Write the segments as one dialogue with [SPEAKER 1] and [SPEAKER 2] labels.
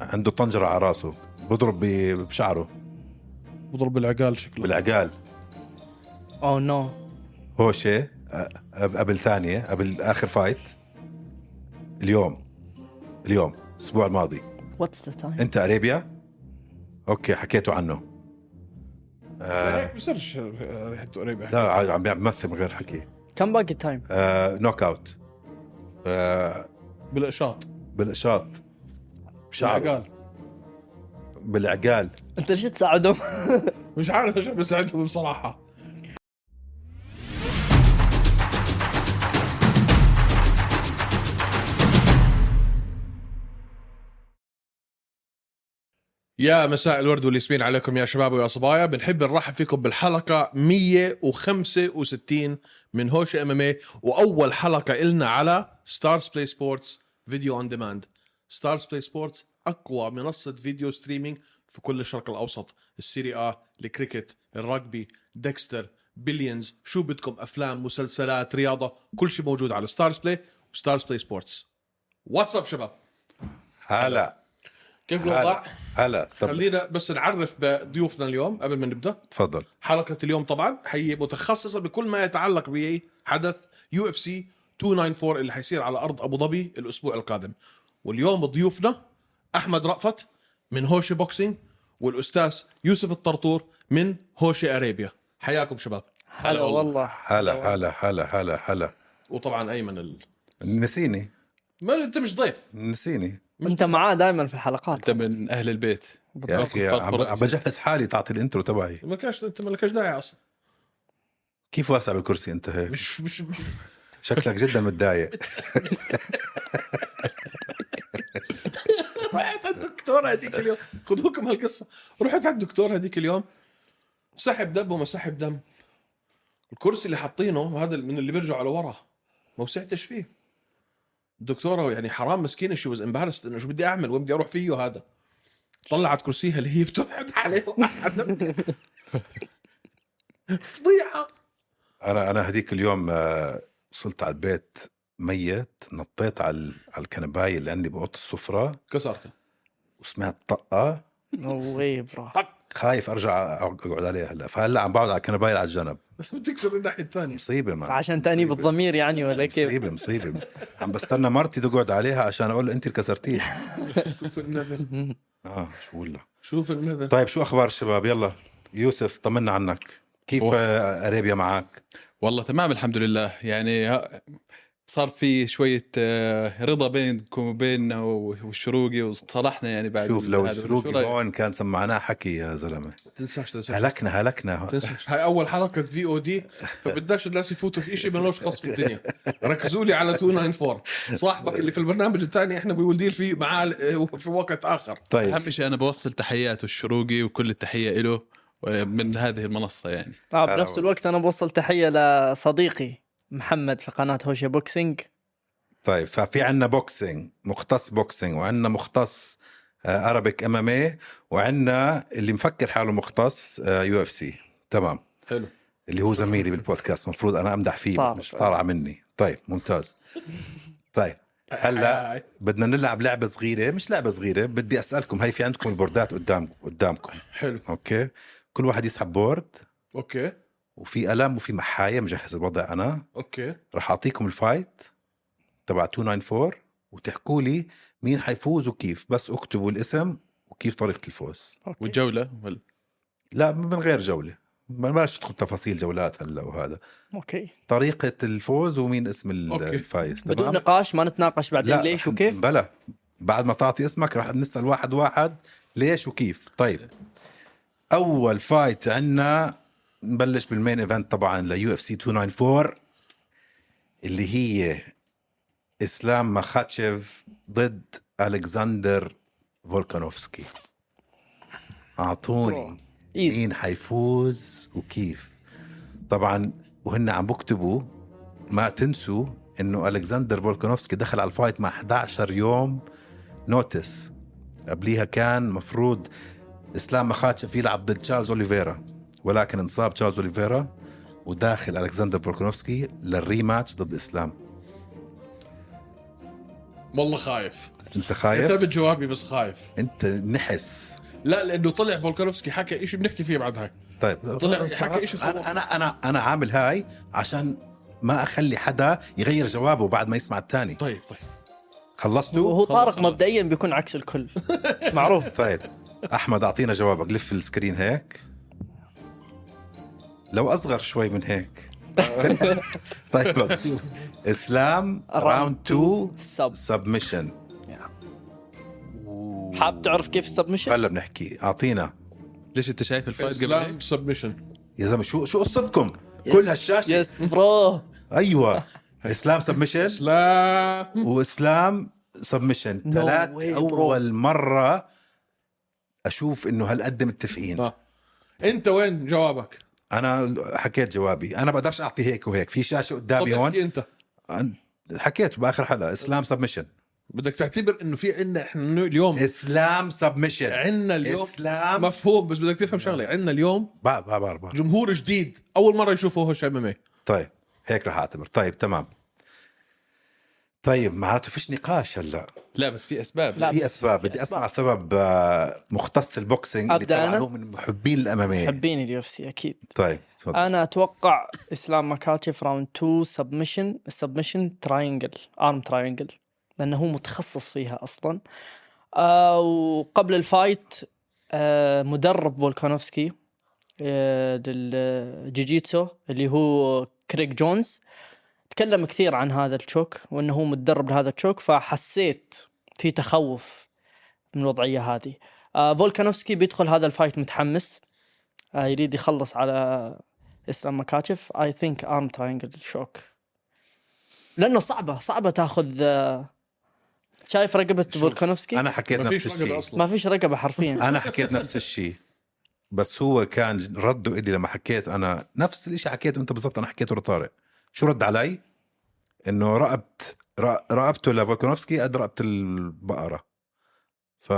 [SPEAKER 1] عنده طنجره على راسه بضرب ب- بشعره
[SPEAKER 2] بضرب العقال شكله
[SPEAKER 1] بالعقال
[SPEAKER 3] اوه نو
[SPEAKER 1] هوشه أ- أب- قبل ثانيه قبل اخر فايت اليوم اليوم الاسبوع الماضي
[SPEAKER 3] واتس ذا تايم
[SPEAKER 1] انت اريبيا اوكي حكيتوا عنه آه
[SPEAKER 2] هيك بصيرش ريحته قريبه
[SPEAKER 1] لا عم عم بيمثل من غير حكي
[SPEAKER 3] كم باقي التايم؟
[SPEAKER 1] آه نوك اوت آه
[SPEAKER 2] بالقشاط
[SPEAKER 1] بالقشاط بشعره
[SPEAKER 2] بالعقال
[SPEAKER 1] بالعقال
[SPEAKER 3] انت ليش تساعدهم؟
[SPEAKER 2] مش عارف ايش بساعدهم بصراحه يا مساء الورد والياسمين عليكم يا شباب ويا صبايا بنحب نرحب فيكم بالحلقة 165 من هوش ام ام واول إيه، حلقة إلنا على ستارز بلاي سبورتس فيديو اون ديماند ستارز بلاي سبورتس اقوى منصة فيديو ستريمينج في كل الشرق الاوسط السيري ا الكريكت الرجبي ديكستر بليونز شو بدكم افلام مسلسلات رياضة كل شيء موجود على ستارز بلاي وستارز بلاي سبورتس واتساب شباب
[SPEAKER 1] هلا
[SPEAKER 2] كيف الوضع؟
[SPEAKER 1] هلا هلا طب
[SPEAKER 2] خلينا بس نعرف بضيوفنا اليوم قبل ما نبدا
[SPEAKER 1] تفضل
[SPEAKER 2] حلقه اليوم طبعا هي متخصصه بكل ما يتعلق بحدث يو اف سي 294 اللي حيصير على ارض ابو ظبي الاسبوع القادم واليوم ضيوفنا احمد رأفت من هوشي بوكسينج والاستاذ يوسف الطرطور من هوشي اريبيا حياكم شباب
[SPEAKER 3] هلا والله
[SPEAKER 1] هلا هلا هلا هلا هلا
[SPEAKER 2] وطبعا ايمن ال...
[SPEAKER 1] نسيني
[SPEAKER 2] ما انت مش ضيف
[SPEAKER 1] نسيني
[SPEAKER 3] انت معاه دائما في الحلقات
[SPEAKER 4] انت من اهل البيت
[SPEAKER 1] يا
[SPEAKER 3] بالضبط.
[SPEAKER 1] اخي عم عم بجهز حالي تعطي الانترو تبعي
[SPEAKER 2] ما كانش انت ما لكش داعي اصلا
[SPEAKER 1] كيف واسع بالكرسي انت هيك
[SPEAKER 2] مش مش, مش...
[SPEAKER 1] شكلك جدا متضايق
[SPEAKER 2] رحت عند الدكتور هذيك اليوم خذوكم هالقصه رحت عند الدكتور هذيك اليوم سحب دم وما سحب دم الكرسي اللي حاطينه هذا من اللي بيرجعوا لورا ما وسعتش فيه الدكتوره يعني حرام مسكينه شي واز امبارست انه شو بدي اعمل وين بدي اروح فيه هذا طلعت كرسيها اللي هي بتقعد عليه وقعدت. فضيحه
[SPEAKER 1] انا انا هديك اليوم آه، وصلت على البيت ميت نطيت على ال- على الكنبايه اللي عندي باوضه السفره
[SPEAKER 2] كسرته
[SPEAKER 1] وسمعت طقه
[SPEAKER 3] نوي برا
[SPEAKER 1] خايف ارجع اقعد عليها هلا فهلا عم بقعد على الكنبايه اللي على الجنب
[SPEAKER 2] بتكسر الناحيه الثانيه
[SPEAKER 1] مصيبه ما
[SPEAKER 3] عشان تاني بالضمير يعني ولا كيف؟
[SPEAKER 1] مصيبه مصيبه عم بستنى مرتي تقعد عليها عشان اقول لها انت اللي كسرتيه
[SPEAKER 2] شوف النذر
[SPEAKER 1] اه شو ولا
[SPEAKER 2] شوف النذر
[SPEAKER 1] طيب شو اخبار الشباب يلا يوسف طمنا عنك كيف
[SPEAKER 4] أوه.
[SPEAKER 1] آه، اريبيا معك
[SPEAKER 4] والله تمام الحمد لله يعني ها- صار في شويه آه، رضا بينكم وبيننا والشروقي وصلحنا يعني بعد
[SPEAKER 1] شوف لو
[SPEAKER 4] هذا. شو
[SPEAKER 1] الفلوق
[SPEAKER 4] رأيك؟
[SPEAKER 1] هون كان سمعناه حكي يا زلمه
[SPEAKER 2] تنساش تنساش
[SPEAKER 1] هلكنا هلكنا
[SPEAKER 2] تنساش هاي اول حلقه في او دي فبدناش الناس يفوتوا في شيء ملوش خص بالدنيا ركزوا لي على 294 صاحبك اللي في البرنامج الثاني احنا بيولدين فيه معاه ال- في وقت اخر
[SPEAKER 1] طيب
[SPEAKER 4] اهم شيء انا بوصل تحيات الشروقي وكل التحيه له آه، من هذه المنصه يعني
[SPEAKER 3] آه بنفس الوقت انا بوصل تحيه لصديقي محمد في قناه هوشي بوكسينج
[SPEAKER 1] طيب ففي عندنا بوكسينج مختص بوكسينج وعندنا مختص آه، ارابيك ام ام اي وعندنا اللي مفكر حاله مختص آه، يو اف سي تمام
[SPEAKER 2] حلو
[SPEAKER 1] اللي هو زميلي بالبودكاست المفروض انا امدح فيه بس
[SPEAKER 3] طالع.
[SPEAKER 1] مش طالعه مني طيب ممتاز طيب هلا
[SPEAKER 2] آه،
[SPEAKER 1] بدنا نلعب لعبه صغيره مش لعبه صغيره بدي اسالكم هي في عندكم البوردات قدام قدامكم
[SPEAKER 2] حلو
[SPEAKER 1] اوكي كل واحد يسحب بورد
[SPEAKER 2] اوكي
[SPEAKER 1] وفي قلم وفي محايه مجهز الوضع انا
[SPEAKER 2] اوكي
[SPEAKER 1] رح اعطيكم الفايت تبع 294 وتحكوا لي مين حيفوز وكيف بس اكتبوا الاسم وكيف طريقه الفوز
[SPEAKER 3] أوكي.
[SPEAKER 4] والجوله وال-
[SPEAKER 1] لا من غير جوله ما- بلاش تدخل تفاصيل جولات هلا وهذا
[SPEAKER 3] اوكي
[SPEAKER 1] طريقه الفوز ومين اسم ال-
[SPEAKER 2] أوكي.
[SPEAKER 1] الفايز
[SPEAKER 3] بدون
[SPEAKER 1] تمام
[SPEAKER 3] نقاش ما نتناقش بعدين ليش
[SPEAKER 1] رح-
[SPEAKER 3] وكيف
[SPEAKER 1] بلا بعد ما تعطي اسمك رح نسال واحد واحد ليش وكيف طيب اول فايت عندنا نبلش بالمين ايفنت طبعا ليو اف سي 294 اللي هي اسلام مخاتشيف ضد الكسندر فولكانوفسكي اعطوني
[SPEAKER 3] ايزي
[SPEAKER 1] مين حيفوز وكيف طبعا وهن عم بكتبوا ما تنسوا انه الكسندر فولكانوفسكي دخل على الفايت مع 11 يوم نوتس قبليها كان مفروض اسلام مخاتشف يلعب ضد تشارلز اوليفيرا ولكن انصاب تشارلز اوليفيرا وداخل الكسندر فولكانوفسكي للريماتش ضد اسلام
[SPEAKER 2] والله خايف
[SPEAKER 1] انت خايف
[SPEAKER 2] كتبت جوابي بس خايف
[SPEAKER 1] انت نحس
[SPEAKER 2] لا لانه طلع فولكانوفسكي حكى شيء بنحكي فيه بعدها
[SPEAKER 1] طيب
[SPEAKER 2] طلع حكى إشي
[SPEAKER 1] انا
[SPEAKER 2] خرافي.
[SPEAKER 1] انا انا انا عامل هاي عشان ما اخلي حدا يغير جوابه بعد ما يسمع الثاني
[SPEAKER 2] طيب طيب
[SPEAKER 1] خلصتوا
[SPEAKER 3] وهو طارق
[SPEAKER 4] خلاص.
[SPEAKER 3] مبدئيا بيكون عكس الكل معروف
[SPEAKER 1] طيب احمد اعطينا جوابك لف السكرين هيك لو اصغر شوي من هيك طيب اسلام راوند 2
[SPEAKER 3] سب
[SPEAKER 1] سبمشن
[SPEAKER 3] حاب تعرف كيف السبمشن؟
[SPEAKER 1] هلا بنحكي اعطينا
[SPEAKER 4] ليش انت شايف الفايت قبل هيك؟
[SPEAKER 2] اسلام سبمشن
[SPEAKER 1] يا زلمه شو شو قصتكم
[SPEAKER 3] يس.
[SPEAKER 1] كل هالشاشه
[SPEAKER 3] يس برو
[SPEAKER 1] ايوه اسلام سبمشن
[SPEAKER 2] اسلام
[SPEAKER 1] واسلام سبمشن
[SPEAKER 3] No
[SPEAKER 1] ثلاث
[SPEAKER 3] way, bro.
[SPEAKER 1] اول مره اشوف انه هالقد
[SPEAKER 3] طيب.
[SPEAKER 1] متفقين
[SPEAKER 2] آه. انت وين جوابك؟
[SPEAKER 1] انا حكيت جوابي انا بقدرش اعطي هيك وهيك في شاشه
[SPEAKER 2] طب
[SPEAKER 1] قدامي هون
[SPEAKER 3] إيه؟
[SPEAKER 2] احكي انت
[SPEAKER 1] حكيت باخر حلقه اسلام سبمشن
[SPEAKER 2] بدك تعتبر انه في عندنا احنا اليوم
[SPEAKER 1] اسلام سبمشن
[SPEAKER 2] عندنا اليوم
[SPEAKER 1] اسلام
[SPEAKER 2] مفهوم بس بدك تفهم شغله عندنا اليوم
[SPEAKER 1] بقى بقى بقى بقى.
[SPEAKER 2] جمهور جديد اول مره يشوفوا هوش ام ام
[SPEAKER 1] طيب هيك رح اعتبر طيب تمام طيب معناته فيش نقاش هلا
[SPEAKER 4] لا بس في اسباب
[SPEAKER 3] لا. بس
[SPEAKER 1] في اسباب
[SPEAKER 3] في
[SPEAKER 1] بدي
[SPEAKER 3] أسباب.
[SPEAKER 1] اسمع سبب آه، مختص البوكسينج اللي
[SPEAKER 3] أبدأ
[SPEAKER 1] طبعا
[SPEAKER 3] أنا؟
[SPEAKER 1] هو من محبين الاماميه
[SPEAKER 3] حبيني اليو اف سي اكيد
[SPEAKER 1] طيب تفضل
[SPEAKER 3] انا اتوقع اسلام ماكاتشي في راوند 2 سبمشن السبمشن تراينجل ارم تراينجل لانه هو متخصص فيها اصلا آه وقبل الفايت آه مدرب فولكانوفسكي آه للجيجيتسو اللي هو كريك جونز تكلم كثير عن هذا التشوك وانه هو متدرب لهذا التشوك فحسيت في تخوف من الوضعيه هذه آه فولكانوفسكي بيدخل هذا الفايت متحمس آه يريد يخلص على اسلام مكاتشف اي ثينك ارم تراينجل شوك لانه صعبه صعبه تاخذ آه، شايف رقبه
[SPEAKER 1] شوف،
[SPEAKER 3] فولكانوفسكي
[SPEAKER 1] انا حكيت
[SPEAKER 2] ما
[SPEAKER 1] نفس
[SPEAKER 2] فيش رقبه
[SPEAKER 1] الشيء
[SPEAKER 2] اصلا
[SPEAKER 3] ما فيش رقبه حرفيا
[SPEAKER 1] انا حكيت نفس الشيء بس هو كان رده إلي لما حكيت انا نفس الشيء حكيته انت بالضبط انا حكيته لطارق شو رد علي؟ انه رقبت رق- رقبته لفولكانوفسكي قد رقبت البقره ف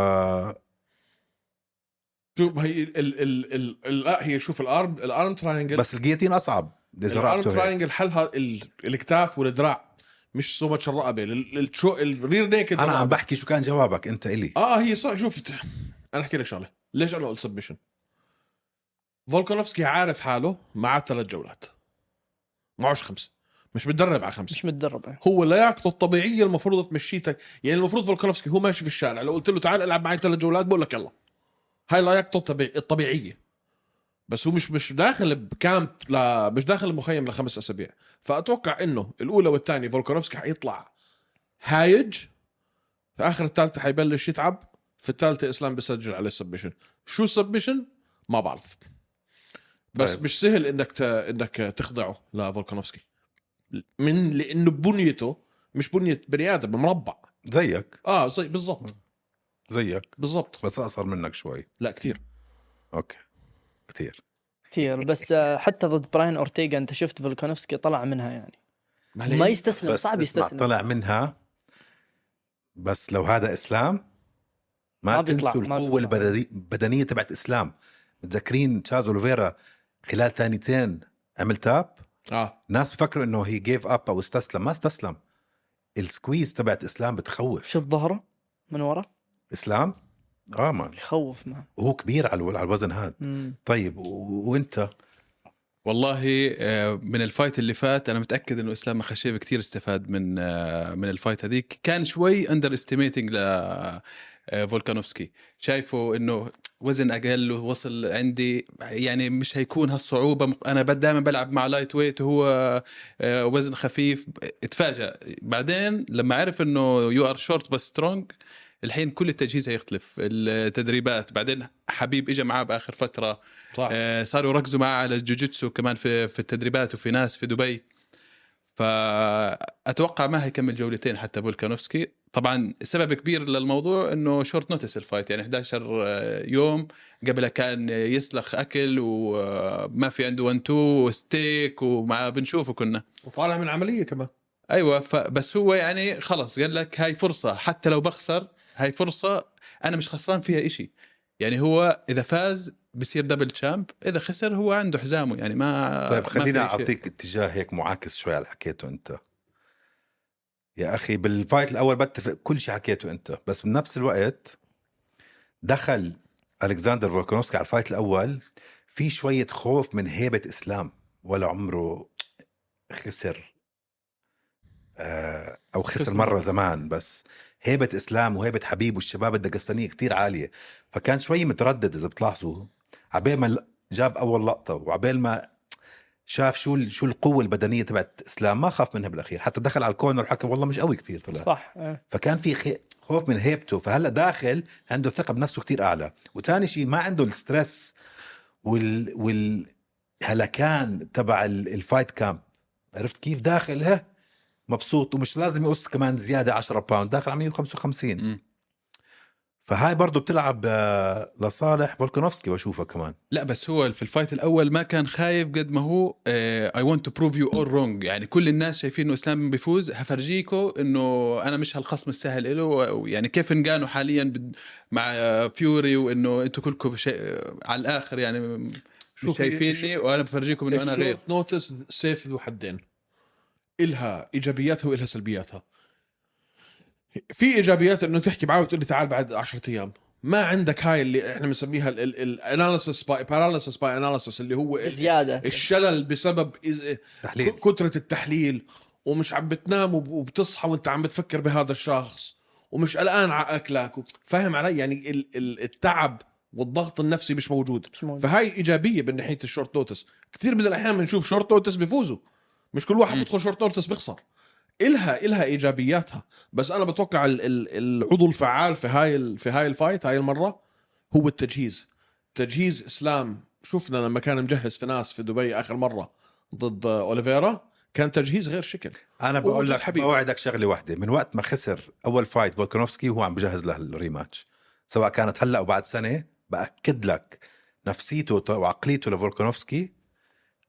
[SPEAKER 2] شوف هي ال ال ال ال ال- لا هي شوف الارم الارم تراينجل
[SPEAKER 1] بس الجيتين اصعب اذا
[SPEAKER 2] الارم
[SPEAKER 1] رقبته هيك.
[SPEAKER 2] تراينجل حلها ال- الاكتاف والذراع مش سو ماتش الرقبه ال- ال- الشو- الرير نيكد
[SPEAKER 1] انا عم
[SPEAKER 2] الرقبة.
[SPEAKER 1] بحكي شو كان جوابك انت الي
[SPEAKER 2] اه هي صح شوف انا احكي لك شغله ليش انا قلت سبمشن فولكانوفسكي عارف حاله معاه ثلاث جولات معوش خمسه مش متدرب على خمسه
[SPEAKER 3] مش متدربه
[SPEAKER 2] هو لياقته الطبيعيه المفروض تمشيتك يعني المفروض فولكانوفسكي هو ماشي في الشارع لو قلت له تعال العب معي ثلاث جولات بقول لك يلا هاي لياقته الطبيع- الطبيعيه بس هو مش مش داخل بكامب لا مش داخل المخيم لخمس اسابيع فاتوقع انه الاولى والثانيه فولكانوفسكي حيطلع هايج في اخر الثالثه حيبلش يتعب في الثالثه اسلام بيسجل عليه سبمشن شو سبمشن ما بعرف بس
[SPEAKER 1] طيب.
[SPEAKER 2] طيب. مش سهل انك ت... انك تخضعه لفولكانوفسكي من لانه بنيته مش بنيه بني ادم مربع
[SPEAKER 1] زيك
[SPEAKER 2] اه زي بالضبط
[SPEAKER 1] زيك
[SPEAKER 2] بالضبط
[SPEAKER 1] بس اقصر منك شوي
[SPEAKER 2] لا كثير
[SPEAKER 1] اوكي كثير
[SPEAKER 3] كثير بس آه، حتى ضد براين اورتيغا انت شفت فولكانوفسكي طلع منها يعني ما يستسلم
[SPEAKER 1] بس
[SPEAKER 3] صعب
[SPEAKER 1] اسمع
[SPEAKER 3] يستسلم
[SPEAKER 1] طلع منها بس لو هذا اسلام ما,
[SPEAKER 3] ما بيطلع،
[SPEAKER 1] تنسوا
[SPEAKER 3] ما
[SPEAKER 1] القوه
[SPEAKER 3] بيطلع.
[SPEAKER 1] البدني- البدنيه تبعت اسلام متذكرين تشارلز اوليفيرا خلال ثانيتين عمل تاب
[SPEAKER 2] اه
[SPEAKER 1] ناس بفكروا انه هي جيف اب او استسلم ما استسلم السكويز تبعت اسلام بتخوف
[SPEAKER 3] شفت ظهره من ورا
[SPEAKER 1] اسلام اه مان
[SPEAKER 3] يخوف ما
[SPEAKER 1] هو كبير على الو- على الوزن هذا
[SPEAKER 3] مم.
[SPEAKER 1] طيب و- وانت
[SPEAKER 4] والله آه، من الفايت اللي فات انا متاكد انه اسلام مخشيف كثير استفاد من آه، من الفايت هذيك كان شوي اندر استيميتنج ل آه، فولكانوفسكي شايفه انه وزن اقل ووصل عندي يعني مش هيكون هالصعوبه مق- انا بد- دائما بلعب مع لايت ويت وهو آه، وزن خفيف اتفاجأ بعدين لما عرف انه يو ار شورت بس سترونج الحين كل التجهيز هيختلف التدريبات بعدين حبيب اجى معاه باخر فتره
[SPEAKER 2] صح
[SPEAKER 4] آه، صاروا يركزوا معاه على الجوجيتسو كمان في في التدريبات وفي ناس في دبي فاتوقع ما هيكمل جولتين حتى فولكانوفسكي طبعا سبب كبير للموضوع انه شورت نوتس الفايت يعني 11 آه، يوم قبلها كان يسلخ اكل وما في عنده 1 2 وستيك ومع بنشوفه كنا
[SPEAKER 2] وطالع من عمليه كمان
[SPEAKER 4] ايوه فبس هو يعني خلص قال لك هاي فرصه حتى لو بخسر هاي فرصه انا مش خسران فيها إشي يعني هو اذا فاز بصير دبل تشامب اذا خسر هو عنده حزامه يعني ما
[SPEAKER 1] طيب
[SPEAKER 4] ما
[SPEAKER 1] خليني
[SPEAKER 4] في إشي.
[SPEAKER 1] اعطيك اتجاه هيك معاكس شوي على اللي حكيته انت يا اخي بالفايت الاول بتفق كل شيء حكيته انت بس بنفس الوقت دخل الكسندر فولكانوفسكي على الفايت الاول في شويه خوف من هيبه اسلام ولا عمره خسر آه، او خسر
[SPEAKER 2] خسر
[SPEAKER 1] مره
[SPEAKER 2] مرة.
[SPEAKER 1] زمان بس هيبه اسلام وهيبه حبيب والشباب الداغستانيه كتير عاليه فكان شوي متردد اذا بتلاحظوا عبال ما جاب اول لقطه وعبال ما شاف شو ال- شو القوه البدنيه تبعت اسلام ما خاف منها بالاخير حتى دخل على الكورنر وحكى والله مش قوي كثير طلع
[SPEAKER 3] صح إيه.
[SPEAKER 1] فكان في خي- خوف من هيبته فهلا داخل عنده ثقه بنفسه كتير اعلى وثاني شيء ما عنده الستريس وال والهلكان تبع ال- الفايت كامب عرفت كيف داخل ها مبسوط ومش لازم يقص كمان زياده 10 باوند داخل على 155
[SPEAKER 4] مم.
[SPEAKER 1] فهاي برضه بتلعب آه، لصالح فولكانوفسكي بشوفها كمان
[SPEAKER 4] لا بس هو في الفايت الاول ما كان خايف قد ما هو آه، اي ونت تو بروف يو اول رونج يعني كل الناس شايفين انه اسلام بيفوز هفرجيكو انه انا مش هالخصم السهل له يعني كيف انقانوا حاليا بد- مع آه، فيوري وانه انتم كلكم شي... على الاخر يعني مش
[SPEAKER 2] شوف-
[SPEAKER 4] شايفيني وانا بفرجيكم انه انا غير
[SPEAKER 2] نوتس سيف ذو حدين الها ايجابياتها والها سلبياتها في ايجابيات انه تحكي معاه وتقول لي تعال بعد 10 ايام ما عندك هاي اللي احنا بنسميها الاناليسيس باي باراليسيس باي اناليسيس اللي هو
[SPEAKER 3] زياده
[SPEAKER 2] الشلل بسبب إز-
[SPEAKER 1] تحليل
[SPEAKER 2] كترة التحليل ومش عم بتنام وب- وبتصحى وانت عم بتفكر بهذا الشخص ومش قلقان على اكلك و- فاهم علي يعني ال- ال- التعب والضغط النفسي مش موجود
[SPEAKER 3] مش موجود.
[SPEAKER 2] فهاي ايجابيه من ناحيه الشورت نوتس كثير من الاحيان بنشوف شورت نوتس بيفوزوا مش كل واحد
[SPEAKER 4] مم.
[SPEAKER 2] بيدخل شورت نوتس بيخسر الها الها ايجابياتها بس انا بتوقع ال- ال- العضو الفعال في هاي ال- في هاي الفايت هاي المره هو التجهيز تجهيز اسلام شفنا لما كان مجهز في ناس في دبي اخر مره ضد اوليفيرا كان تجهيز غير شكل
[SPEAKER 1] انا بقول
[SPEAKER 2] وجود
[SPEAKER 1] لك
[SPEAKER 2] حبيب.
[SPEAKER 1] بوعدك شغله واحده من وقت ما خسر اول فايت فولكانوفسكي وهو عم بجهز له الريماتش سواء كانت هلا او بعد سنه باكد لك نفسيته وط- وعقليته لفولكانوفسكي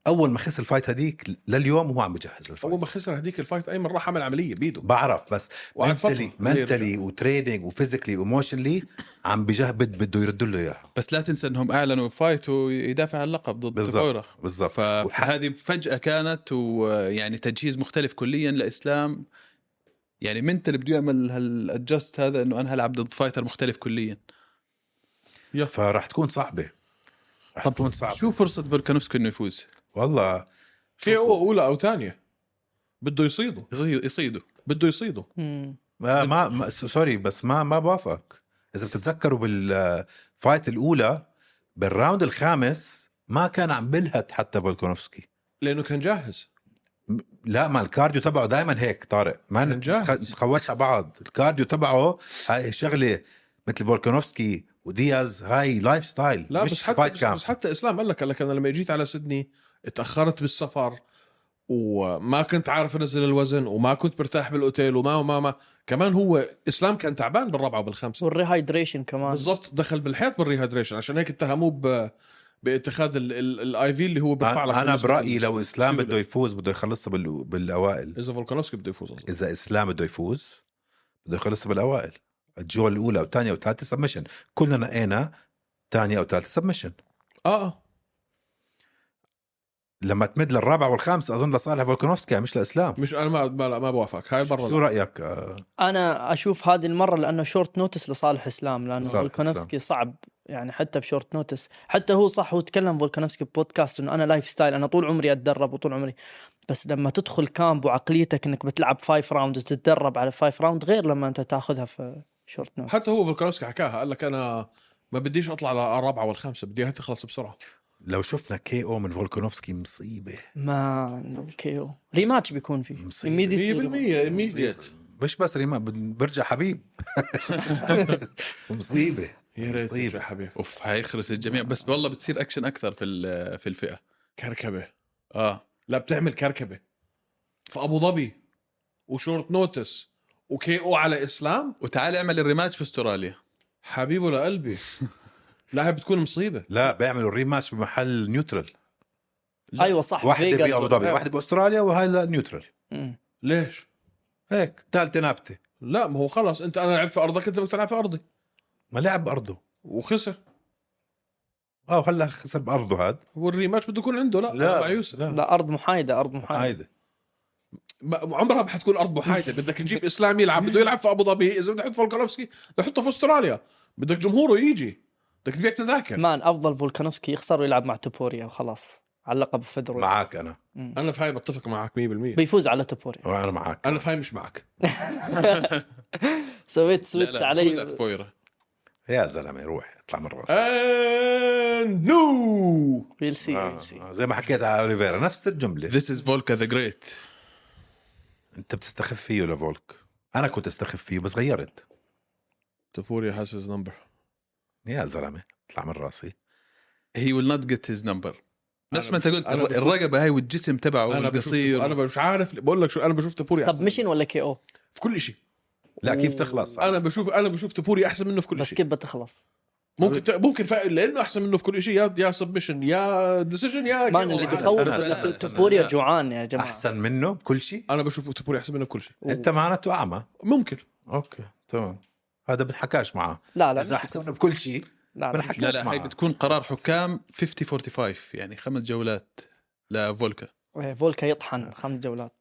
[SPEAKER 1] اول ما خسر الفايت هديك لليوم وهو عم بجهز
[SPEAKER 2] اول
[SPEAKER 1] الفايت
[SPEAKER 2] ما خسر هذيك الفايت ايمن راح عمل عمليه بايده
[SPEAKER 1] بعرف بس
[SPEAKER 2] وقعد فترة
[SPEAKER 1] منتلي
[SPEAKER 2] بده يرجع.
[SPEAKER 1] منتلي وتريننج وفيزيكلي وايموشنلي عم بجهبد بده يردوا له اياها
[SPEAKER 4] بس لا تنسى انهم اعلنوا فايت ويدافع عن اللقب ضد
[SPEAKER 1] بالضبط.
[SPEAKER 4] فويرا
[SPEAKER 1] بالضبط وح-
[SPEAKER 4] فهذه فجاه كانت ويعني تجهيز مختلف كليا لاسلام يعني منت اللي بده يعمل هالادجست هذا انه انا هلعب ضد فايتر مختلف كليا
[SPEAKER 1] فراح تكون صعبه رح
[SPEAKER 4] طب
[SPEAKER 1] تكون صعبه
[SPEAKER 4] شو فرصه فولكانوفسكي انه يفوز
[SPEAKER 1] والله
[SPEAKER 2] في
[SPEAKER 1] شوفوا.
[SPEAKER 2] اولى او ثانيه بده يصيده
[SPEAKER 4] يصي- يصيده
[SPEAKER 2] بده يصيده
[SPEAKER 3] مم.
[SPEAKER 1] ما ما ما- س- سوري بس ما ما بوافقك اذا بتتذكروا بالفايت الاولى بالراوند الخامس ما كان عم بلهت حتى فولكانوفسكي
[SPEAKER 2] لانه كان جاهز
[SPEAKER 1] لا ما الكارديو تبعه دائما هيك طارق ما
[SPEAKER 2] عن جد.
[SPEAKER 1] نتخوتش على بعض الكارديو تبعه هاي شغله مثل فولكانوفسكي ودياز هاي لايف ستايل
[SPEAKER 2] لا
[SPEAKER 1] مش
[SPEAKER 2] بس حتى
[SPEAKER 1] فايت
[SPEAKER 2] بس,
[SPEAKER 1] كامب.
[SPEAKER 2] بس حتى اسلام قال لك قال لك انا لما جيت على سيدني اتاخرت بالسفر وما كنت عارف انزل الوزن وما كنت مرتاح بالاوتيل وما وما ما كمان هو اسلام كان تعبان بالرابعه وبالخامسه
[SPEAKER 3] والريهايدريشن كمان
[SPEAKER 2] بالضبط دخل بالحيط بالريهايدريشن عشان هيك اتهموه ب... باتخاذ الاي في اللي هو بيرفع لك
[SPEAKER 1] انا أنا
[SPEAKER 2] نسبة
[SPEAKER 1] برايي لو اسلام
[SPEAKER 2] السيولة.
[SPEAKER 1] بده يفوز بده يخلصها بال- بالاوائل
[SPEAKER 2] اذا فولكانوفسكي بده يفوز أصلاً.
[SPEAKER 1] اذا اسلام بده يفوز بده يخلصها بالاوائل الجول الاولى والثانيه والثالثه سبمشن كلنا نقينا ثانيه او ثالثه سبمشن
[SPEAKER 2] اه اه
[SPEAKER 1] لما تمد للرابع والخامس اظن لصالح فولكانوفسكي مش لاسلام
[SPEAKER 2] مش انا ما ما, ما بوافقك هاي المره
[SPEAKER 1] شو
[SPEAKER 2] لا.
[SPEAKER 1] رايك آه،
[SPEAKER 3] انا اشوف هذه المره لانه شورت نوتس لصالح اسلام لانه
[SPEAKER 1] لصالح
[SPEAKER 3] فولكانوفسكي صعب يعني حتى بشورت نوتس حتى هو صح هو تكلم فولكانوفسكي ببودكاست انه انا لايف ستايل انا طول عمري اتدرب وطول عمري بس لما تدخل كامب وعقليتك انك بتلعب فايف راوند وتتدرب على فايف راوند غير لما انت تاخذها في شورت نوتس
[SPEAKER 2] حتى هو فولكانوفسكي حكاها قال لك انا ما بديش اطلع على الرابعه والخامسه بدي اياها تخلص بسرعه
[SPEAKER 1] لو شفنا كي او من فولكانوفسكي مصيبه
[SPEAKER 3] ما كيو ريماتش بيكون فيه
[SPEAKER 1] مصيبة.
[SPEAKER 2] 100%
[SPEAKER 3] immediately
[SPEAKER 2] immediate
[SPEAKER 1] مش بس ريما بن- برجع حبيب مصيبه
[SPEAKER 2] يا ريت
[SPEAKER 1] مصيبة.
[SPEAKER 2] يا حبيبي
[SPEAKER 4] اوف هيخرس الجميع بس والله بتصير اكشن اكثر في ال- في الفئه
[SPEAKER 2] كركبه
[SPEAKER 4] اه
[SPEAKER 2] لا بتعمل كركبه في ابو ظبي وشورت نوتس وكي او على اسلام
[SPEAKER 4] وتعال اعمل الريماتش في استراليا
[SPEAKER 2] حبيبه لقلبي لا هي بتكون مصيبه
[SPEAKER 1] لا بيعملوا الريماتش بمحل نيوترال
[SPEAKER 2] لا.
[SPEAKER 3] ايوه صح
[SPEAKER 1] واحده
[SPEAKER 3] فيغاس
[SPEAKER 1] بابو ظبي
[SPEAKER 3] ولا-
[SPEAKER 1] واحده باستراليا وهاي لا نيوترال
[SPEAKER 3] مم.
[SPEAKER 2] ليش؟
[SPEAKER 1] هيك ثالثه نابته
[SPEAKER 2] لا ما هو خلاص انت انا لعبت في ارضك انت بدك تلعب في ارضي
[SPEAKER 1] ما لعب بارضه
[SPEAKER 2] وخسر
[SPEAKER 1] اه هلا خسر بارضه هذا
[SPEAKER 2] والريماتش بده يكون عنده لا
[SPEAKER 1] لا.
[SPEAKER 2] مع يوسف
[SPEAKER 3] لا ارض محايده ارض محايده
[SPEAKER 1] هيدا
[SPEAKER 2] ما- عمرها ما حتكون ارض محايده بدك تجيب اسلام يلعب بده يلعب في ابو ظبي اذا بدك تحط فولكانوفسكي بدك تحطه في استراليا بدك جمهوره يجي بدك تبيع تذاكر
[SPEAKER 3] مان افضل فولكانوفسكي يخسر ويلعب مع توبوريا وخلاص على لقب فيدرو
[SPEAKER 1] معك انا
[SPEAKER 3] مم.
[SPEAKER 2] انا في هاي بتفق معك 100%
[SPEAKER 3] بيفوز على توبوريا
[SPEAKER 1] انا معك
[SPEAKER 2] انا في هاي مش معك
[SPEAKER 3] سويت
[SPEAKER 4] لا،
[SPEAKER 3] سويتش
[SPEAKER 4] لا، فوز
[SPEAKER 3] علي
[SPEAKER 4] أتبويرة.
[SPEAKER 1] يا زلمه روح اطلع من راسي
[SPEAKER 2] آه. And no
[SPEAKER 3] ويل سي
[SPEAKER 1] آه،
[SPEAKER 3] ويل سي
[SPEAKER 1] آه، زي ما حكيت على اوليفيرا نفس الجمله
[SPEAKER 4] This is Volka the Great
[SPEAKER 1] انت بتستخف فيه لفولك انا كنت استخف فيه بس غيرت
[SPEAKER 2] تفوريا هاز هيز نمبر
[SPEAKER 1] يا زلمه اطلع من راسي
[SPEAKER 4] he will not get his number نفس ما انت
[SPEAKER 2] بشوف-
[SPEAKER 4] قلت
[SPEAKER 2] أنا بشوف-
[SPEAKER 4] الرقبه هاي والجسم تبعه
[SPEAKER 2] انا بشوف انا
[SPEAKER 4] القصير
[SPEAKER 2] مش عارف بقول لك شو انا بشوف تبوري احسن
[SPEAKER 3] سبمشن ولا كي او
[SPEAKER 2] في كل شيء
[SPEAKER 1] لا كيف تخلص
[SPEAKER 2] انا بشوف انا بشوف تبوري احسن منه في كل
[SPEAKER 3] بس
[SPEAKER 2] شيء
[SPEAKER 3] كيف بتخلص
[SPEAKER 2] ممكن ت- ممكن ف... لانه احسن منه في كل شيء يا يا سبمشن يا ديسيجن يا
[SPEAKER 3] مان اللي
[SPEAKER 1] أنا-
[SPEAKER 3] بيخوف
[SPEAKER 1] أنا-
[SPEAKER 3] إنه
[SPEAKER 1] أنا-
[SPEAKER 3] توبوريا
[SPEAKER 4] أنا-
[SPEAKER 3] جوعان يا جماعه
[SPEAKER 1] احسن منه بكل شيء
[SPEAKER 2] انا بشوف تبوري احسن منه في كل شيء
[SPEAKER 3] و-
[SPEAKER 1] انت معناته اعمى
[SPEAKER 2] ممكن
[SPEAKER 1] اوكي تمام هذا بنحكاش معه
[SPEAKER 3] لا لا
[SPEAKER 1] اذا
[SPEAKER 3] لا
[SPEAKER 1] احسن منه بكل شيء
[SPEAKER 3] لا
[SPEAKER 1] بنحكي.
[SPEAKER 4] لا لا هاي
[SPEAKER 1] معه.
[SPEAKER 4] بتكون قرار حكام 50 45 يعني خمس جولات لفولكا
[SPEAKER 3] إيه، فولكا
[SPEAKER 1] آه.
[SPEAKER 3] يطحن خمس جولات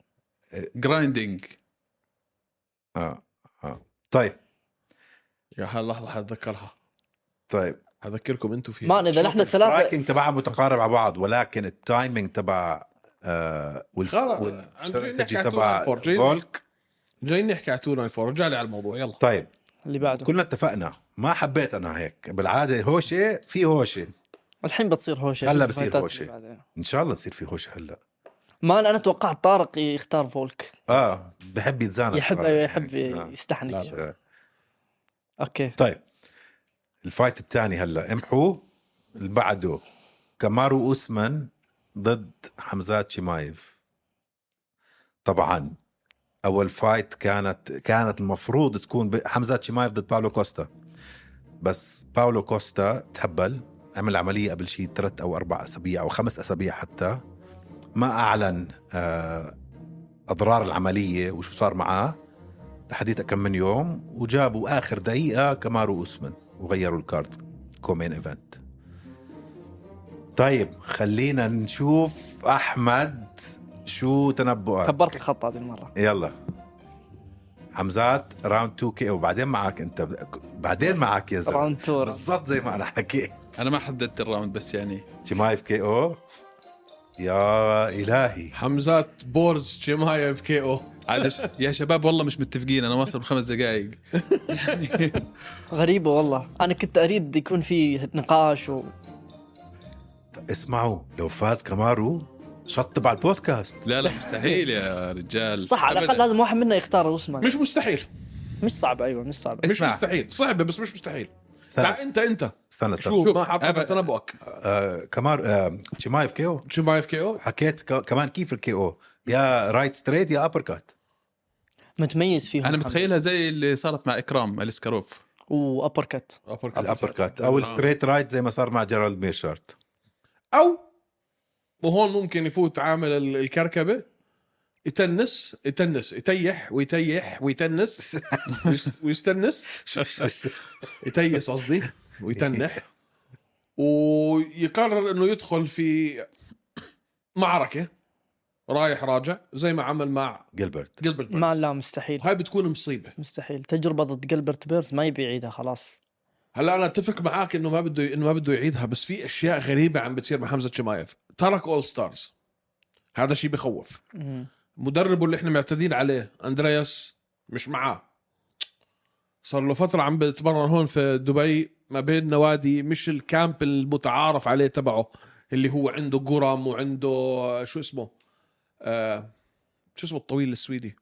[SPEAKER 4] جرايندينج
[SPEAKER 1] اه اه طيب
[SPEAKER 2] يا هاللحظه حتذكرها
[SPEAKER 1] طيب
[SPEAKER 2] حذكركم انتم فيها
[SPEAKER 3] مان اذا نحن الثلاثه
[SPEAKER 1] السترايكنج تبعها متقارب على بعض ولكن التايمينج تبع آه والس-
[SPEAKER 2] خلص. عم جايين نحكي
[SPEAKER 1] والاستراتيجي
[SPEAKER 2] عن
[SPEAKER 1] تبع
[SPEAKER 2] تونا فورجين.
[SPEAKER 1] فولك
[SPEAKER 2] جايين نحكي على 294 رجع لي على الموضوع يلا
[SPEAKER 1] طيب
[SPEAKER 3] اللي بعده
[SPEAKER 1] كلنا اتفقنا ما حبيت انا هيك بالعاده هوشه في هوشه
[SPEAKER 3] الحين بتصير هوشه
[SPEAKER 1] هلا
[SPEAKER 3] شوف
[SPEAKER 1] بصير
[SPEAKER 3] الفايتات
[SPEAKER 1] هوشة.
[SPEAKER 3] اللي بعدين.
[SPEAKER 1] ان شاء الله يصير في هوشه هلا
[SPEAKER 3] مان انا توقعت طارق يختار فولك
[SPEAKER 1] اه بحب يتزانق
[SPEAKER 3] يحب
[SPEAKER 1] طارق يعني.
[SPEAKER 3] يحب
[SPEAKER 1] آه.
[SPEAKER 3] يستحنك
[SPEAKER 2] لا،
[SPEAKER 3] شوي.
[SPEAKER 1] آه.
[SPEAKER 3] اوكي
[SPEAKER 1] طيب الفايت الثاني هلا امحو اللي بعده كامارو اوسمان ضد حمزات شمايف طبعا اول فايت كانت كانت المفروض تكون ب- حمزات شمايف ضد باولو كوستا بس باولو كوستا تهبل عمل عمليه قبل شيء ثلاث او اربع اسابيع او خمس اسابيع حتى ما اعلن آه، اضرار العمليه وشو صار معاه لحديت كم من يوم وجابوا اخر دقيقه كمارو اوسمان وغيروا الكارد كومين ايفنت طيب خلينا نشوف احمد شو تنبؤك
[SPEAKER 3] كبرت الخط هذه المره
[SPEAKER 1] يلا حمزات راوند 2 كي وبعدين معك انت بعدين معك يا زلمه
[SPEAKER 3] راوند تور
[SPEAKER 1] بالضبط زي ما انا حكيت
[SPEAKER 4] انا ما حددت الراوند بس يعني
[SPEAKER 1] جمايف كي او يا الهي
[SPEAKER 2] حمزات بورز شمايف كي او
[SPEAKER 4] عاد يا شباب والله مش متفقين انا واصل بخمس دقائق يعني
[SPEAKER 3] غريبه والله انا كنت اريد يكون في نقاش و...
[SPEAKER 1] اسمعوا لو فاز كمارو شطب على البودكاست
[SPEAKER 4] لا لا مستحيل يا رجال
[SPEAKER 3] صح على الاقل
[SPEAKER 4] أبداً.
[SPEAKER 3] لازم واحد منا يختار اوسمان
[SPEAKER 2] مش مستحيل
[SPEAKER 3] مش صعب ايوه مش صعب
[SPEAKER 2] مش
[SPEAKER 4] اسمع.
[SPEAKER 2] مستحيل صعبه بس مش مستحيل
[SPEAKER 1] استنى
[SPEAKER 2] تعال انت انت
[SPEAKER 1] استنى, استنى.
[SPEAKER 2] شوف
[SPEAKER 4] شوف.
[SPEAKER 2] ما حطيت
[SPEAKER 4] أبد.
[SPEAKER 2] تنبؤك
[SPEAKER 1] آه كمار آه شمايف كي او
[SPEAKER 2] شمايف كي او
[SPEAKER 1] حكيت ك... كمان كيف الكي او يا رايت ستريت يا ابر كات
[SPEAKER 3] متميز فيهم
[SPEAKER 4] انا متخيلها زي اللي صارت مع اكرام الاسكاروف
[SPEAKER 3] وابر كت
[SPEAKER 1] الابر كات او الستريت رايت زي ما صار مع جيرالد ميرشارت
[SPEAKER 2] او وهون ممكن يفوت عامل ال- الكركبه يتنس يتنس يتيح ويتيح ويتنس ويست- ويستنس يتيس قصدي ويتنح ويقرر انه يدخل في معركه رايح راجع زي ما عمل مع
[SPEAKER 1] جيلبرت
[SPEAKER 2] جيلبرت بيرنز.
[SPEAKER 3] ما لا مستحيل
[SPEAKER 2] هاي بتكون مصيبه
[SPEAKER 3] مستحيل تجربه ضد جلبرت بيرز ما يبي يعيدها خلاص
[SPEAKER 2] هلا انا اتفق معاك انه ما بده انه ما بده يعيدها بس في اشياء غريبه عم بتصير مع حمزه شمايف ترك اول ستارز هذا شيء بخوف
[SPEAKER 3] مم.
[SPEAKER 2] مدربه اللي احنا معتادين عليه اندرياس مش معاه صار له فترة عم بيتمرن هون في دبي ما بين نوادي مش الكامب المتعارف عليه تبعه اللي هو عنده قرم وعنده آه، شو اسمه آه شو اسمه الطويل السويدي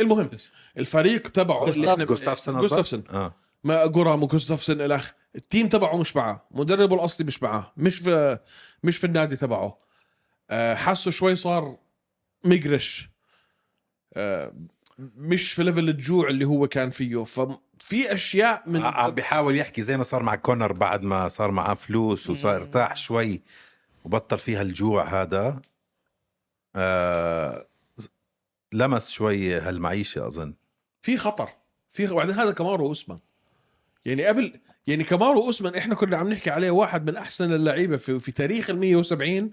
[SPEAKER 2] المهم الفريق تبعه اللي احنا
[SPEAKER 1] جوستافسون
[SPEAKER 2] جوستافسون
[SPEAKER 1] اه
[SPEAKER 2] ما جرام وكوستافسن الاخ التيم تبعه مش معاه مدربه الاصلي مش معاه مش في مش في النادي تبعه آه، حاسه شوي صار مقرش آه، مش في ليفل الجوع اللي هو كان فيه ففي اشياء من
[SPEAKER 1] عم بيحاول يحكي زي ما صار مع كونر بعد ما صار معاه فلوس وصار
[SPEAKER 3] مم.
[SPEAKER 1] ارتاح شوي وبطل فيها الجوع هذا آه لمس شوي هالمعيشه اظن
[SPEAKER 2] في خطر في خ- وبعدين هذا كمارو اوسمان يعني قبل يعني كمارو اوسمان احنا كنا عم نحكي عليه واحد من احسن اللعيبه في في تاريخ ال 170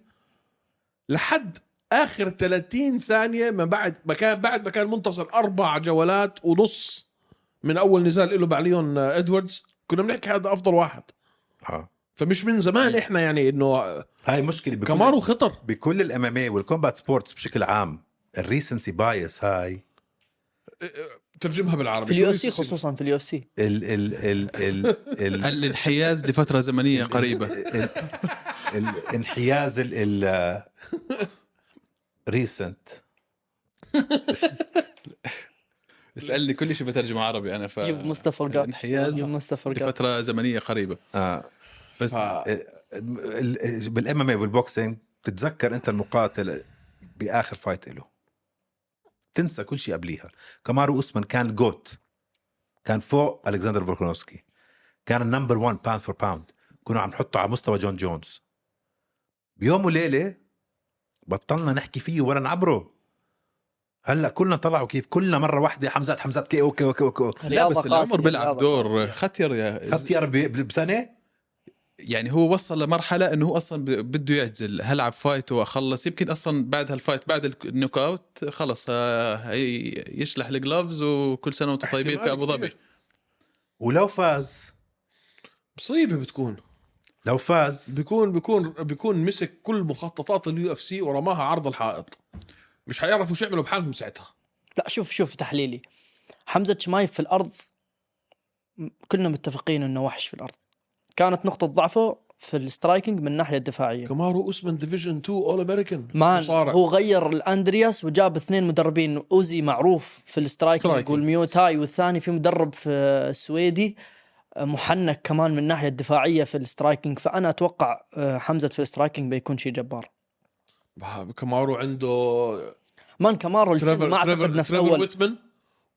[SPEAKER 2] لحد اخر 30 ثانيه ما بعد ما كان بعد ما كان منتصر اربع جولات ونص من اول نزال له مع ليون آه، ادواردز كنا بنحكي هذا افضل واحد
[SPEAKER 1] اه
[SPEAKER 2] فمش من زمان احنا يعني انه آه،
[SPEAKER 1] هاي مشكله بكل
[SPEAKER 2] كامارو خطر
[SPEAKER 1] بكل الاماميه والكومبات سبورتس إيه بشكل عام الريسنسي بايس هاي
[SPEAKER 2] ترجمها بالعربي
[SPEAKER 3] في اليو اف سي خصوصا في اليو اف سي
[SPEAKER 1] ال ال ال ال ال
[SPEAKER 4] الانحياز لفتره زمنيه قريبه
[SPEAKER 1] ال- الانحياز ال ريسنت
[SPEAKER 4] اسالني كل شيء بترجمه عربي انا ف يعني
[SPEAKER 3] يوف مستفر جات
[SPEAKER 4] الانحياز
[SPEAKER 3] يوف مستفر جات
[SPEAKER 4] لفتره زمنيه قريبه
[SPEAKER 1] آه.
[SPEAKER 4] بس
[SPEAKER 2] ف-
[SPEAKER 1] بالام ام بالبوكسينج بتتذكر انت المقاتل باخر فايت له تنسى كل شيء قبليها كامارو اوسمان كان جوت كان فوق الكسندر فولكانوفسكي كان النمبر 1 باوند فور باوند كنا عم نحطه على مستوى جون جونز بيوم وليله بطلنا نحكي فيه ولا نعبره هلا كلنا طلعوا كيف كلنا مره واحده حمزات حمزات كي او كي او كي او كي أو.
[SPEAKER 4] لا
[SPEAKER 3] رياضة
[SPEAKER 4] بس
[SPEAKER 3] قاسية،
[SPEAKER 4] العمر بيلعب
[SPEAKER 3] رياضة
[SPEAKER 4] دور
[SPEAKER 3] قاسية.
[SPEAKER 4] خطير يا
[SPEAKER 1] خدت يا ربي بسنه
[SPEAKER 4] يعني هو وصل لمرحله انه هو اصلا ب- بده يعزل هلعب فايت واخلص يمكن اصلا بعد هالفايت بعد الك- النوك اوت خلص آه، هي- يشلح الجلوفز وكل سنه وانتم طيبين في ابو ظبي
[SPEAKER 1] ولو فاز
[SPEAKER 2] مصيبه بتكون
[SPEAKER 1] لو فاز
[SPEAKER 2] بيكون بيكون بيكون مسك كل مخططات اليو اف سي ورماها عرض الحائط مش حيعرفوا شو يعملوا بحالهم ساعتها
[SPEAKER 3] لا شوف شوف تحليلي حمزه شمايف في الارض م- كلنا متفقين انه وحش في الارض كانت نقطه ضعفه في الاسترايكنج من الناحيه الدفاعيه
[SPEAKER 2] كمارو اسمن ديفيجن 2 اول امريكان
[SPEAKER 3] مان
[SPEAKER 2] مصارع.
[SPEAKER 3] هو غير الاندرياس وجاب اثنين مدربين اوزي معروف في الاسترايكنج
[SPEAKER 2] سترايكنج.
[SPEAKER 3] والميوتاي والثاني في مدرب في السويدي محنك كمان من الناحيه الدفاعيه في الاسترايكنج فانا اتوقع آه، حمزه في الاسترايكنج بيكون شيء جبار
[SPEAKER 2] بح- كمارو عنده
[SPEAKER 3] مان كمارو الجن
[SPEAKER 2] تريفر
[SPEAKER 3] ما اعتقد
[SPEAKER 2] تريفر
[SPEAKER 3] نفس
[SPEAKER 2] تريفر
[SPEAKER 3] اول
[SPEAKER 2] ويتمن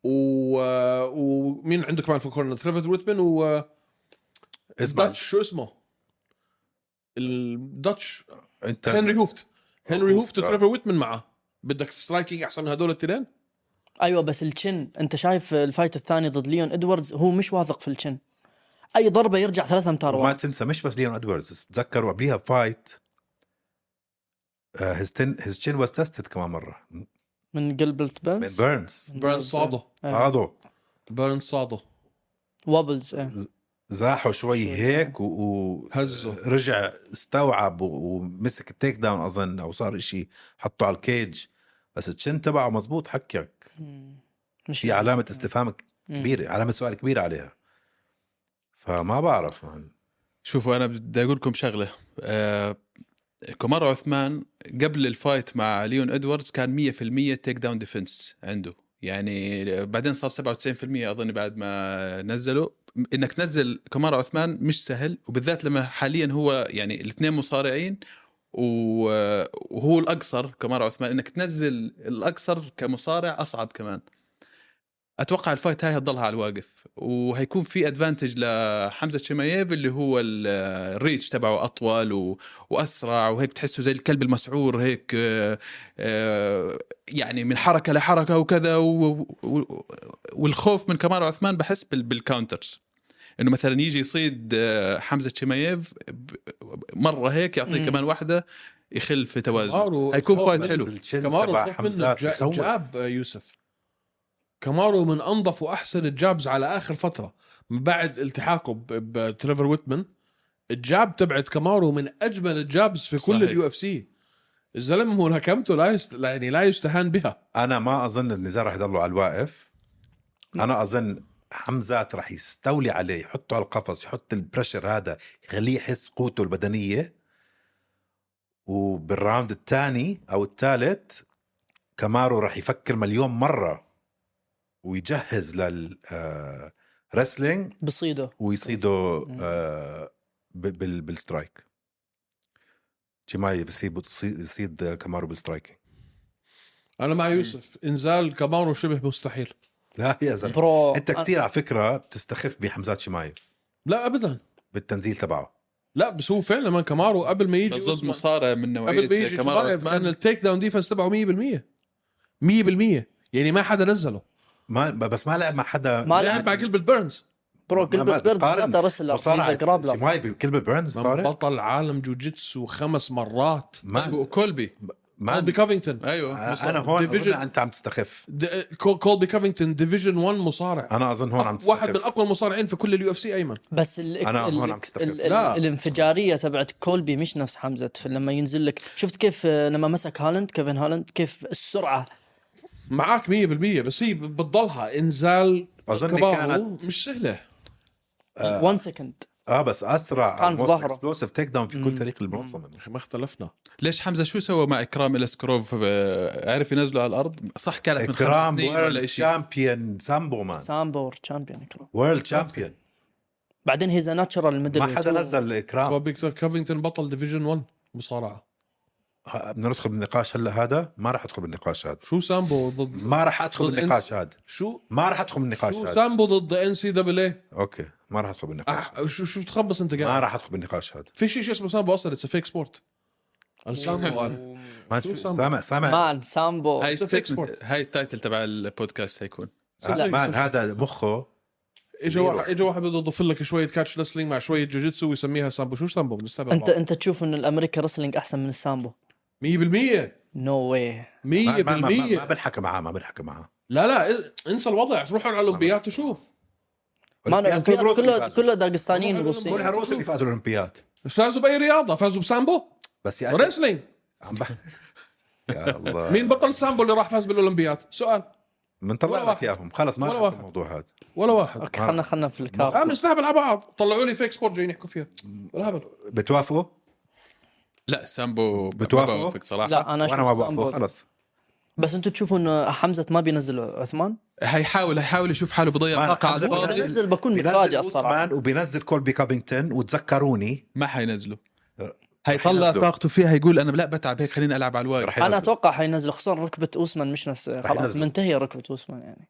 [SPEAKER 2] و... ومين عنده كمان في الكورنر تريفر ويتمن و
[SPEAKER 1] اسمع
[SPEAKER 2] داتش شو اسمه الداتش
[SPEAKER 1] انت
[SPEAKER 2] هنري هوفت هنري هوفت
[SPEAKER 1] هوفت، آه.
[SPEAKER 2] وتريفر ويتمن معه بدك سترايكينج احسن من هدول التنين
[SPEAKER 3] ايوه بس التشن انت شايف الفايت الثاني ضد ليون ادواردز هو مش واثق في التشن اي ضربه يرجع ثلاثة امتار
[SPEAKER 1] وما
[SPEAKER 3] ورا
[SPEAKER 1] تنسى مش بس ليون ادواردز تذكروا قبليها آه، بفايت هيز تن هيز تشين واز تيستد كمان مره من
[SPEAKER 3] من جلبرت بيرنز
[SPEAKER 1] بيرنز
[SPEAKER 2] بيرن صاده
[SPEAKER 3] آه.
[SPEAKER 1] صعدوا
[SPEAKER 2] بيرن صاده
[SPEAKER 3] وابلز إيه.
[SPEAKER 1] زاحوا شوي هيك و-
[SPEAKER 2] هزه.
[SPEAKER 1] ورجع استوعب و- ومسك التيك داون اظن او صار إشي حطه على الكيج بس التشين تبعه مزبوط حكيك
[SPEAKER 3] مم. مش
[SPEAKER 1] في علامه استفهام
[SPEAKER 3] مم.
[SPEAKER 1] كبيره علامه سؤال كبيره عليها فما بعرف مان
[SPEAKER 4] شوفوا انا بدي اقول لكم شغله آه كومار عثمان قبل الفايت مع ليون ادواردز كان 100% تيك داون ديفنس عنده يعني بعدين صار 97% اظن بعد ما نزله انك تنزل كومار عثمان مش سهل وبالذات لما حاليا هو يعني الاثنين مصارعين و- وهو الاقصر كمار عثمان انك تنزل الاقصر كمصارع اصعب كمان اتوقع الفايت هاي هتضلها على الواقف وهيكون في ادفانتج لحمزه شمايف اللي هو ال- الريتش تبعه اطول و... واسرع وهيك تحسه زي الكلب المسعور هيك آه، آه، يعني من حركه لحركه وكذا و... و... والخوف من كمال عثمان بحس بال... بالكاونترز انه مثلا يجي يصيد آه، حمزه شمايف ب- مره هيك يعطيه
[SPEAKER 3] مم.
[SPEAKER 4] كمان واحده يخل في توازنه
[SPEAKER 2] كمارو
[SPEAKER 4] هيكون
[SPEAKER 2] الخوف
[SPEAKER 4] فايت
[SPEAKER 2] بس
[SPEAKER 1] بس
[SPEAKER 4] حلو.
[SPEAKER 1] التشين
[SPEAKER 2] كمارو
[SPEAKER 1] تبع
[SPEAKER 2] تخاف منه
[SPEAKER 1] حمزات
[SPEAKER 2] الجا-
[SPEAKER 1] بخوف.
[SPEAKER 2] الجاب آه، يوسف كمارو من انظف واحسن الجابز على اخر فتره من بعد التحاقه ب- بتريفر ويتمن الجاب تبعت كمارو من اجمل الجابز في كل
[SPEAKER 4] صحيح.
[SPEAKER 2] اليو اف سي الزلمه هو هكمته لا يست... لا يعني لا يستهان بها
[SPEAKER 1] انا ما اظن النزال رح يضلوا على الواقف انا اظن حمزات رح يستولي عليه يحطه على القفص يحط البريشر هذا يخليه يحس قوته البدنيه وبالراوند الثاني او الثالث كمارو رح يفكر مليون مره ويجهز للرسلينج
[SPEAKER 3] بصيده
[SPEAKER 1] ويصيده آه، ب- بال- بالسترايك جماي يصيد يصيد كمارو بالسترايكينج
[SPEAKER 2] انا مع يوسف انزال كمارو شبه مستحيل
[SPEAKER 1] لا يا زلمه
[SPEAKER 3] برو
[SPEAKER 1] انت كثير على فكره بتستخف بحمزات شمايف
[SPEAKER 2] لا ابدا
[SPEAKER 1] بالتنزيل تبعه
[SPEAKER 2] لا بس هو فعلا من كمارو قبل ما يجي
[SPEAKER 4] بس ضد إيه،
[SPEAKER 2] أسمع-
[SPEAKER 4] مصارع من
[SPEAKER 2] قبل ما
[SPEAKER 4] نوعيه
[SPEAKER 2] يجي
[SPEAKER 4] كمال
[SPEAKER 2] تبايف كان
[SPEAKER 4] عثمان
[SPEAKER 2] التيك داون ديفنس تبعه 100% 100% يعني ما حدا نزله
[SPEAKER 1] ما بس ما لعب مع حدا
[SPEAKER 3] ما
[SPEAKER 2] لعب مع
[SPEAKER 3] لعب
[SPEAKER 2] جلبرت بيرنز
[SPEAKER 3] برو
[SPEAKER 1] ما- ما
[SPEAKER 3] جلبرت بيرنز
[SPEAKER 1] تقارن
[SPEAKER 3] ثلاثة رسلر
[SPEAKER 1] مصارعة
[SPEAKER 3] هيز جرابلر
[SPEAKER 1] شمايف بكلب بيرنز
[SPEAKER 2] من
[SPEAKER 1] طارق
[SPEAKER 2] بطل عالم جوجيتسو خمس مرات
[SPEAKER 1] ما
[SPEAKER 4] وكولبي
[SPEAKER 2] كولبي
[SPEAKER 1] ما
[SPEAKER 2] كوفينغتون
[SPEAKER 4] ايوه مصارع.
[SPEAKER 1] انا هون
[SPEAKER 2] Division-
[SPEAKER 1] أظن انت عم تستخف
[SPEAKER 2] د- كول- كولبي كوفينغتون ديفيجن 1 مصارع
[SPEAKER 1] انا اظن هون عم
[SPEAKER 2] أق-
[SPEAKER 1] تستخف
[SPEAKER 2] أه، واحد من اقوى المصارعين في كل اليو اف سي ايمن
[SPEAKER 3] بس ال
[SPEAKER 1] أنا
[SPEAKER 3] ال-
[SPEAKER 1] هون عم تستخف.
[SPEAKER 3] ال- ال-
[SPEAKER 2] لا.
[SPEAKER 3] الانفجاريه تبعت كولبي مش نفس حمزه في لما ينزل لك شفت كيف آه، لما مسك هالاند كيفن هالاند كيف السرعه
[SPEAKER 2] معاك 100% بس هي بتضلها انزال
[SPEAKER 1] أظن
[SPEAKER 2] كباهو
[SPEAKER 1] كانت-
[SPEAKER 2] مش سهله
[SPEAKER 3] 1 سكند
[SPEAKER 1] اه بس اسرع
[SPEAKER 3] كان في
[SPEAKER 1] most
[SPEAKER 3] ظهره.
[SPEAKER 1] explosive تيك داون في كل تاريخ المنظمه
[SPEAKER 2] يا اخي ما اختلفنا
[SPEAKER 4] ليش حمزه شو سوى مع اكرام الاسكروف آه، عرف ينزله على الارض صح كانت من خمس
[SPEAKER 1] اكرام
[SPEAKER 4] سنين ولا
[SPEAKER 1] وورلد
[SPEAKER 4] شيء
[SPEAKER 1] شامبيون سامبو مان
[SPEAKER 3] سامبور تشامبيون يكره.
[SPEAKER 1] وورلد شامبيون
[SPEAKER 3] بعدين هيز ناتشرال ميدل
[SPEAKER 1] ما حدا نزل اكرام
[SPEAKER 2] كولبي كوفينغتون بطل ديفيجن 1 مصارعه
[SPEAKER 1] ه- بدنا ندخل بالنقاش هلا هذا ما راح ادخل بالنقاش هذا
[SPEAKER 2] شو سامبو ضد
[SPEAKER 1] ما راح ادخل
[SPEAKER 2] ضد
[SPEAKER 1] بالنقاش هذا
[SPEAKER 2] شو
[SPEAKER 1] ما راح ادخل بالنقاش
[SPEAKER 2] شو
[SPEAKER 1] هذا
[SPEAKER 2] سامبو ضد ان سي دبل اي
[SPEAKER 1] اوكي ما راح ادخل بالنقاش
[SPEAKER 2] أح- شو شو بتخبص انت
[SPEAKER 1] ما
[SPEAKER 2] قاعد
[SPEAKER 1] راح ادخل بالنقاش هذا
[SPEAKER 2] في شيء شو اسمه سامبو اصلا اتس فيك سبورت السامبو قال
[SPEAKER 1] ما
[SPEAKER 2] شو
[SPEAKER 1] شو-
[SPEAKER 2] سامبو؟
[SPEAKER 1] سامع سامع
[SPEAKER 3] مان سامبو
[SPEAKER 4] هاي
[SPEAKER 2] It's a fake
[SPEAKER 4] statement-
[SPEAKER 2] sport.
[SPEAKER 4] هاي التايتل تبع البودكاست هيكون
[SPEAKER 1] آه،
[SPEAKER 3] لا.
[SPEAKER 1] مان هذا مخه
[SPEAKER 2] اجى
[SPEAKER 1] زيرو.
[SPEAKER 2] واحد اجى واحد بده يضيف لك شويه كاتش لسلينج مع شويه جوجيتسو ويسميها سامبو شو سامبو بنستبعد
[SPEAKER 3] انت
[SPEAKER 2] بعض.
[SPEAKER 3] انت تشوف ان الامريكا رسلينج احسن من السامبو
[SPEAKER 2] 100%
[SPEAKER 3] نو واي
[SPEAKER 1] ما- ما- ما- ما
[SPEAKER 2] 100%
[SPEAKER 1] بنحكى معاه ما بنحكى معاه
[SPEAKER 2] لا لا إز- انسى الوضع روح على الاولمبيات وشوف
[SPEAKER 3] مان
[SPEAKER 1] الأولمبيات
[SPEAKER 3] الاولمبيات
[SPEAKER 1] كل روس اللي
[SPEAKER 3] كلها
[SPEAKER 1] فازوا.
[SPEAKER 3] كلها داغستانيين
[SPEAKER 2] كلهم-
[SPEAKER 3] وروسيين
[SPEAKER 1] كلها روس اللي فازوا الاولمبياد
[SPEAKER 2] فازوا باي رياضه فازوا بسامبو
[SPEAKER 1] بس يا اخي
[SPEAKER 2] ريسلينج
[SPEAKER 1] عم بح... يا الله
[SPEAKER 2] مين بطل سامبو اللي راح فاز بالاولمبياد سؤال ولا
[SPEAKER 1] بنطلع لك
[SPEAKER 2] واحد.
[SPEAKER 1] اياهم خلص ما
[SPEAKER 2] ولا
[SPEAKER 1] راح
[SPEAKER 2] واحد.
[SPEAKER 1] الموضوع هذا
[SPEAKER 2] ولا واحد آه،
[SPEAKER 3] اوكي خلنا خلنا في
[SPEAKER 2] انا
[SPEAKER 3] الكاب
[SPEAKER 2] نسحب على بعض طلعوا لي فيك سبورت جايين يحكوا فيها والهبل
[SPEAKER 1] بتوافقوا؟
[SPEAKER 4] لا سامبو
[SPEAKER 1] بتوافقوا؟
[SPEAKER 4] ما بوافق صراحه
[SPEAKER 3] لا انا
[SPEAKER 1] وانا ما
[SPEAKER 3] اشوف
[SPEAKER 1] بوافقوا
[SPEAKER 3] سامبو
[SPEAKER 1] خلص
[SPEAKER 3] بس انتم تشوفوا انه حمزه ما بينزل عثمان
[SPEAKER 4] هيحاول هيحاول يشوف حاله بضيع
[SPEAKER 1] ما أنا
[SPEAKER 4] طاقه على
[SPEAKER 1] حمزة
[SPEAKER 3] اذا
[SPEAKER 1] بنزل-
[SPEAKER 4] الفاضي
[SPEAKER 3] نزل بكون
[SPEAKER 1] بينزل
[SPEAKER 3] متفاجئ الصراحه
[SPEAKER 1] أوتمان وبينزل كولبي كافينغتون وتذكروني
[SPEAKER 4] ما حينزله
[SPEAKER 1] رح
[SPEAKER 4] هيطلع
[SPEAKER 1] ينزله.
[SPEAKER 4] طاقته فيها يقول انا لا بتعب هيك خليني العب على الواقع
[SPEAKER 1] رح
[SPEAKER 3] انا
[SPEAKER 1] ينزله.
[SPEAKER 3] اتوقع حينزل خصوصا ركبه اوسمان مش نفس خلاص
[SPEAKER 1] ينزله.
[SPEAKER 3] منتهيه ركبه اوسمان يعني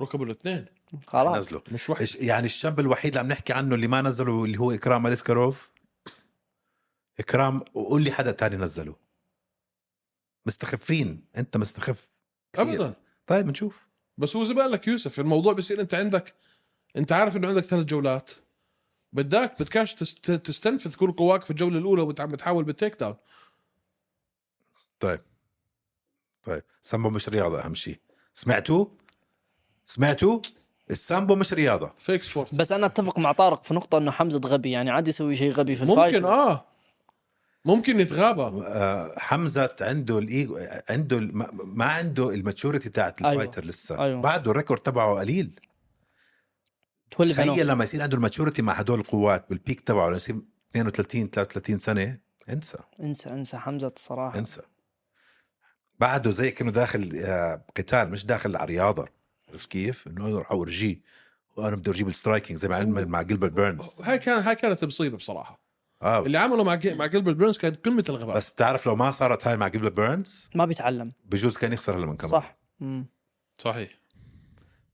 [SPEAKER 2] ركبوا الاثنين
[SPEAKER 3] خلاص
[SPEAKER 1] نزله
[SPEAKER 2] مش واحد
[SPEAKER 1] إيش- يعني الشاب الوحيد اللي عم نحكي عنه اللي ما نزله اللي هو اكرام اليسكاروف اكرام وقول لي حدا تاني نزله مستخفين انت مستخف كثير.
[SPEAKER 2] ابدا
[SPEAKER 1] طيب بنشوف
[SPEAKER 2] بس هو زي ما قال لك يوسف الموضوع بصير انت عندك انت عارف انه عندك ثلاث جولات بدك بدكاش تست- تستنفذ كل قواك في الجوله الاولى وانت عم بتحاول بالتيك داون
[SPEAKER 1] طيب سامبو مش رياضه اهم شيء سمعتوا سمعتوا السامبو مش رياضه
[SPEAKER 2] فيك سبورت
[SPEAKER 3] بس انا اتفق مع طارق في نقطه انه حمزه غبي يعني عادي يسوي شيء غبي في الفايت
[SPEAKER 2] ممكن اه ممكن يتغابى
[SPEAKER 1] آه، حمزه عنده الايجو عنده الم- ما, عنده الماتشوريتي تاعت
[SPEAKER 3] أيوة.
[SPEAKER 1] الفايتر لسه
[SPEAKER 3] أيوة.
[SPEAKER 1] بعده الريكورد تبعه قليل
[SPEAKER 3] تولي
[SPEAKER 1] تخيل لما يصير عنده الماتشوريتي مع هدول القوات بالبيك تبعه لما يصير 32 33 سنه انسى
[SPEAKER 3] انسى انسى حمزه الصراحه
[SPEAKER 1] انسى بعده زي كانه داخل آه، قتال مش داخل على رياضه عرفت كيف؟ انه انا رح اورجيه وانا بدي اورجيه بالسترايكنج زي ما عمل مع جيلبرت بيرنز
[SPEAKER 2] هاي كان هاي كانت مصيبه بصراحه
[SPEAKER 1] اه
[SPEAKER 2] اللي عمله مع جي- مع جيلبرت بيرنز كانت قمه الغباء
[SPEAKER 1] بس تعرف لو ما صارت هاي مع جيبل بيرنز
[SPEAKER 3] ما بيتعلم
[SPEAKER 1] بجوز كان يخسر هلا من كمان
[SPEAKER 3] صح مم.
[SPEAKER 4] صحيح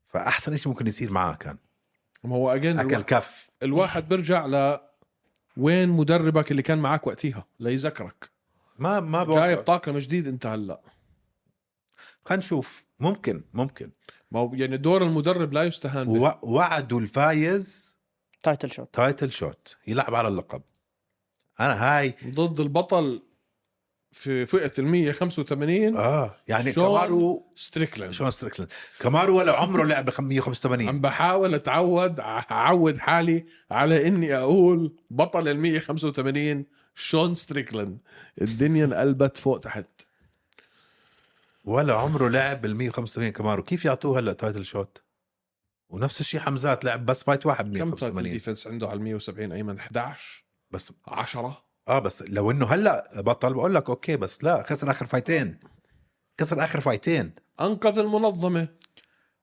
[SPEAKER 1] فاحسن شيء ممكن يصير معاه كان
[SPEAKER 2] ما هو اجين
[SPEAKER 1] اكل كف
[SPEAKER 2] الواحد بيرجع ل وين مدربك اللي كان معك وقتها ليذكرك
[SPEAKER 1] ما ما
[SPEAKER 2] جايب
[SPEAKER 1] بوافق
[SPEAKER 2] طاقم جديد انت هلا
[SPEAKER 1] خلينا نشوف ممكن ممكن
[SPEAKER 2] ما هو يعني دور المدرب لا يستهان به
[SPEAKER 1] و- وعدوا الفايز
[SPEAKER 3] تايتل شوت
[SPEAKER 1] تايتل شوت يلعب على اللقب انا هاي
[SPEAKER 2] ضد البطل في فئه ال 185
[SPEAKER 1] اه يعني
[SPEAKER 2] شون-
[SPEAKER 1] كمارو
[SPEAKER 2] ستريكلاند
[SPEAKER 1] شون ستريكلاند كمارو ولا عمره لعب ب
[SPEAKER 2] عم
[SPEAKER 1] 185
[SPEAKER 2] بحاول اتعود اعود حالي على اني اقول بطل ال 185 شون ستريكلاند الدنيا انقلبت فوق تحت
[SPEAKER 1] ولا عمره لعب بال 185 كمارو كيف يعطوه هلا تايتل شوت ونفس الشيء حمزات لعب بس فايت واحد ب
[SPEAKER 2] كم تايتل
[SPEAKER 1] 185
[SPEAKER 2] ديفنس عنده على ال 170 ايمن 11
[SPEAKER 1] بس
[SPEAKER 2] 10
[SPEAKER 1] اه بس لو انه هلا بطل بقول لك اوكي بس لا خسر اخر فايتين خسر اخر فايتين
[SPEAKER 2] انقذ المنظمه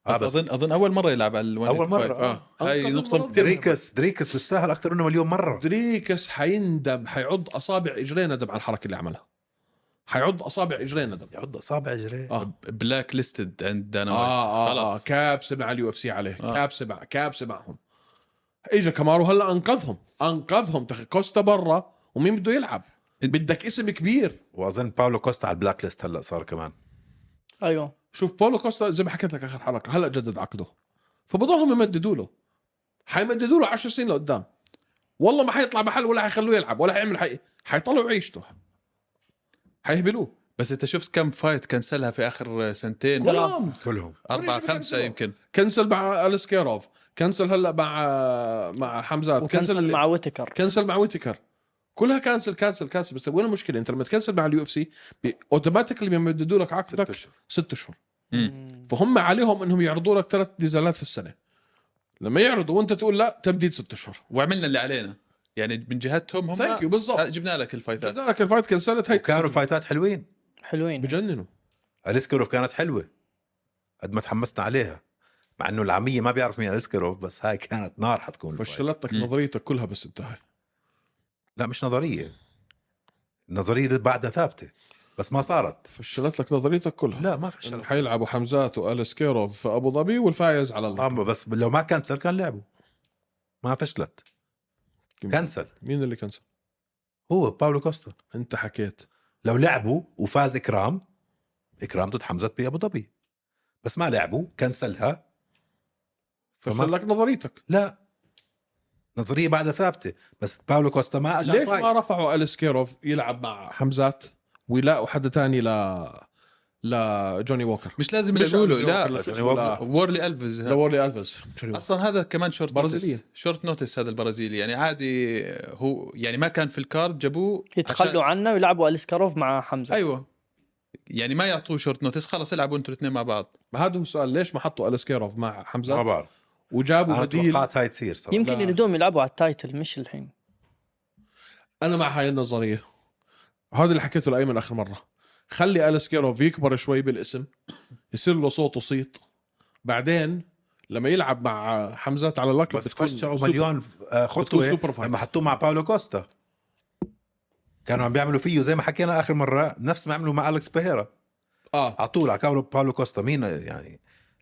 [SPEAKER 1] آه
[SPEAKER 4] بس
[SPEAKER 1] بس
[SPEAKER 4] اظن اظن اول مره يلعب على ال
[SPEAKER 1] أول مرة،
[SPEAKER 4] 185. اه
[SPEAKER 2] آه.
[SPEAKER 4] هاي
[SPEAKER 2] أنقذ
[SPEAKER 4] نقطه
[SPEAKER 2] المنظمة.
[SPEAKER 4] كثير
[SPEAKER 1] دريكس دريكس بيستاهل اكثر منه مليون مره
[SPEAKER 2] دريكس حيندم حيعض اصابع اجريه ندم على الحركه اللي عملها حيعض اصابع اجريه ندم
[SPEAKER 1] يعض اصابع اجريه
[SPEAKER 2] اه
[SPEAKER 4] آه، بلاك ليستد عند دانا وايت
[SPEAKER 2] آه, آه, اه
[SPEAKER 4] خلاص
[SPEAKER 2] كابسه مع اليو اف سي عليه
[SPEAKER 4] آه.
[SPEAKER 2] آه. كابسه مع كابسه معهم اجا كمارو هلا انقذهم انقذهم تخ كوستا برا ومين بده يلعب بدك اسم كبير
[SPEAKER 1] واظن باولو كوستا على البلاك ليست هلا صار كمان
[SPEAKER 3] ايوه
[SPEAKER 2] شوف بولو كوستا زي ما حكيت لك اخر حلقه هلا جدد عقده فبضلهم يمددوا له حيمددوا له 10 سنين لقدام والله ما حيطلع محل ولا حيخلوه يلعب ولا حيعمل حي... حيطلعوا عيشته حيهبلوه
[SPEAKER 4] بس انت شفت كم فايت كنسلها في اخر سنتين
[SPEAKER 3] لا.
[SPEAKER 2] كلهم
[SPEAKER 1] كلهم
[SPEAKER 4] اربعة
[SPEAKER 2] ورجع
[SPEAKER 4] خمسة
[SPEAKER 2] بكنسلوا.
[SPEAKER 4] يمكن
[SPEAKER 2] كنسل مع السكيروف كنسل هلا مع مع حمزات
[SPEAKER 3] وكنسل مع ويتكر
[SPEAKER 2] كنسل مع ويتكر كلها كانسل كانسل كانسل بس وين المشكله انت لما تكنسل مع اليو اف سي اوتوماتيكلي بيمددوا لك
[SPEAKER 1] ست
[SPEAKER 2] عقدك
[SPEAKER 1] اشهر
[SPEAKER 2] ست اشهر
[SPEAKER 4] مم.
[SPEAKER 2] فهم عليهم انهم يعرضوا لك ثلاث نزالات في السنه لما يعرضوا وانت تقول لا تمديد ست اشهر
[SPEAKER 4] وعملنا اللي علينا يعني من جهتهم هم
[SPEAKER 2] ثانك يو بالضبط
[SPEAKER 4] جبنا لك الفايتات
[SPEAKER 2] جبنا لك الفايت كنسلت هي
[SPEAKER 1] وكانوا فايتات حلوين
[SPEAKER 3] حلوين
[SPEAKER 2] بجننوا
[SPEAKER 1] اليسكروف كانت حلوه قد ما تحمسنا عليها مع انه العاميه ما بيعرف مين اليسكروف بس هاي كانت نار حتكون الفايت.
[SPEAKER 2] فشلتك
[SPEAKER 4] مم.
[SPEAKER 2] نظريتك كلها بس انت هاي
[SPEAKER 1] لا مش نظريه النظريه اللي بعدها ثابته بس ما صارت
[SPEAKER 2] فشلت لك نظريتك كلها
[SPEAKER 1] لا ما
[SPEAKER 2] إنه
[SPEAKER 1] فشلت
[SPEAKER 2] حيلعبوا حمزات والسكيروف في ابو ظبي والفايز على الله
[SPEAKER 1] اما بس لو ما كنسل كان لعبه ما فشلت كنسل
[SPEAKER 2] مين اللي كنسل؟
[SPEAKER 1] هو باولو كوستا
[SPEAKER 2] انت حكيت
[SPEAKER 1] لو لعبوا وفاز اكرام اكرام ضد حمزه بابو ظبي بس ما لعبوا كنسلها
[SPEAKER 2] فشل
[SPEAKER 1] فما-
[SPEAKER 2] لك نظريتك
[SPEAKER 1] لا نظريه بعدها ثابته بس باولو كوستا ما اجى
[SPEAKER 2] ليش
[SPEAKER 1] الفايت.
[SPEAKER 2] ما رفعوا السكيروف يلعب مع حمزات ويلاقوا حد تاني ل لجوني ووكر
[SPEAKER 4] مش لازم
[SPEAKER 2] مش
[SPEAKER 4] نقوله
[SPEAKER 2] ألفيس ووكر،
[SPEAKER 4] لا
[SPEAKER 2] شو
[SPEAKER 1] جوني
[SPEAKER 2] اسمه،
[SPEAKER 1] ووكر.
[SPEAKER 2] لا-
[SPEAKER 4] وورلي الفز
[SPEAKER 2] لوري الفيز جوني ووكر.
[SPEAKER 4] اصلا هذا كمان شورت
[SPEAKER 2] برازيلية.
[SPEAKER 4] نوتس شورت نوتس هذا البرازيلي يعني عادي هو يعني ما كان في الكارد جابوه
[SPEAKER 3] يتخلوا
[SPEAKER 4] عشان-
[SPEAKER 3] عنه ويلعبوا السكاروف مع حمزه
[SPEAKER 1] أيوه.
[SPEAKER 4] ايوه يعني ما يعطوه شورت نوتس خلاص العبوا انتوا الاثنين مع بعض
[SPEAKER 2] ما هذا هو السؤال ليش ما حطوا السكيروف مع
[SPEAKER 1] ما
[SPEAKER 2] حمزات
[SPEAKER 1] بعرف
[SPEAKER 2] وجابوا
[SPEAKER 1] انا
[SPEAKER 2] بديل
[SPEAKER 1] توقعت هاي تصير صراحه
[SPEAKER 3] يمكن
[SPEAKER 2] لا.
[SPEAKER 3] يريدون يلعبوا على التايتل مش الحين
[SPEAKER 2] انا مع هاي النظريه هذا اللي حكيته لايمن اخر مره خلي السكيروف يكبر شوي بالاسم يصير له صوت وصيت بعدين لما يلعب مع حمزات على اللقب
[SPEAKER 1] بس
[SPEAKER 2] بتكون
[SPEAKER 1] فشوا
[SPEAKER 2] سوبر-
[SPEAKER 1] مليون آه،
[SPEAKER 2] بتكون
[SPEAKER 1] خطوه
[SPEAKER 2] سوبر فايت
[SPEAKER 1] لما حطوه مع باولو كوستا كانوا عم بيعملوا فيه زي ما حكينا اخر مره نفس ما عملوا مع الكس بيهيرا
[SPEAKER 2] اه
[SPEAKER 1] على طول على كاولو باولو كوستا مين يعني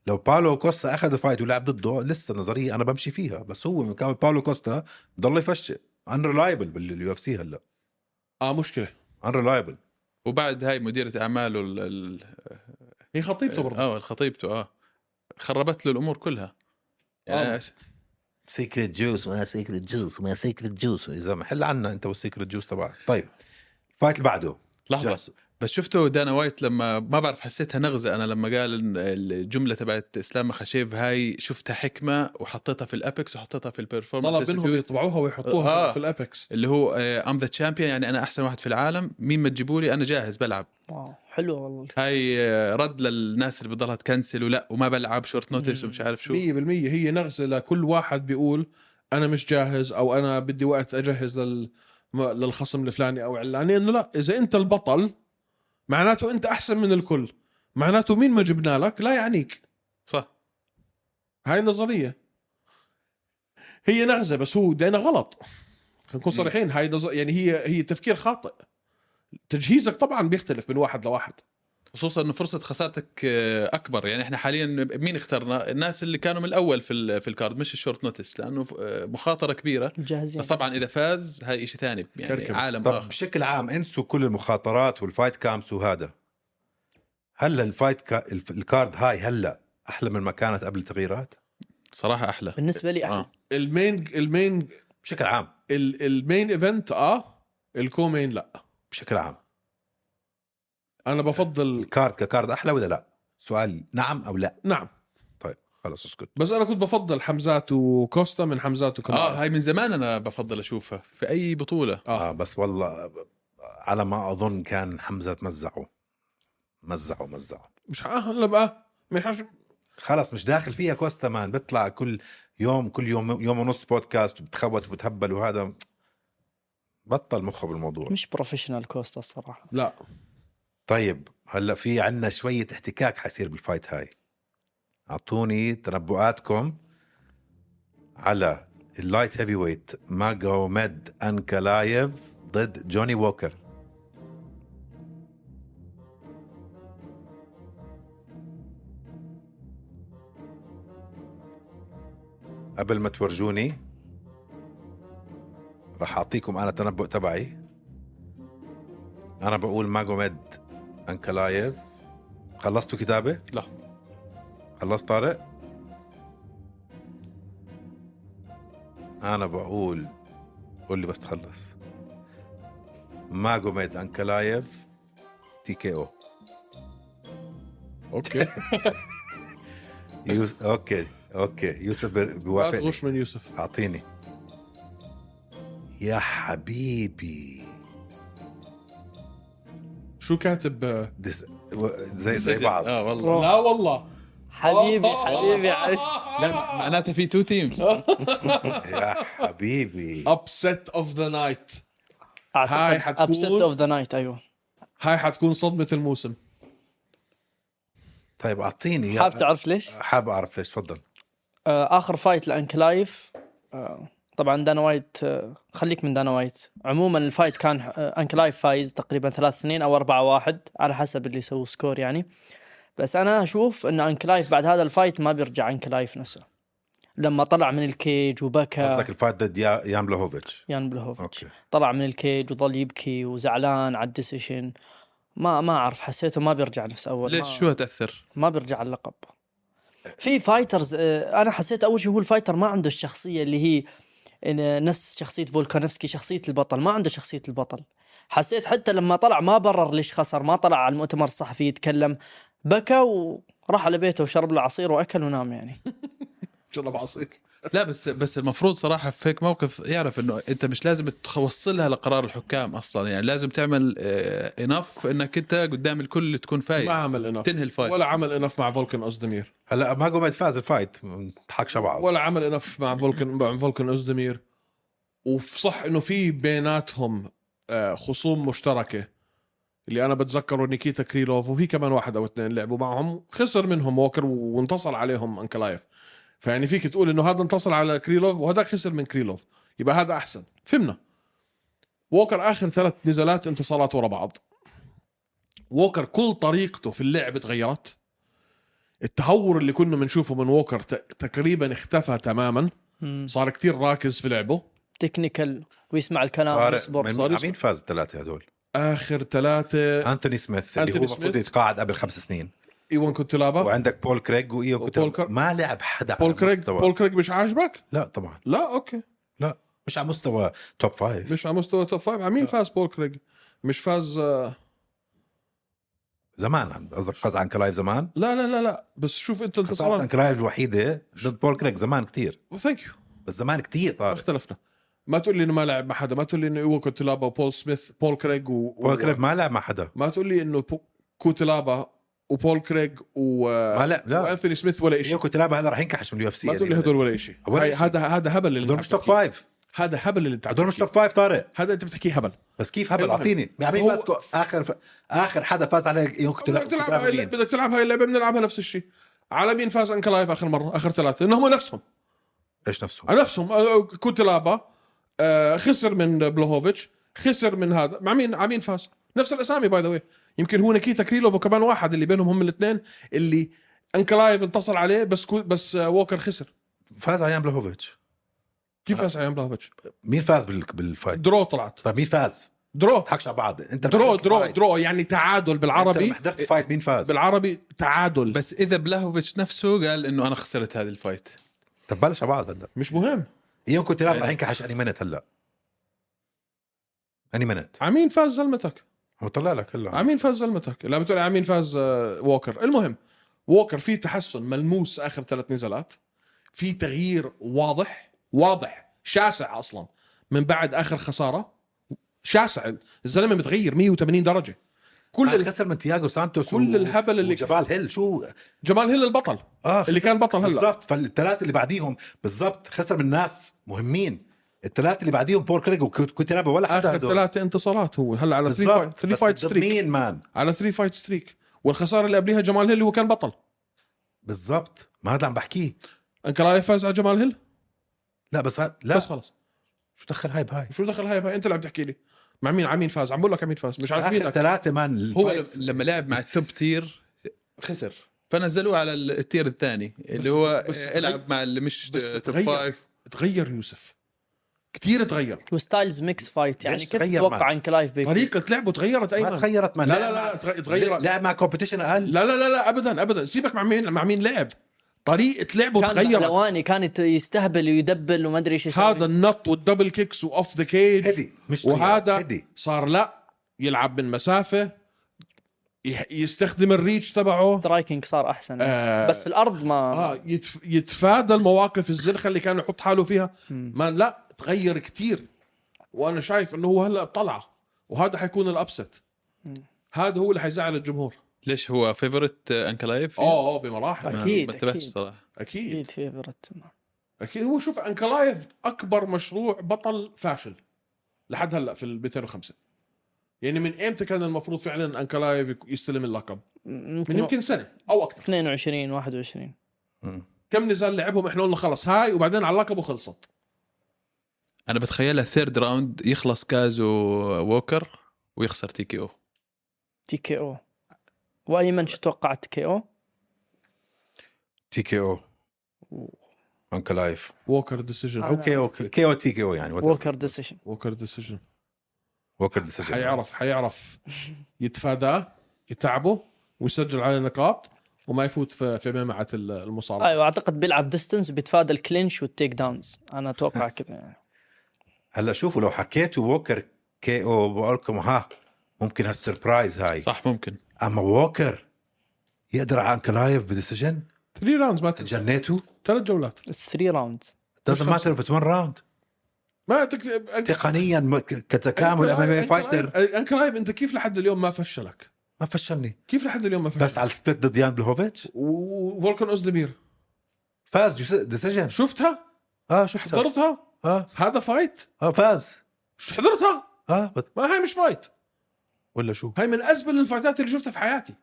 [SPEAKER 1] لو باولو كوستا اخذ فايت ولعب ضده لسه نظريه انا بمشي فيها بس هو من كاولو باولو كوستا ضل يفشل انريلايبل باليو اف سي هلا
[SPEAKER 2] اه مشكله
[SPEAKER 1] انريلايبل
[SPEAKER 4] وبعد هاي مديره اعماله ال... ال...
[SPEAKER 2] هي خطيبته برضه
[SPEAKER 4] اه خطيبته اه خربت له الامور كلها يعني
[SPEAKER 2] آه.
[SPEAKER 4] إيش؟
[SPEAKER 1] سيكريت جوس ما سيكريت جوس ما سيكريت جوس يا زلمه حل عنا انت والسيكريت جوس تبعك طيب الفايت اللي بعده
[SPEAKER 4] لحظه
[SPEAKER 1] جاس.
[SPEAKER 4] بس شفتوا دانا وايت لما ما بعرف حسيتها نغزه انا لما قال إن الجمله تبعت اسلام خشيف هاي شفتها حكمه وحطيتها في الابكس وحطيتها في
[SPEAKER 2] طلب
[SPEAKER 4] البرفورمانس
[SPEAKER 2] منهم يطبعوها ويحطوها
[SPEAKER 4] آه.
[SPEAKER 2] في- في الابكس
[SPEAKER 4] اللي هو ام ذا تشامبيون يعني انا احسن واحد في العالم مين ما تجيبوا لي انا جاهز بلعب
[SPEAKER 3] واو حلوه والله
[SPEAKER 4] هاي آه، رد للناس اللي بتضلها تكنسل ولا وما بلعب شورت نوتس
[SPEAKER 3] مم.
[SPEAKER 4] ومش عارف شو
[SPEAKER 2] 100% هي نغزه لكل واحد بيقول انا مش جاهز او انا بدي وقت اجهز لل م- للخصم الفلاني او علاني انه لا اذا انت البطل معناته انت احسن من الكل معناته مين ما جبنا لك لا يعنيك
[SPEAKER 4] صح
[SPEAKER 2] هاي النظريه هي نغزه بس هو دينا غلط خلينا نكون
[SPEAKER 4] مم.
[SPEAKER 2] صريحين هاي نظر يعني هي هي تفكير خاطئ تجهيزك طبعا بيختلف من واحد لواحد
[SPEAKER 4] خصوصا انه فرصه خسارتك آه، اكبر يعني احنا حاليا مين اخترنا الناس اللي كانوا من الاول في ال- في الكارد مش الشورت نوتس لانه آه، مخاطره كبيره
[SPEAKER 3] جاهزين
[SPEAKER 4] بس طبعا اذا فاز هاي شيء ثاني يعني
[SPEAKER 2] كركبة.
[SPEAKER 4] عالم
[SPEAKER 1] طب
[SPEAKER 4] اخر
[SPEAKER 1] بشكل عام انسوا كل المخاطرات والفايت كامس وهذا هلا الفايت كا... الف- الكارد هاي هلا احلى من ما كانت قبل التغييرات
[SPEAKER 4] صراحه احلى
[SPEAKER 3] بالنسبه لي احلى
[SPEAKER 4] آه.
[SPEAKER 2] المين المين
[SPEAKER 1] بشكل عام
[SPEAKER 2] ال- المين ايفنت اه الكومين لا
[SPEAKER 1] بشكل عام
[SPEAKER 2] انا بفضل
[SPEAKER 1] الكارد ككارد احلى ولا لا سؤال نعم او لا
[SPEAKER 2] نعم
[SPEAKER 1] خلص اسكت
[SPEAKER 2] بس انا كنت بفضل حمزات وكوستا من حمزات وكمان
[SPEAKER 4] اه هاي من زمان انا بفضل اشوفها في اي بطوله
[SPEAKER 1] آه. آه بس والله على ما اظن كان حمزه مزعه مزعه مزعه
[SPEAKER 2] مش اه هلا بقى مش حش...
[SPEAKER 1] خلص مش داخل فيها كوستا مان بيطلع كل يوم كل يوم يوم ونص بودكاست وبتخبط وبتهبل وهذا بطل مخه بالموضوع
[SPEAKER 3] مش بروفيشنال كوستا الصراحه
[SPEAKER 2] لا
[SPEAKER 1] طيب هلا في عنا شوية احتكاك حيصير بالفايت هاي اعطوني تنبؤاتكم على اللايت هيفي ويت ماجوميد انكلايف ضد جوني ووكر قبل ما تورجوني راح اعطيكم انا تنبؤ تبعي انا بقول ماجوميد انكلايف خلصتوا كتابه؟
[SPEAKER 4] لا.
[SPEAKER 1] خلصت طارق؟ انا بقول قول لي بس تخلص ماجوميد انكلايف تي كي او
[SPEAKER 2] اوكي
[SPEAKER 1] يوس... اوكي اوكي يوسف بر-
[SPEAKER 2] لا
[SPEAKER 1] بيوافقني
[SPEAKER 2] تغش من يوسف
[SPEAKER 1] اعطيني يا حبيبي
[SPEAKER 2] شو كاتب آه،
[SPEAKER 1] دس... و- زي زي
[SPEAKER 4] سجل.
[SPEAKER 1] بعض
[SPEAKER 4] اه والله
[SPEAKER 3] روح.
[SPEAKER 2] لا والله
[SPEAKER 3] حبيبي
[SPEAKER 2] آه،
[SPEAKER 3] حبيبي
[SPEAKER 2] آه،
[SPEAKER 3] عشت
[SPEAKER 4] لا معناتها في تو تيمز
[SPEAKER 1] يا حبيبي
[SPEAKER 2] ابست اوف ذا نايت هاي حتكون-
[SPEAKER 3] ابسيت اوف ذا نايت ايوه
[SPEAKER 2] هاي حتكون صدمه الموسم
[SPEAKER 1] طيب اعطيني يا-
[SPEAKER 3] حاب تعرف ليش؟
[SPEAKER 1] حاب اعرف ليش تفضل
[SPEAKER 3] آه، اخر فايت لانكلايف آه، طبعا دانا وايت آه، خليك من دانا وايت عموما الفايت كان آه، انكلايف فايز تقريبا 3 2 او 4 1 على حسب اللي يسوي سكور يعني بس انا اشوف ان انكلايف بعد هذا الفايت ما بيرجع انكلايف نفسه لما طلع من الكيج وبكى
[SPEAKER 1] قصدك الفايت ضد يا... يان بلوهوفيتش
[SPEAKER 3] يان بلهوفيتش
[SPEAKER 1] اوكي
[SPEAKER 3] طلع من الكيج وظل يبكي وزعلان على الديسيشن ما ما اعرف حسيته ما بيرجع نفس اول
[SPEAKER 4] ليش
[SPEAKER 3] ما-
[SPEAKER 4] شو هتاثر؟
[SPEAKER 3] ما بيرجع اللقب في فايترز آه، انا حسيت اول شيء هو الفايتر ما عنده الشخصيه اللي هي إن- نفس شخصيه فولكانوفسكي شخصيه البطل ما عنده شخصيه البطل حسيت حتى لما طلع ما برر ليش خسر ما طلع على المؤتمر الصحفي يتكلم بكى وراح على بيته وشرب له عصير واكل ونام يعني
[SPEAKER 2] شرب عصير
[SPEAKER 4] لا بس بس المفروض صراحه في هيك موقف يعرف انه انت مش لازم توصلها لقرار الحكام اصلا يعني لازم تعمل آه، انف انك انت قدام الكل تكون
[SPEAKER 2] ما
[SPEAKER 4] فايز
[SPEAKER 2] عمل انف
[SPEAKER 4] تنهي الفايت
[SPEAKER 2] ولا عمل انف مع فولكن اوزدمير
[SPEAKER 1] هلا ما قمت فاز الفايت تحكش بعض
[SPEAKER 2] ولا عمل انف مع فولكن مع فولكن اوزدمير وصح انه في بيناتهم آه، خصوم مشتركه اللي انا بتذكره نيكيتا كريلوف وفي كمان واحد او اثنين لعبوا معهم خسر منهم ووكر وانتصر عليهم انكلايف فيعني فيك تقول انه هذا انتصر على كريلوف وهذاك خسر من كريلوف يبقى هذا احسن فهمنا ووكر اخر ثلاث نزالات انتصارات ورا بعض ووكر كل طريقته في اللعب تغيرت التهور اللي كنا بنشوفه من ووكر ت- تقريبا اختفى تماما صار كتير راكز في لعبه
[SPEAKER 3] تكنيكال ويسمع الكلام
[SPEAKER 1] طارق،
[SPEAKER 3] ويصبر
[SPEAKER 1] من-
[SPEAKER 2] صار يصبر.
[SPEAKER 1] مين فاز الثلاثه هدول؟
[SPEAKER 2] اخر ثلاثه
[SPEAKER 1] انتوني سميث اللي هو
[SPEAKER 2] أنتوني
[SPEAKER 1] المفروض
[SPEAKER 2] سميث.
[SPEAKER 1] يتقاعد قبل خمس سنين
[SPEAKER 2] ايوان كنتلابا
[SPEAKER 1] وعندك بول كريج وايون
[SPEAKER 2] وبول
[SPEAKER 1] كوتر
[SPEAKER 2] كريج.
[SPEAKER 1] ما لعب حدا على
[SPEAKER 2] بول كريج
[SPEAKER 1] مستوى.
[SPEAKER 2] بول كريج مش عاجبك؟
[SPEAKER 1] لا طبعا
[SPEAKER 2] لا اوكي
[SPEAKER 1] مش على مستوى توب فايف
[SPEAKER 2] مش على مستوى توب فايف على مين فاز بول كريج؟ مش فاز آه،
[SPEAKER 1] زمان عم- قصدك فاز عن كلايف زمان
[SPEAKER 2] لا لا لا لا بس شوف انت
[SPEAKER 1] خسارة عن
[SPEAKER 2] انتصارات
[SPEAKER 1] كلايف الوحيده ضد بول كريج زمان كتير
[SPEAKER 2] ثانك يو
[SPEAKER 1] بس زمان كتير طارق
[SPEAKER 2] اختلفنا ما تقول لي انه ما لعب مع حدا ما تقول لي انه ايوان كنتلابا وبول سميث بول كريج و...
[SPEAKER 1] بول كريج ما لعب مع حدا
[SPEAKER 2] ما تقول لي انه بو- كوتلابا وبول كريج و...
[SPEAKER 1] ما لا لا
[SPEAKER 2] وانثوني سميث ولا شيء
[SPEAKER 1] ايون كوتر هذا رح ينكحش من اليو اف سي
[SPEAKER 2] آه،
[SPEAKER 1] يعني.
[SPEAKER 2] ما تقول لي هدول ولا شيء
[SPEAKER 1] ولا
[SPEAKER 2] هاي-
[SPEAKER 1] إشي.
[SPEAKER 2] هذا هذا هبل اللي
[SPEAKER 1] هدول
[SPEAKER 2] انت
[SPEAKER 1] مش
[SPEAKER 2] عم
[SPEAKER 1] توب
[SPEAKER 2] تحكيه.
[SPEAKER 1] فايف
[SPEAKER 2] هذا هبل اللي انت عم
[SPEAKER 1] هدول مش
[SPEAKER 2] تحكيه.
[SPEAKER 1] توب فايف طارق
[SPEAKER 2] هذا انت بتحكيه هبل
[SPEAKER 1] بس كيف هبل
[SPEAKER 2] المهم.
[SPEAKER 1] اعطيني مع مين
[SPEAKER 2] هو-
[SPEAKER 1] فاز كو- اخر ف... اخر حدا فاز على ايون
[SPEAKER 2] بدك تلعب هاي
[SPEAKER 1] كوتر
[SPEAKER 2] بدك تلعب هاي اللعبه بنلعبها نفس الشيء على مين فاز انكلايف اخر مره اخر ثلاثه انهم نفسهم
[SPEAKER 1] ايش نفسه
[SPEAKER 2] على نفسهم آه، آه، كوتلابا آه، خسر من بلوهوفيتش خسر من هذا مع مين على مين فاز نفس الاسامي باي ذا يمكن هو نيكيتا كريلوف وكمان واحد اللي بينهم هم الاثنين اللي انكلايف انتصر عليه بس كو بس آه، ووكر خسر
[SPEAKER 1] فاز على يان بلوهوفيتش
[SPEAKER 2] كيف آه. طيب. فاز على بلوهوفيتش
[SPEAKER 1] مين فاز بال... بالفايت
[SPEAKER 2] درو طلعت
[SPEAKER 1] طيب مين فاز
[SPEAKER 2] درو
[SPEAKER 1] تحكش على بعض انت
[SPEAKER 2] درو
[SPEAKER 1] حضرت
[SPEAKER 2] درو
[SPEAKER 1] فايت.
[SPEAKER 2] درو يعني تعادل
[SPEAKER 1] انت
[SPEAKER 2] بالعربي
[SPEAKER 1] لما حضرت فايت مين فاز
[SPEAKER 2] بالعربي تعادل
[SPEAKER 4] بس اذا بلاهوفيتش نفسه قال انه انا خسرت هذه الفايت
[SPEAKER 1] طب بلش على بعض هلا
[SPEAKER 2] مش مهم
[SPEAKER 1] يوم كنت
[SPEAKER 2] أيوة.
[SPEAKER 1] لعب رح ينكحش اني منت هلا اني منت
[SPEAKER 2] على مين فاز زلمتك
[SPEAKER 1] عم بطلع لك هلا
[SPEAKER 2] عمين فاز زلمتك لا بتقول عمين فاز آه، ووكر المهم ووكر في تحسن ملموس اخر ثلاث نزالات في تغيير واضح واضح شاسع اصلا من بعد اخر خساره شاسع الزلمه متغير 180 درجه كل
[SPEAKER 1] كل
[SPEAKER 2] ال-
[SPEAKER 1] خسر من تياغو سانتوس
[SPEAKER 2] كل الهبل اللي-
[SPEAKER 1] جبال هيل شو
[SPEAKER 2] جمال هيل البطل
[SPEAKER 1] اه
[SPEAKER 2] اللي كان بطل هلا
[SPEAKER 1] بالضبط فالثلاثه اللي بعديهم بالضبط خسر من ناس مهمين الثلاثه اللي بعديهم بول كريج وكنت لعبه ولا حدا
[SPEAKER 2] اخر
[SPEAKER 1] هدول.
[SPEAKER 2] ثلاثه انتصارات هو هلا على 3
[SPEAKER 1] بالضبط
[SPEAKER 2] فايت 3
[SPEAKER 1] بس
[SPEAKER 2] فايت
[SPEAKER 1] ضد
[SPEAKER 2] ستريك
[SPEAKER 1] مين مان
[SPEAKER 2] على 3 فايت ستريك والخساره اللي قبليها جمال هيل اللي هو كان بطل
[SPEAKER 1] بالضبط ما هذا اللي عم بحكيه
[SPEAKER 2] انكلايف فاز على جمال هيل
[SPEAKER 1] لا بس ه- لا
[SPEAKER 2] بس
[SPEAKER 1] بس
[SPEAKER 2] خلص
[SPEAKER 1] شو دخل هاي بهاي
[SPEAKER 2] شو دخل هاي بقى؟ انت اللي عم تحكي لي مع مين عمين فاز عم بقول لك عمين فاز مش عارف مين
[SPEAKER 1] اخر ثلاثه مان
[SPEAKER 4] هو
[SPEAKER 1] الفايتس-
[SPEAKER 4] لما لعب مع التوب تير خسر فنزلوه على التير الثاني اللي هو
[SPEAKER 2] بس
[SPEAKER 4] العب مع اللي مش
[SPEAKER 2] بس
[SPEAKER 4] توب
[SPEAKER 2] تغير.
[SPEAKER 4] فايف
[SPEAKER 2] تغير يوسف كتير تغير
[SPEAKER 3] وستايلز ميكس فايت يعني
[SPEAKER 1] ليش
[SPEAKER 3] كيف
[SPEAKER 1] تغير
[SPEAKER 3] تتوقع
[SPEAKER 1] معك؟
[SPEAKER 3] انكلايف بيفوز؟
[SPEAKER 2] طريقة لعبه تغيرت
[SPEAKER 1] ما
[SPEAKER 2] ايمن
[SPEAKER 1] تغيرت مان
[SPEAKER 2] لا لا لا لا تغ- تغيرت
[SPEAKER 1] لا مع كومبيتيشن اقل
[SPEAKER 2] لا لا لا لا ابدا ابدا سيبك مع مين مع مين لعب طريقة لعبه
[SPEAKER 3] كان
[SPEAKER 2] تغيرت
[SPEAKER 3] الاواني كانت يستهبل ويدبل وما ادري ايش يسوي.
[SPEAKER 2] هذا النط والدبل كيكس واوف ذا كيج
[SPEAKER 1] هدي مش
[SPEAKER 2] وهذا
[SPEAKER 1] هدي
[SPEAKER 2] صار لا يلعب من مسافة يح- يستخدم الريتش تبعه
[SPEAKER 3] سترايكنج صار احسن
[SPEAKER 2] آه
[SPEAKER 3] بس في الارض ما
[SPEAKER 2] اه يتف... يتفادى المواقف الزنخه اللي كان يحط حاله فيها
[SPEAKER 3] مم.
[SPEAKER 2] ما لا تغير كتير وانا شايف انه هو هلا طلعه وهذا حيكون الابست
[SPEAKER 3] مم.
[SPEAKER 2] هذا هو اللي حيزعل الجمهور
[SPEAKER 4] ليش هو فيفورت انكلايف؟
[SPEAKER 2] اه اه بمراحل
[SPEAKER 3] أكيد. أكيد.
[SPEAKER 4] ما انتبهتش صراحه
[SPEAKER 2] اكيد
[SPEAKER 3] اكيد فيفرت
[SPEAKER 2] اكيد هو شوف انكلايف اكبر مشروع بطل فاشل لحد هلا في ال 205 يعني من امتى كان المفروض فعلا انكلايف يك- يستلم اللقب؟ من
[SPEAKER 3] يمكن
[SPEAKER 2] يعني يمكن سنه او اكثر
[SPEAKER 3] 22 21
[SPEAKER 1] مم.
[SPEAKER 2] كم نزال لعبهم احنا قلنا خلص هاي وبعدين على اللقب وخلصت
[SPEAKER 4] انا بتخيلها ثيرد راوند يخلص كاز ووكر ويخسر تي كي او
[SPEAKER 3] تي كي او وايمن شو توقعت كي او؟
[SPEAKER 1] تي كي او انكل لايف
[SPEAKER 2] ووكر ديسيجن
[SPEAKER 3] أنا-
[SPEAKER 1] او كي او كي او تي كي او يعني whatever.
[SPEAKER 3] ووكر ديسيشن
[SPEAKER 2] ووكر ديسيجن
[SPEAKER 1] ووكر ديسيجن
[SPEAKER 2] حيعرف حيعرف يتفاداه يتعبه ويسجل على نقاط وما يفوت في في مجموعه المصارعه
[SPEAKER 3] ايوه اعتقد بيلعب ديستنس وبيتفادى الكلينش والتيك داونز انا اتوقع كذا يعني
[SPEAKER 1] هلا شوفوا لو حكيتوا ووكر كي او بقول لكم ها ممكن هالسربرايز هاي
[SPEAKER 4] صح ممكن
[SPEAKER 1] اما ووكر يقدر على انكل لايف بديسيجن
[SPEAKER 2] 3 راوندز ما تنسى
[SPEAKER 1] جنيته
[SPEAKER 2] ثلاث جولات
[SPEAKER 3] الثري راوندز
[SPEAKER 1] دازنت ماتر اف ون راوند
[SPEAKER 2] ما تكتب
[SPEAKER 1] تقنيا م- ك- كتكامل إيه ام ام اي فايتر
[SPEAKER 2] انكرايف انت كيف لحد اليوم ما فشلك؟
[SPEAKER 1] ما فشلني
[SPEAKER 2] كيف لحد اليوم ما فشلك؟
[SPEAKER 1] بس على السبليت ضد يان بلوفيتش
[SPEAKER 2] وفولكان اوزدمير
[SPEAKER 1] فاز ديسيجن
[SPEAKER 2] شفتها؟
[SPEAKER 1] اه شفت
[SPEAKER 2] حضرتها؟
[SPEAKER 1] اه
[SPEAKER 2] هذا فايت؟
[SPEAKER 1] اه فاز
[SPEAKER 2] ش- حضرتها؟
[SPEAKER 1] اه بت-
[SPEAKER 2] ما هاي مش فايت
[SPEAKER 1] ولا شو
[SPEAKER 2] هاي من ازبل الفايتات اللي شفتها في حياتي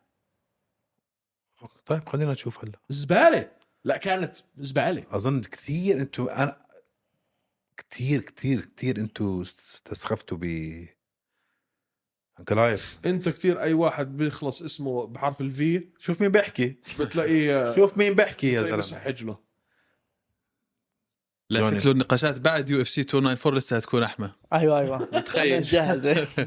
[SPEAKER 1] طيب خلينا نشوف هلا
[SPEAKER 2] زباله لا كانت زباله
[SPEAKER 1] اظن كثير انتم انا كثير كثير كثير انتم استسخفتوا ب انكلايف
[SPEAKER 2] انت كثير اي واحد بيخلص اسمه بحرف الفي
[SPEAKER 1] شوف مين بحكي
[SPEAKER 2] بتلاقيه
[SPEAKER 1] شوف مين بحكي يا
[SPEAKER 2] طيب
[SPEAKER 1] زلمه
[SPEAKER 2] مسح حجله
[SPEAKER 4] لا
[SPEAKER 1] جوني.
[SPEAKER 4] شكله النقاشات بعد يو اف سي 294 لسه هتكون احمى
[SPEAKER 3] ايوه ايوه
[SPEAKER 4] تخيل.
[SPEAKER 3] جاهز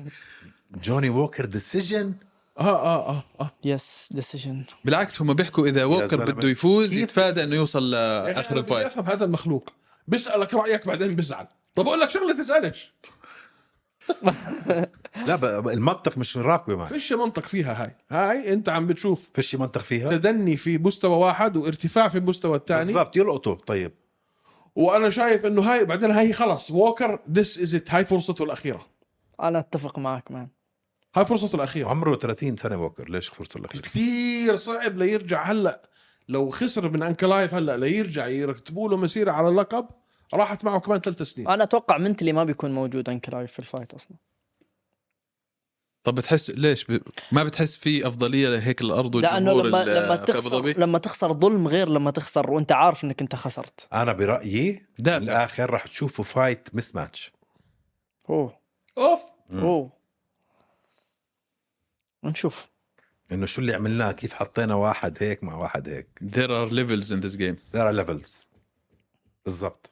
[SPEAKER 1] جوني ووكر ديسيجن
[SPEAKER 2] اه اه اه اه
[SPEAKER 3] يس ديسيشن
[SPEAKER 4] بالعكس هم بيحكوا اذا
[SPEAKER 1] زلمة.
[SPEAKER 4] ووكر بده يفوز
[SPEAKER 1] كيف؟
[SPEAKER 4] يتفادى انه يوصل لاخر
[SPEAKER 2] اخر
[SPEAKER 4] الفايت
[SPEAKER 2] افهم هذا المخلوق بيسالك رايك بعدين بزعل طب اقول لك شغله تسالش
[SPEAKER 1] لا ب- ب- المنطق مش راكبه معي
[SPEAKER 2] فيش منطق فيها هاي هاي انت عم بتشوف
[SPEAKER 1] فيش منطق فيها
[SPEAKER 2] تدني في مستوى واحد وارتفاع في المستوى الثاني
[SPEAKER 1] بالضبط يلقطوا طيب
[SPEAKER 2] وانا شايف انه هاي بعدين هاي خلاص ووكر ذس از هاي فرصته الاخيره
[SPEAKER 3] انا اتفق معك مان
[SPEAKER 2] هاي فرصته الاخيره
[SPEAKER 1] عمره 30 سنه ووكر ليش فرصه
[SPEAKER 2] طيب.
[SPEAKER 1] الاخيره
[SPEAKER 2] كثير صعب ليرجع هلا لو خسر من انكلايف هلا ليرجع يرتبوا له مسيره على اللقب راحت معه كمان ثلاث سنين
[SPEAKER 3] انا اتوقع منتلي ما بيكون موجود انكلايف في الفايت اصلا
[SPEAKER 4] طب بتحس ليش ب... ما بتحس في افضليه لهيك الارض
[SPEAKER 3] لانه
[SPEAKER 4] والجمهور
[SPEAKER 3] لما
[SPEAKER 4] ال-
[SPEAKER 3] لما
[SPEAKER 4] في
[SPEAKER 3] تخسر
[SPEAKER 4] أبوظبي؟
[SPEAKER 3] لما تخسر ظلم غير لما تخسر وانت عارف انك انت خسرت
[SPEAKER 1] انا برايي
[SPEAKER 4] دافع
[SPEAKER 1] بالاخر رح تشوفوا فايت مس ماتش
[SPEAKER 3] اوه
[SPEAKER 2] اوف
[SPEAKER 3] اوه نشوف
[SPEAKER 1] انه شو اللي عملناه كيف حطينا واحد هيك مع واحد هيك
[SPEAKER 4] there are levels in this game
[SPEAKER 1] There are levels بالضبط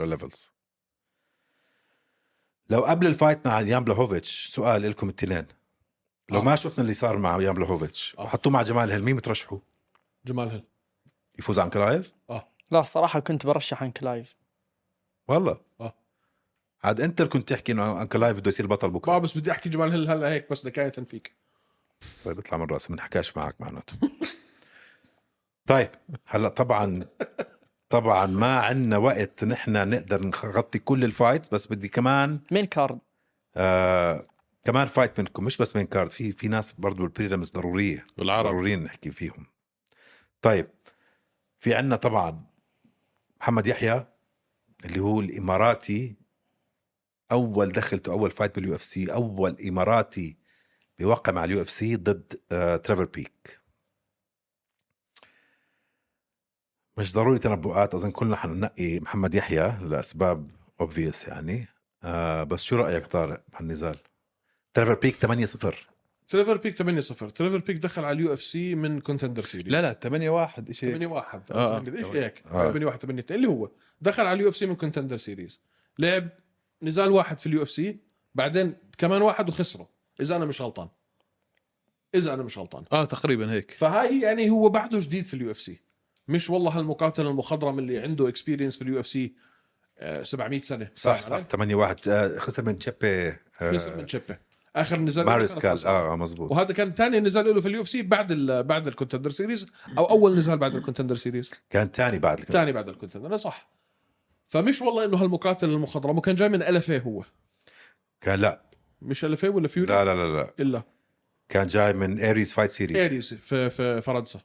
[SPEAKER 1] There are levels لو قبل الفايت مع يان بلوهوفيتش سؤال لكم التنين لو
[SPEAKER 2] آه.
[SPEAKER 1] ما شفنا اللي صار مع يان بلوهوفيتش
[SPEAKER 2] آه.
[SPEAKER 1] وحطوه مع جمال هل مين بترشحوا
[SPEAKER 2] جمال هيل
[SPEAKER 1] يفوز عن كلايف
[SPEAKER 3] لا صراحه كنت برشح انكلايف
[SPEAKER 1] والله
[SPEAKER 2] آه.
[SPEAKER 1] عاد انت اللي كنت تحكي انه عن كلايف بده يصير بطل بكره
[SPEAKER 2] ما بس بدي احكي جمال هيل هلا هيك بس نكايه فيك
[SPEAKER 1] طيب اطلع من راسي ما نحكاش معك معناته طيب هلا طبعا طبعا ما عندنا وقت نحن نقدر نغطي كل الفايتس بس بدي كمان
[SPEAKER 3] مين كارد
[SPEAKER 1] آه كمان فايت منكم مش بس من كارد في في ناس برضو البريلمز ضروريه
[SPEAKER 4] والعرب
[SPEAKER 1] ضروريين نحكي فيهم طيب في عنا طبعا محمد يحيى اللي هو الاماراتي اول دخلته اول فايت باليو اف سي اول اماراتي بيوقع مع اليو اف سي ضد آه تريفر بيك مش ضروري تنبؤات اظن كلنا حننقي محمد يحيى لاسباب اوبفيوس يعني آه بس شو رايك طارق بهالنزال؟ تريفر بيك 8 0
[SPEAKER 2] تريفر بيك 8 0 تريفر بيك دخل على اليو اف سي من كونتندر سيريز
[SPEAKER 4] لا لا 8 1 شيء
[SPEAKER 2] 8 1
[SPEAKER 4] آه.
[SPEAKER 2] ايش هيك
[SPEAKER 1] آه.
[SPEAKER 2] 8 1 8 اللي هو دخل على اليو اف سي من كونتندر سيريز لعب نزال واحد في اليو اف سي بعدين كمان واحد وخسره اذا انا مش غلطان اذا انا مش غلطان
[SPEAKER 4] اه تقريبا هيك
[SPEAKER 2] فهاي يعني هو بعده جديد في اليو اف سي مش والله هالمقاتل المخضرم اللي عنده اكسبيرينس في اليو اف سي آه، 700 سنه
[SPEAKER 1] صح
[SPEAKER 2] فاهم
[SPEAKER 1] صح
[SPEAKER 2] علي؟
[SPEAKER 1] 8 1 خسر من تشيبي آه،
[SPEAKER 2] خسر من شبه اخر نزال له
[SPEAKER 1] ماريس
[SPEAKER 2] كان
[SPEAKER 1] كال
[SPEAKER 2] 2019.
[SPEAKER 1] اه آه، مزبوط
[SPEAKER 2] وهذا كان ثاني نزال له في اليو اف سي بعد ال بعد الكونتندر سيريز او اول نزال بعد الكونتندر سيريز
[SPEAKER 1] كان ثاني بعد الكل.
[SPEAKER 2] ثاني بعد الكونتندر أنا صح فمش والله انه هالمقاتل المخضرم وكان جاي من الفا هو
[SPEAKER 1] كان لا
[SPEAKER 2] مش الفا ولا فيوري
[SPEAKER 1] لا لا لا لا
[SPEAKER 2] الا
[SPEAKER 1] كان جاي من ايريز فايت سيريز
[SPEAKER 2] ايريز في في فرنسا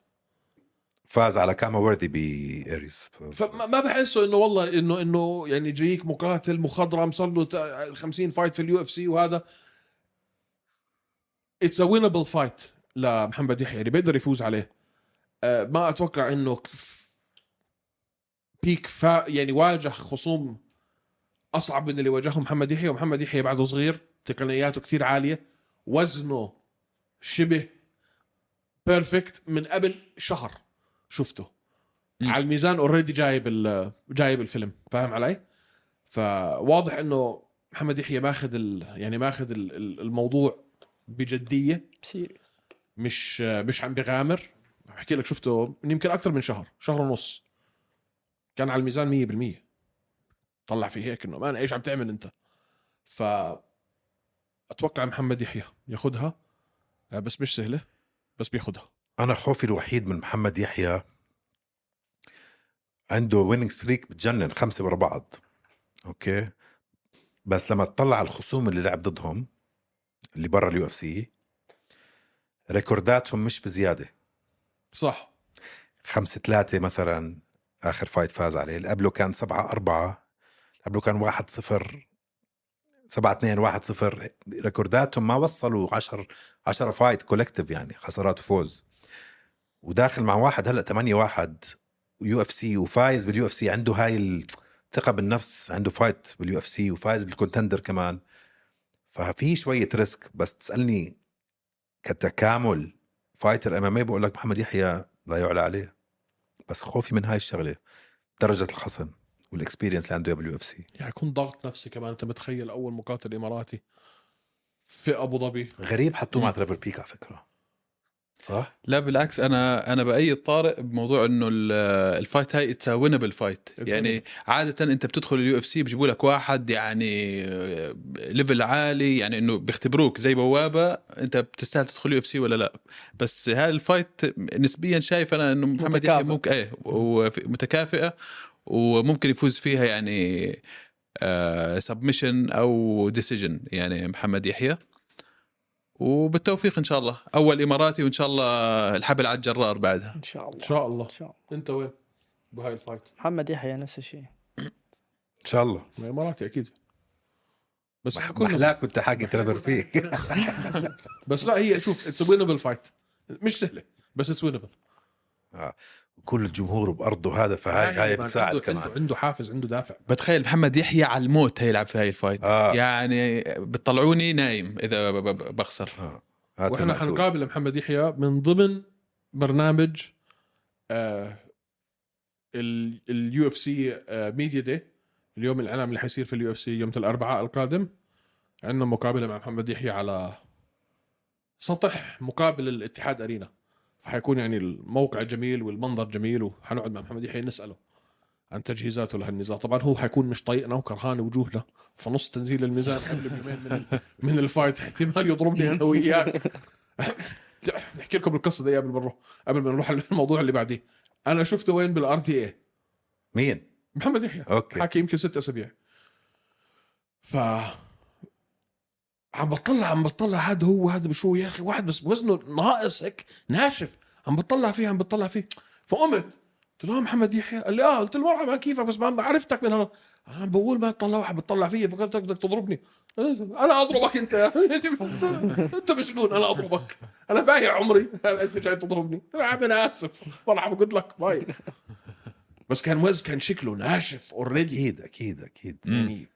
[SPEAKER 1] فاز على كاما وردي بايريز
[SPEAKER 2] فما ما بحسه انه والله انه انه يعني جايك مقاتل مخضرم صار له تا- 50 فايت في اليو اف سي وهذا اتس ا وينبل فايت لمحمد يحيى يعني بيقدر يفوز عليه آه، ما اتوقع انه كف- بيك فا يعني واجه خصوم اصعب من اللي واجهه محمد يحيى ومحمد يحيى بعده صغير تقنياته كتير عاليه وزنه شبه بيرفكت من قبل شهر شفته
[SPEAKER 4] مم.
[SPEAKER 2] على الميزان اوريدي جايب ال- جايب الفيلم فاهم علي؟ فواضح انه محمد يحيى ماخذ ال- يعني ماخذ ال- ال- الموضوع بجديه
[SPEAKER 3] سيريس
[SPEAKER 2] مش مش عم بغامر بحكي لك شفته من يمكن اكثر من شهر شهر ونص كان على الميزان 100% طلع في هيك انه مان ايش عم تعمل انت ف اتوقع محمد يحيى ياخذها آه، بس مش سهله بس بياخذها
[SPEAKER 1] انا خوفي الوحيد من محمد يحيى عنده ويننج ستريك بتجنن خمسه ورا بعض اوكي بس لما تطلع على الخصوم اللي لعب ضدهم اللي برا اليو اف سي ريكورداتهم مش بزياده
[SPEAKER 2] صح
[SPEAKER 1] خمسة ثلاثة مثلا آخر فايت فاز عليه اللي قبله كان سبعة أربعة اللي قبله كان واحد صفر سبعة اثنين واحد صفر ريكورداتهم ما وصلوا عشر عشرة فايت كولكتيف يعني خسارات وفوز وداخل مع واحد هلا ثمانية واحد يو اف سي وفايز باليو اف سي عنده هاي الثقة بالنفس عنده فايت باليو اف سي وفايز بالكونتندر كمان ففي شوية ريسك بس تسألني كتكامل فايتر امامي بقول لك محمد يحيى لا يعلى عليه بس خوفي من هاي الشغله درجه الخصم والاكسبيرينس اللي عنده إياه باليو اف سي
[SPEAKER 2] يعني يكون ضغط نفسي كمان انت متخيل اول مقاتل اماراتي في ابو ظبي
[SPEAKER 1] غريب حطوه
[SPEAKER 4] مم.
[SPEAKER 1] مع ترافل بيك على فكره صح؟
[SPEAKER 4] لا بالعكس انا انا بايد طارق بموضوع انه ال- الفايت هاي اتس وينبل فايت
[SPEAKER 2] It's
[SPEAKER 4] يعني عاده انت بتدخل اليو اف سي بيجيبوا لك واحد يعني آه، ليفل عالي يعني انه بيختبروك زي بوابه انت بتستاهل تدخل اليو اف سي ولا لا بس هاي الفايت نسبيا شايف انا انه محمد يحيى
[SPEAKER 3] متكافئ.
[SPEAKER 4] ممكن ايه وفي- متكافئه وممكن يفوز فيها يعني آه، سبمشن او ديسيجن يعني محمد يحيى وبالتوفيق ان شاء الله اول اماراتي وان شاء الله الحبل على الجرار بعدها
[SPEAKER 3] ان شاء الله
[SPEAKER 2] ان شاء الله
[SPEAKER 3] ان شاء الله
[SPEAKER 2] انت وين بهاي الفايت
[SPEAKER 3] محمد يحيى نفس الشيء
[SPEAKER 1] ان شاء الله
[SPEAKER 2] ما اماراتي اكيد بس
[SPEAKER 1] مح-
[SPEAKER 2] كلنا-
[SPEAKER 1] محلاك كنت حاكي ترافل بيك
[SPEAKER 2] بس لا هي شوف اتس وينبل فايت مش سهله بس اتس وينبل
[SPEAKER 1] كل الجمهور بارضه هذا فهاي هاي بتساعد كمان
[SPEAKER 2] عنده حافز عنده دافع
[SPEAKER 4] بتخيل محمد يحيى على الموت هيلعب في هاي الفايت
[SPEAKER 1] آه.
[SPEAKER 4] يعني بتطلعوني نايم اذا ب- ب- بخسر
[SPEAKER 1] آه. هات
[SPEAKER 2] واحنا
[SPEAKER 1] المأكول.
[SPEAKER 2] حنقابل محمد يحيى من ضمن برنامج آه، اليو اف سي ميديا داي آه، اليوم الاعلام اللي حيصير في اليو اف سي يوم الاربعاء القادم عندنا مقابله مع محمد يحيى على سطح مقابل الاتحاد ارينا فحيكون يعني الموقع جميل والمنظر جميل وحنقعد مع محمد يحيى نساله عن تجهيزاته لهالنزال طبعا هو حيكون مش طايقنا وكرهان وجوهنا فنص تنزيل الميزان قبل بيومين من, من الفايت احتمال يضربني انا وياك نحكي لكم القصه دي قبل ما نروح قبل ما نروح على الموضوع اللي بعديه انا شفته وين بالار تي اي
[SPEAKER 1] مين؟
[SPEAKER 2] محمد يحيى
[SPEAKER 1] اوكي
[SPEAKER 2] حكي يمكن ست اسابيع ف عم بطلع عم بطلع هذا هو هذا بشو يا اخي واحد بس وزنه ناقص هيك ناشف عم بطلع فيه عم بطلع فيه فقمت قلت له آه محمد يحيى قال لي اه قلت له مرحبا كيفك بس ما عرفتك من هلا انا بقول ما تطلع واحد بتطلع فيي فكرتك بدك تضربني انا اضربك انت انت مجنون انا اضربك انا بايع عمري انت جاي تضربني يا عم انا اسف مرحبا جود لك باي بس كان وز كان شكله ناشف اوريدي
[SPEAKER 1] اكيد اكيد اكيد
[SPEAKER 4] مم.
[SPEAKER 2] يعني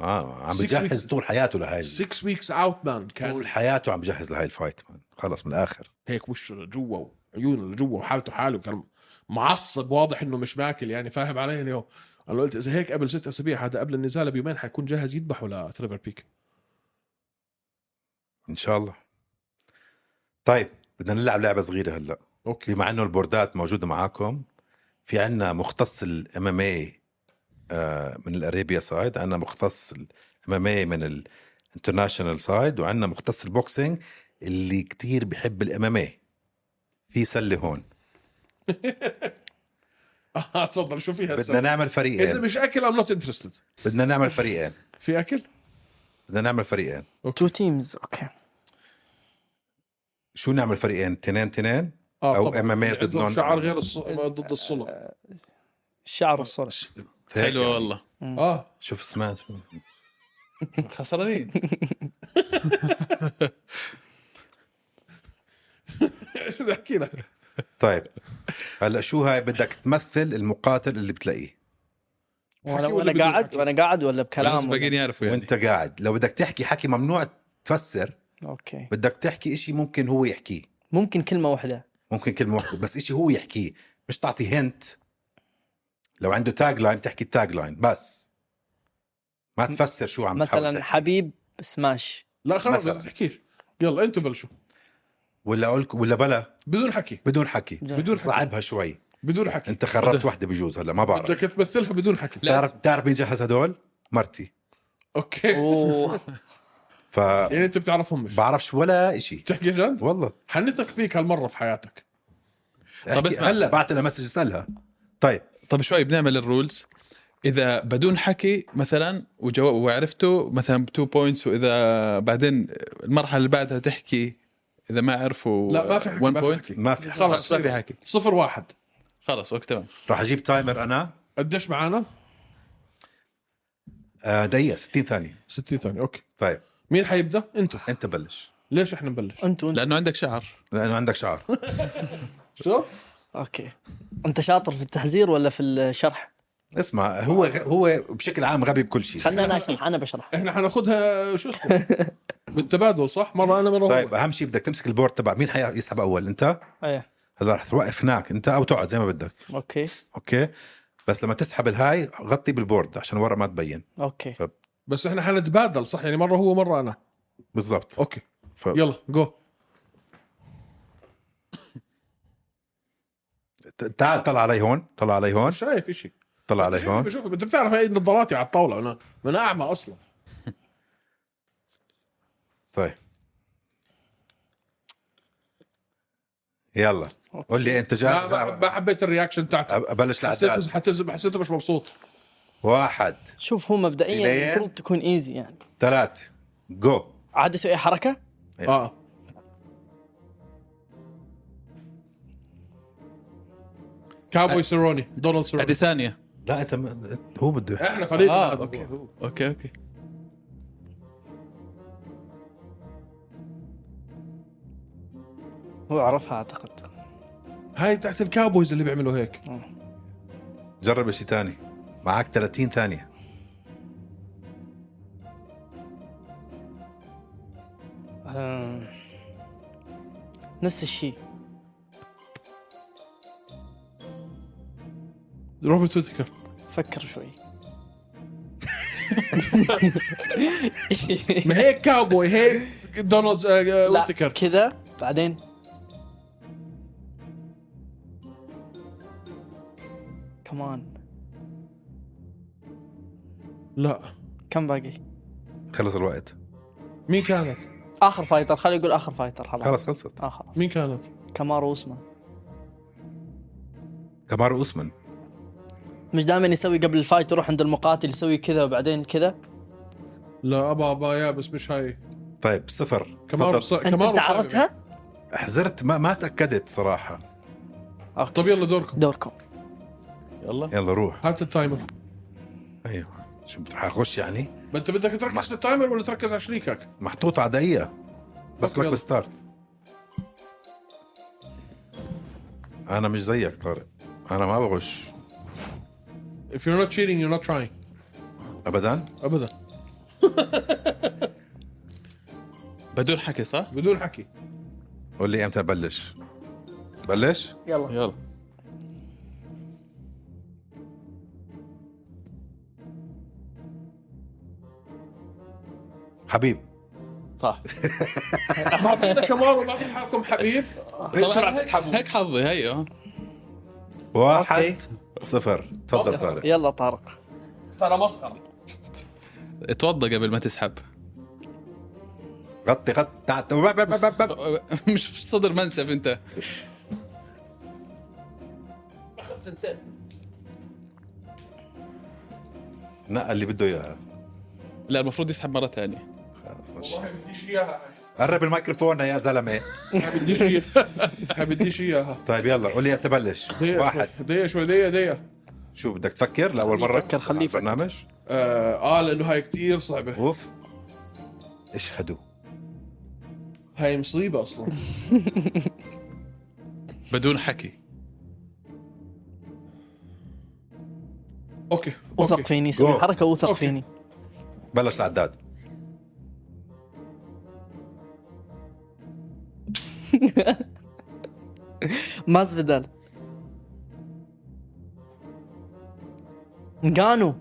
[SPEAKER 1] اه عم
[SPEAKER 2] Six
[SPEAKER 1] بجهز
[SPEAKER 2] weeks.
[SPEAKER 1] طول حياته لهاي
[SPEAKER 2] 6 ويكس اوت مان كان
[SPEAKER 1] طول حياته عم بجهز لهاي الفايت مان خلص من الاخر
[SPEAKER 2] هيك وشه لجوا وعيونه لجوا وحالته حاله كان معصب واضح انه مش ماكل يعني فاهم علي اليوم انا قلت اذا هيك قبل ست اسابيع هذا قبل النزال بيومين حيكون جاهز يذبحه لتريفر بيك
[SPEAKER 1] ان شاء الله طيب بدنا نلعب لعبه صغيره هلا
[SPEAKER 2] اوكي
[SPEAKER 1] بما انه البوردات موجوده معاكم في عندنا مختص آه، الام ام اي من الاريبيا سايد عندنا مختص الام ام اي من انترناشونال سايد وعندنا مختص البوكسينج اللي كتير بحب الام في سله هون
[SPEAKER 2] اه تفضل شو فيها
[SPEAKER 1] بدنا
[SPEAKER 2] هسه؟
[SPEAKER 1] نعمل
[SPEAKER 2] اذا
[SPEAKER 1] فريقين
[SPEAKER 2] مش اكل ام نوت انترستد
[SPEAKER 1] بدنا نعمل فريقين
[SPEAKER 2] في اكل
[SPEAKER 1] بدنا نعمل فريقين
[SPEAKER 3] تو تيمز اوكي
[SPEAKER 1] شو نعمل فريقين تنين تنين
[SPEAKER 2] اه
[SPEAKER 1] أو
[SPEAKER 2] طبعاً.
[SPEAKER 1] MMA
[SPEAKER 2] اللي
[SPEAKER 1] ضد
[SPEAKER 2] عندهم
[SPEAKER 1] نون-
[SPEAKER 2] شعار غير الص... ضد الصلع
[SPEAKER 3] الشعر والصوره
[SPEAKER 4] حلو
[SPEAKER 1] يعني.
[SPEAKER 4] والله
[SPEAKER 2] اه
[SPEAKER 1] شوف سمعت شو-
[SPEAKER 4] خسرانين
[SPEAKER 2] شو بدي احكي لك
[SPEAKER 1] طيب هلا شو هاي بدك تمثل المقاتل اللي بتلاقيه
[SPEAKER 3] وانا
[SPEAKER 2] حكي ولا
[SPEAKER 3] وانا
[SPEAKER 2] بدون
[SPEAKER 3] قاعد
[SPEAKER 2] حكي؟
[SPEAKER 3] وانا قاعد ولا
[SPEAKER 4] خلاص
[SPEAKER 3] بكلام
[SPEAKER 4] باقيين
[SPEAKER 3] ولا-
[SPEAKER 4] يعرفوا يعني
[SPEAKER 1] وانت قاعد لو بدك تحكي حكي ممنوع تفسر
[SPEAKER 3] اوكي
[SPEAKER 1] بدك تحكي إشي ممكن هو يحكيه
[SPEAKER 3] ممكن كلمه واحده
[SPEAKER 1] ممكن كلمه واحده بس إشي هو يحكيه مش تعطي هنت لو عنده تاج لاين تحكي التاج لاين بس ما تفسر شو عم تحاول
[SPEAKER 3] مثلا
[SPEAKER 1] تحكي.
[SPEAKER 3] حبيب سماش
[SPEAKER 2] لا خلاص
[SPEAKER 1] مثلاً.
[SPEAKER 2] ما تحكيش يلا انتوا بلشوا
[SPEAKER 1] ولا اقول ولا بلا
[SPEAKER 2] بدون حكي
[SPEAKER 1] بدون حكي
[SPEAKER 2] بدون حكي
[SPEAKER 1] صعبها شوي
[SPEAKER 2] بدون حكي
[SPEAKER 1] انت خربت وحده بجوز هلا ما بعرف
[SPEAKER 2] بدك تمثلها بدون حكي
[SPEAKER 4] لا.
[SPEAKER 1] بتعرف بتعرف مين جهز هدول مرتي
[SPEAKER 2] اوكي
[SPEAKER 3] اوه
[SPEAKER 1] فبعرفش
[SPEAKER 2] يعني انت بتعرفهم مش
[SPEAKER 1] ولا إشي
[SPEAKER 2] بتحكي جد
[SPEAKER 1] والله
[SPEAKER 2] حنثق فيك هالمره في حياتك
[SPEAKER 4] طب
[SPEAKER 1] احكي-
[SPEAKER 4] اسمع.
[SPEAKER 1] هلا بعت لها مسج اسالها طيب
[SPEAKER 4] طب شوي بنعمل الرولز اذا بدون حكي مثلا وجواب وعرفته مثلا بتو بوينتس واذا بعدين المرحله اللي بعدها تحكي اذا ما عرفوا
[SPEAKER 2] لا ما في حكي
[SPEAKER 4] one
[SPEAKER 2] ما في
[SPEAKER 4] point.
[SPEAKER 2] حكي
[SPEAKER 1] ما في
[SPEAKER 4] خلاص ما في حكي
[SPEAKER 2] صفر واحد
[SPEAKER 4] خلاص اوكي تمام
[SPEAKER 1] راح اجيب تايمر انا
[SPEAKER 2] قديش معانا؟
[SPEAKER 1] آه، دقيقه 60 ثانيه
[SPEAKER 2] 60 ثانيه اوكي
[SPEAKER 1] طيب
[SPEAKER 2] مين حيبدا؟ انتوا
[SPEAKER 1] انت بلش
[SPEAKER 2] ليش احنا نبلش؟
[SPEAKER 3] انتوا انت
[SPEAKER 4] لانه عندك شعر
[SPEAKER 1] لانه عندك شعر
[SPEAKER 2] شوف
[SPEAKER 3] اوكي انت شاطر في التحذير ولا في الشرح؟
[SPEAKER 1] اسمع هو هو بشكل عام غبي بكل شيء
[SPEAKER 3] خلنا انا اشرح انا بشرح
[SPEAKER 2] احنا حناخذها شو اسمه بالتبادل صح؟ مره انا مره
[SPEAKER 1] طيب
[SPEAKER 2] طيب.
[SPEAKER 1] اهم شيء بدك تمسك البورد تبع مين حيسحب اول انت
[SPEAKER 3] ايه
[SPEAKER 1] هلا رح توقف هناك انت او تقعد زي ما بدك
[SPEAKER 3] اوكي
[SPEAKER 1] اوكي بس لما تسحب الهاي غطي بالبورد عشان ورا ما تبين
[SPEAKER 3] اوكي
[SPEAKER 2] بس احنا حنتبادل صح يعني مره هو مره انا
[SPEAKER 4] طيب.
[SPEAKER 1] بالضبط
[SPEAKER 2] اوكي
[SPEAKER 1] ف...
[SPEAKER 2] يلا جو
[SPEAKER 1] ت- تعال طلع علي هون طلع علي هون
[SPEAKER 2] مش شايف شيء
[SPEAKER 4] طيب،
[SPEAKER 1] طلع علي هون
[SPEAKER 2] شوف انت بتعرف هاي نظاراتي على الطاوله انا ما انا اعمى اصلا
[SPEAKER 1] طيب يلا قول لي انت
[SPEAKER 2] ما-
[SPEAKER 1] جاهز
[SPEAKER 2] ما ما حبيت الرياكشن تاعته
[SPEAKER 1] أب- ابلش
[SPEAKER 2] حسيته
[SPEAKER 1] العداد
[SPEAKER 2] حسيته حسيته مش مبسوط
[SPEAKER 1] واحد
[SPEAKER 3] شوف هو مبدئيا
[SPEAKER 1] إلين.
[SPEAKER 3] المفروض تكون ايزي يعني
[SPEAKER 1] ثلاثة جو
[SPEAKER 3] عاد اسوي اي حركه
[SPEAKER 1] إيه.
[SPEAKER 2] اه كابوي سيروني دونالد
[SPEAKER 4] هذه
[SPEAKER 2] سيروني
[SPEAKER 4] ثانيه
[SPEAKER 1] لا انت م... هو بده
[SPEAKER 2] احنا فريق
[SPEAKER 4] آه،
[SPEAKER 2] هذا
[SPEAKER 4] أوكي.
[SPEAKER 2] هو.
[SPEAKER 4] اوكي اوكي
[SPEAKER 3] هو عرفها اعتقد
[SPEAKER 2] هاي تحت الكابويز اللي بيعملوا هيك
[SPEAKER 1] جرب شيء ثاني معك 30 ثانية
[SPEAKER 3] آم، نفس الشيء
[SPEAKER 2] روبرت ويتكر
[SPEAKER 3] فكر شوي
[SPEAKER 2] ما هيك كاوبوي هيك دونالد آه، آه،
[SPEAKER 3] لا
[SPEAKER 2] ويتكر
[SPEAKER 3] كذا بعدين كمان
[SPEAKER 2] لا
[SPEAKER 3] كم باقي
[SPEAKER 1] خلص الوقت
[SPEAKER 2] مين كانت؟
[SPEAKER 3] اخر فايتر خليه يقول اخر فايتر خلاص
[SPEAKER 1] خلص خلصت
[SPEAKER 3] اه خلاص
[SPEAKER 2] مين كانت؟
[SPEAKER 3] كامارو اوسمان
[SPEAKER 1] كمارو اوسمان
[SPEAKER 3] مش دائما يسوي قبل الفايت يروح عند المقاتل يسوي كذا وبعدين كذا
[SPEAKER 2] لا ابا ابا يا بس مش هاي
[SPEAKER 1] طيب صفر
[SPEAKER 2] كمان
[SPEAKER 1] تفضل.
[SPEAKER 3] انت, انت عرفتها؟
[SPEAKER 1] حزرت ما ما تاكدت صراحه
[SPEAKER 3] اوكي
[SPEAKER 2] طب طيب، يلا دوركم
[SPEAKER 3] دوركم
[SPEAKER 4] يلا
[SPEAKER 1] يلا روح
[SPEAKER 2] هات التايمر
[SPEAKER 1] ايوه شو بتروح اخش يعني
[SPEAKER 2] ما انت بدك تركز في التايمر ولا تركز على شريكك؟
[SPEAKER 1] محطوط على دقيقه بس
[SPEAKER 2] أوكي،
[SPEAKER 1] لك
[SPEAKER 2] يلا.
[SPEAKER 1] بستارت انا مش زيك طارق انا ما بغش
[SPEAKER 2] If you're not cheating you're not trying
[SPEAKER 1] ابدا
[SPEAKER 2] ابدا
[SPEAKER 4] بدون حكي صح؟
[SPEAKER 2] بدون حكي
[SPEAKER 1] قول لي امتى بلش بلش
[SPEAKER 3] يلا
[SPEAKER 4] يلا
[SPEAKER 1] حبيب
[SPEAKER 4] صح
[SPEAKER 2] معطينا كمان ومعطي حالكم حبيب
[SPEAKER 4] طلع هيك حظي هي آه.
[SPEAKER 1] واحد صفر تفضل طارق
[SPEAKER 3] يلا طارق
[SPEAKER 2] ترى مسخره
[SPEAKER 4] اتوضى قبل ما تسحب
[SPEAKER 1] غطي غطي تعال تعال- بب- بب- بب- بب.
[SPEAKER 4] مش في صدر منسف انت
[SPEAKER 1] نقى اللي بده اياها
[SPEAKER 4] لا المفروض يسحب مره ثانيه
[SPEAKER 1] خلص ماشي.
[SPEAKER 2] والله بديش اياها
[SPEAKER 1] قرب الميكروفون يا زلمه
[SPEAKER 2] بديش اياها بديش اياها
[SPEAKER 1] طيب يلا قول لي إياها تبلش واحد
[SPEAKER 2] دقيقة شوي دقيقة دقيقة
[SPEAKER 1] شو بدك تفكر لاول مره
[SPEAKER 3] يفكر، خليه
[SPEAKER 1] على
[SPEAKER 3] يفكر.
[SPEAKER 1] البرنامج
[SPEAKER 2] اه آه، لانه هاي كثير صعبة
[SPEAKER 1] اوف اشهدوا
[SPEAKER 2] هاي مصيبة اصلا
[SPEAKER 4] بدون حكي
[SPEAKER 2] اوكي
[SPEAKER 3] وثق
[SPEAKER 2] اوكي
[SPEAKER 3] فيني سوي
[SPEAKER 1] Go.
[SPEAKER 3] حركه وثق
[SPEAKER 2] أوكي.
[SPEAKER 3] فيني
[SPEAKER 1] بلش العداد
[SPEAKER 3] ماز فيدال انجانو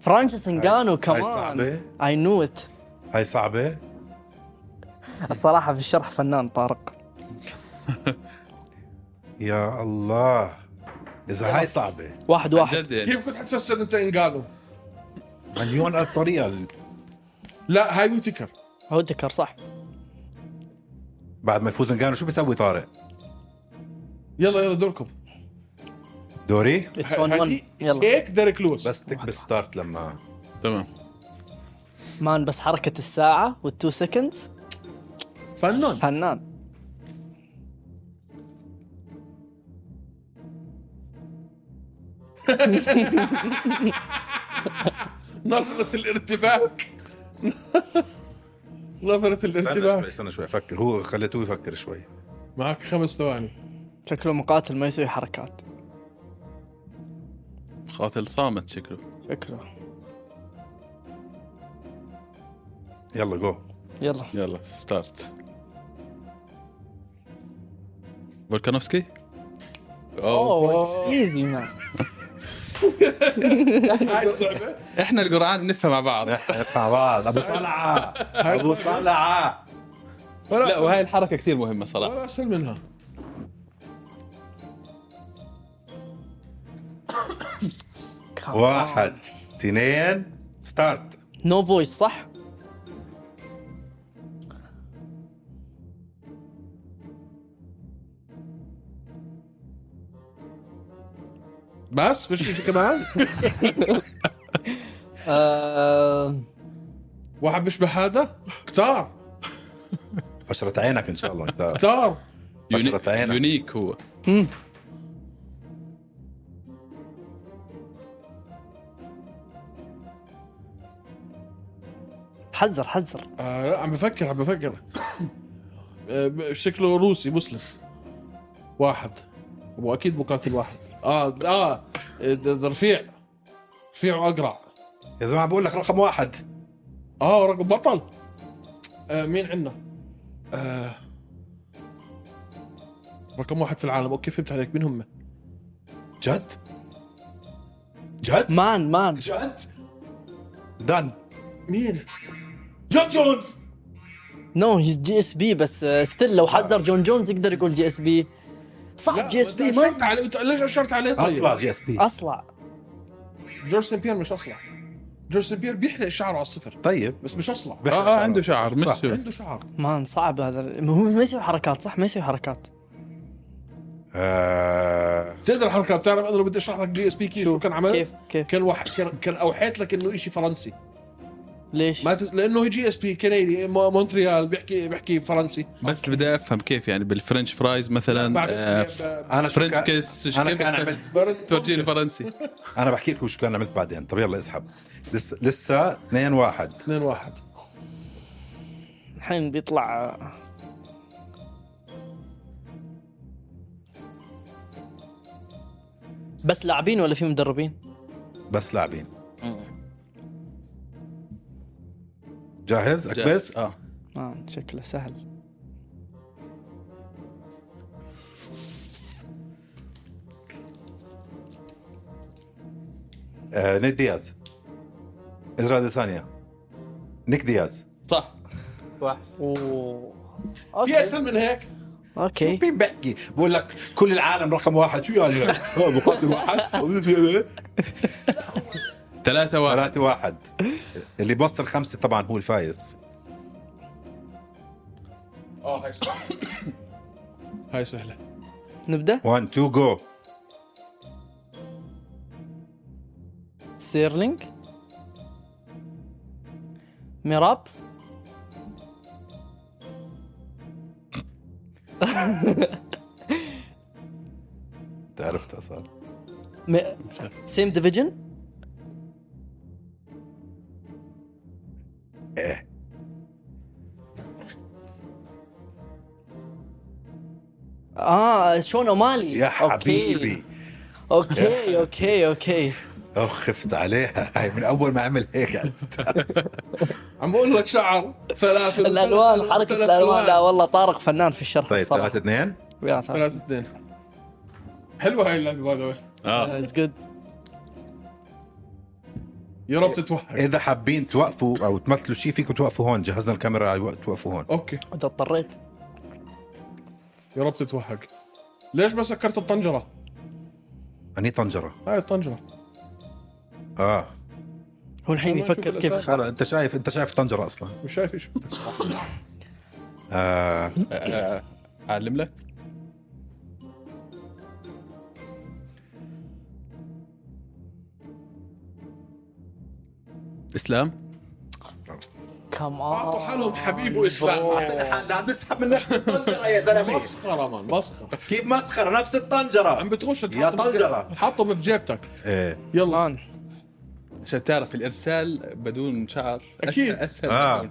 [SPEAKER 3] فرانشيس انجانو
[SPEAKER 1] هاي
[SPEAKER 3] كمان
[SPEAKER 1] صعبه
[SPEAKER 3] اي نو ات
[SPEAKER 1] هاي صعبه
[SPEAKER 3] الصراحه في الشرح فنان طارق
[SPEAKER 1] يا الله اذا هاي صعبه
[SPEAKER 3] واحد
[SPEAKER 4] عن
[SPEAKER 3] واحد
[SPEAKER 4] جد يعني
[SPEAKER 2] كيف كنت حتفسر انت انجانو؟
[SPEAKER 1] مليون الف طريقه
[SPEAKER 2] لا هاي ويتكر
[SPEAKER 3] هو ذكر صح
[SPEAKER 1] بعد ما يفوز انجانو شو بيسوي طارق
[SPEAKER 2] يلا يلا دوركم
[SPEAKER 1] دوري
[SPEAKER 3] اتس 1 1
[SPEAKER 1] إيه.
[SPEAKER 3] يلا
[SPEAKER 2] هيك ديريك لويس
[SPEAKER 1] بس تكبس ستارت لما
[SPEAKER 4] تمام
[SPEAKER 3] مان بس حركه الساعه والتو سكندز
[SPEAKER 2] فنان
[SPEAKER 3] فنان
[SPEAKER 2] نظرة الارتباك نظرة
[SPEAKER 1] استنى شوي
[SPEAKER 2] الارتباك
[SPEAKER 1] استنى شوي افكر هو خليته يفكر شوي
[SPEAKER 2] معك خمس ثواني
[SPEAKER 3] شكله مقاتل ما يسوي حركات
[SPEAKER 4] قاتل صامت شكله
[SPEAKER 3] شكله
[SPEAKER 1] يلا جو
[SPEAKER 3] يلا
[SPEAKER 4] يلا ستارت فولكانوفسكي
[SPEAKER 3] Oh, اوه ايزي مان
[SPEAKER 2] هاي صعبة
[SPEAKER 4] احنا القرعان نفهم مع بعض
[SPEAKER 1] مع بعض ابو صلعه ابو صلعه
[SPEAKER 2] ولا
[SPEAKER 4] لا
[SPEAKER 2] أسهل-
[SPEAKER 4] وهاي الحركه كثير مهمه صراحه
[SPEAKER 2] ولا اسهل منها
[SPEAKER 1] واحد اثنين ستارت
[SPEAKER 3] نو فويس صح؟
[SPEAKER 2] بس في شيء كمان
[SPEAKER 3] آه،
[SPEAKER 2] واحد بيشبه هذا كتار
[SPEAKER 1] بشرة عينك ان شاء الله انت
[SPEAKER 2] كتار
[SPEAKER 1] بشرة
[SPEAKER 4] يونيك-
[SPEAKER 1] عينك.
[SPEAKER 4] يونيك هو
[SPEAKER 3] مم. حذر حذر
[SPEAKER 2] آه لا عم بفكر عم بفكر آه شكله روسي مسلم واحد واكيد مقاتل واحد اه اه ده- ده رفيع رفيع واقرع
[SPEAKER 1] يا زلمه عم بقول لك رقم واحد
[SPEAKER 2] اه رقم بطل آه مين عندنا؟ آه رقم واحد في العالم اوكي فهمت عليك مين هم؟
[SPEAKER 1] جد جد
[SPEAKER 3] مان مان
[SPEAKER 1] جد دان
[SPEAKER 2] مين؟
[SPEAKER 1] جون جونز
[SPEAKER 3] نو هيز جي اس بي بس ستيل لو حذر جون جونز يقدر يقول جي اس بي صح جي اس
[SPEAKER 2] ما
[SPEAKER 3] بي ما
[SPEAKER 2] أشرت عليه أنت ليش اشرت عليه طيب؟
[SPEAKER 1] اصلا جي اس بي
[SPEAKER 3] اصلع
[SPEAKER 2] جورج سان بيير مش اصلع جورج سان بيير بيحلق شعره على الصفر
[SPEAKER 1] طيب
[SPEAKER 2] بس مش اصلع
[SPEAKER 4] اه اه عنده شعر
[SPEAKER 1] صح.
[SPEAKER 4] مش
[SPEAKER 2] عنده شعر
[SPEAKER 3] مان صعب هذا هو ما يسوي حركات صح ما يسوي حركات
[SPEAKER 1] آه،
[SPEAKER 2] بتقدر الحركه بتعرف انا لو بدي اشرح لك جي اس بي كيف شو كان عمل؟
[SPEAKER 3] كيف كيف
[SPEAKER 2] كان واحد كان, كان اوحيت لك انه شيء فرنسي
[SPEAKER 3] ليش
[SPEAKER 2] ما تس... لانه جي اس بي كندي مو- مونتريال بيحكي بيحكي فرنسي
[SPEAKER 4] بس بدي افهم كيف يعني بالفرنش فرايز مثلا
[SPEAKER 2] بعدين-
[SPEAKER 4] آه،
[SPEAKER 1] انا شو
[SPEAKER 4] فرنش
[SPEAKER 1] كان
[SPEAKER 4] كيس
[SPEAKER 1] انا كان عملت
[SPEAKER 2] برد-
[SPEAKER 4] تورجيني فرنسي
[SPEAKER 1] انا بحكي لكم شو كان عملت بعدين طب يلا اسحب لسه لسه 2 1
[SPEAKER 2] 2 1
[SPEAKER 3] الحين بيطلع بس لاعبين ولا في مدربين؟
[SPEAKER 1] بس لاعبين جاهز اكبس
[SPEAKER 4] اه
[SPEAKER 3] آه شكله سهل
[SPEAKER 1] آه، نيك دياز ازرا ديسانيا نيك دياز
[SPEAKER 4] صح
[SPEAKER 3] اوه
[SPEAKER 2] في
[SPEAKER 3] اوكي
[SPEAKER 2] اسهل من هيك
[SPEAKER 3] اوكي
[SPEAKER 1] مين بحكي بقول لك كل العالم رقم واحد شو يعني آه، مقاتل واحد
[SPEAKER 4] ثلاثة واحد
[SPEAKER 1] ثلاثة واحد اللي بوصل خمسة طبعا هو الفايز
[SPEAKER 2] اه هاي سهله هاي سهله
[SPEAKER 3] نبدا
[SPEAKER 1] 1 2 جو
[SPEAKER 3] سيرلينج ميراب
[SPEAKER 1] انت عرفتها صار
[SPEAKER 3] سيم ديفيجن
[SPEAKER 1] ايه
[SPEAKER 3] اه شون اومالي
[SPEAKER 1] يا
[SPEAKER 3] أوكي.
[SPEAKER 1] حبيبي إيه.
[SPEAKER 3] اوكي اوكي اوكي
[SPEAKER 1] اخ خفت عليها هاي من اول ما عمل هيك يعني. عرفتها
[SPEAKER 2] عم بقول لك شعر فلافل
[SPEAKER 3] الالوان حركه الالوان لا والله طارق فنان في الشرح
[SPEAKER 1] طيب 3
[SPEAKER 3] الصراحه
[SPEAKER 1] 2
[SPEAKER 3] يا طارق
[SPEAKER 2] ثلاثة اثنين حلوة هاي اللعبة باي ذا واي
[SPEAKER 4] اه
[SPEAKER 3] اتس جود
[SPEAKER 2] يا رب تتوحد
[SPEAKER 1] اذا حابين توقفوا او تمثلوا شيء فيكم توقفوا هون جهزنا الكاميرا على الوقت توقفوا هون
[SPEAKER 2] اوكي
[SPEAKER 3] انت اضطريت
[SPEAKER 2] يا رب تتوحق ليش ما سكرت الطنجرة؟
[SPEAKER 1] اني طنجره
[SPEAKER 2] هاي الطنجرة
[SPEAKER 1] اه
[SPEAKER 3] هو الحين
[SPEAKER 2] ما أشوف
[SPEAKER 3] يفكر كيف
[SPEAKER 2] الأسامي.
[SPEAKER 3] يخرب.
[SPEAKER 1] خلا انت شايف انت شايف طنجره اصلا
[SPEAKER 2] مش شايف ايش
[SPEAKER 1] آه.
[SPEAKER 4] آه، اعلم لك اسلام
[SPEAKER 3] كم
[SPEAKER 2] أعطوا حالهم حبيب وإسلام.
[SPEAKER 1] أعطيني حال عم نعم نسحب من نفس الطنجره يا زلمه
[SPEAKER 2] مسخرة مان مسخرة
[SPEAKER 1] كيف مسخره نفس الطنجره
[SPEAKER 2] عم بتغش
[SPEAKER 1] يا
[SPEAKER 2] تحطهم في-
[SPEAKER 1] طنجرة.
[SPEAKER 2] حطهم في جيبتك
[SPEAKER 1] ايه
[SPEAKER 2] يلا
[SPEAKER 3] مان
[SPEAKER 4] عشان تعرف الارسال بدون شعر
[SPEAKER 2] أكيد.
[SPEAKER 4] اسهل, أسهل
[SPEAKER 1] آه.
[SPEAKER 4] آه.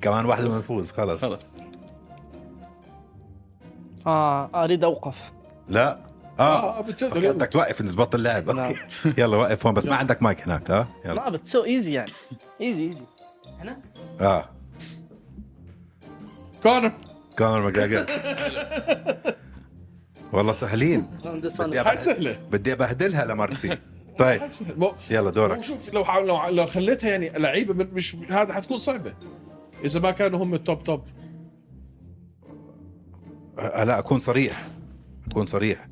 [SPEAKER 1] كمان واحد منفوز خلص
[SPEAKER 4] خلص
[SPEAKER 3] اه اريد اوقف
[SPEAKER 1] لا اه
[SPEAKER 2] اه بتجد يلا.
[SPEAKER 1] فكرتك توقف انت تبطل لعب
[SPEAKER 3] نعم.
[SPEAKER 1] اوكي يلا وقف هون بس ما عندك مايك هناك اه يلا
[SPEAKER 3] لا بتسو ايزي يعني ايزي ايزي هنا
[SPEAKER 1] اه
[SPEAKER 2] كونر
[SPEAKER 1] كونر ماجراجر والله سهلين
[SPEAKER 3] No, this one
[SPEAKER 1] بدي
[SPEAKER 3] is-
[SPEAKER 2] هاي
[SPEAKER 1] أبهدل-
[SPEAKER 2] سهلة
[SPEAKER 1] بدي ابهدلها لمرتي طيب
[SPEAKER 2] هاي سهلة مو-
[SPEAKER 1] يلا دورك
[SPEAKER 2] مو شوف لو حاول لو, لو خليتها يعني لعيبة من- مش هذا حتكون صعبة إذا ما كانوا هم التوب توب
[SPEAKER 1] أ- أه، لا اكون صريح اكون صريح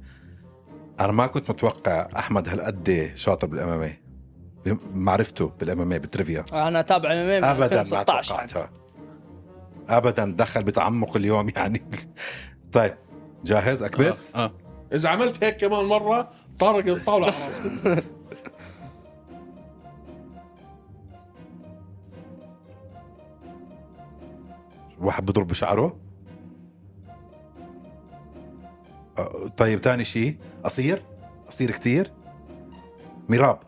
[SPEAKER 1] انا ما كنت متوقع احمد هالقد شاطر بالامامي معرفته بالامامي بالترivia
[SPEAKER 3] انا اتابع ام ام
[SPEAKER 1] ابدا ما
[SPEAKER 3] يعني.
[SPEAKER 1] توقعتها ابدا دخل بتعمق اليوم يعني طيب جاهز اكبس
[SPEAKER 4] اه, آه.
[SPEAKER 2] إذا عملت هيك كمان مرة طارق الطاولة على راسك
[SPEAKER 1] واحد بضرب بشعره أه، طيب تاني شيء قصير قصير كتير ميراب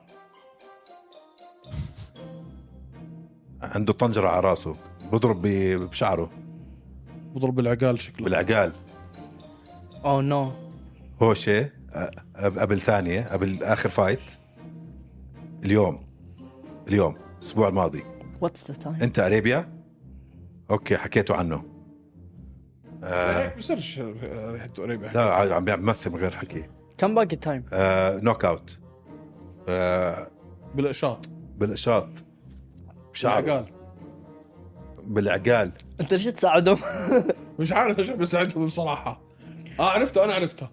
[SPEAKER 1] عنده طنجرة على راسه بضرب ب- بشعره
[SPEAKER 2] بضرب العقال شكله
[SPEAKER 1] بالعقال
[SPEAKER 3] اوه نو
[SPEAKER 1] هوشة أه، أب- قبل ثانية قبل آخر فايت اليوم اليوم الأسبوع الماضي
[SPEAKER 3] واتس ذا تايم
[SPEAKER 1] أنت أريبيا أوكي حكيتوا عنه آه
[SPEAKER 2] هيك بصيرش ريحته قريبة
[SPEAKER 1] لا عم عم بيمثل من غير حكي
[SPEAKER 3] كم باقي تايم
[SPEAKER 1] آه، نوك اوت آه،
[SPEAKER 2] بالإشاط
[SPEAKER 1] بالاشاط بشعر
[SPEAKER 2] العقال
[SPEAKER 1] بالعقال
[SPEAKER 3] انت ليش تساعدهم
[SPEAKER 2] مش عارف ايش بساعدهم بصراحه اه عرفته انا عرفته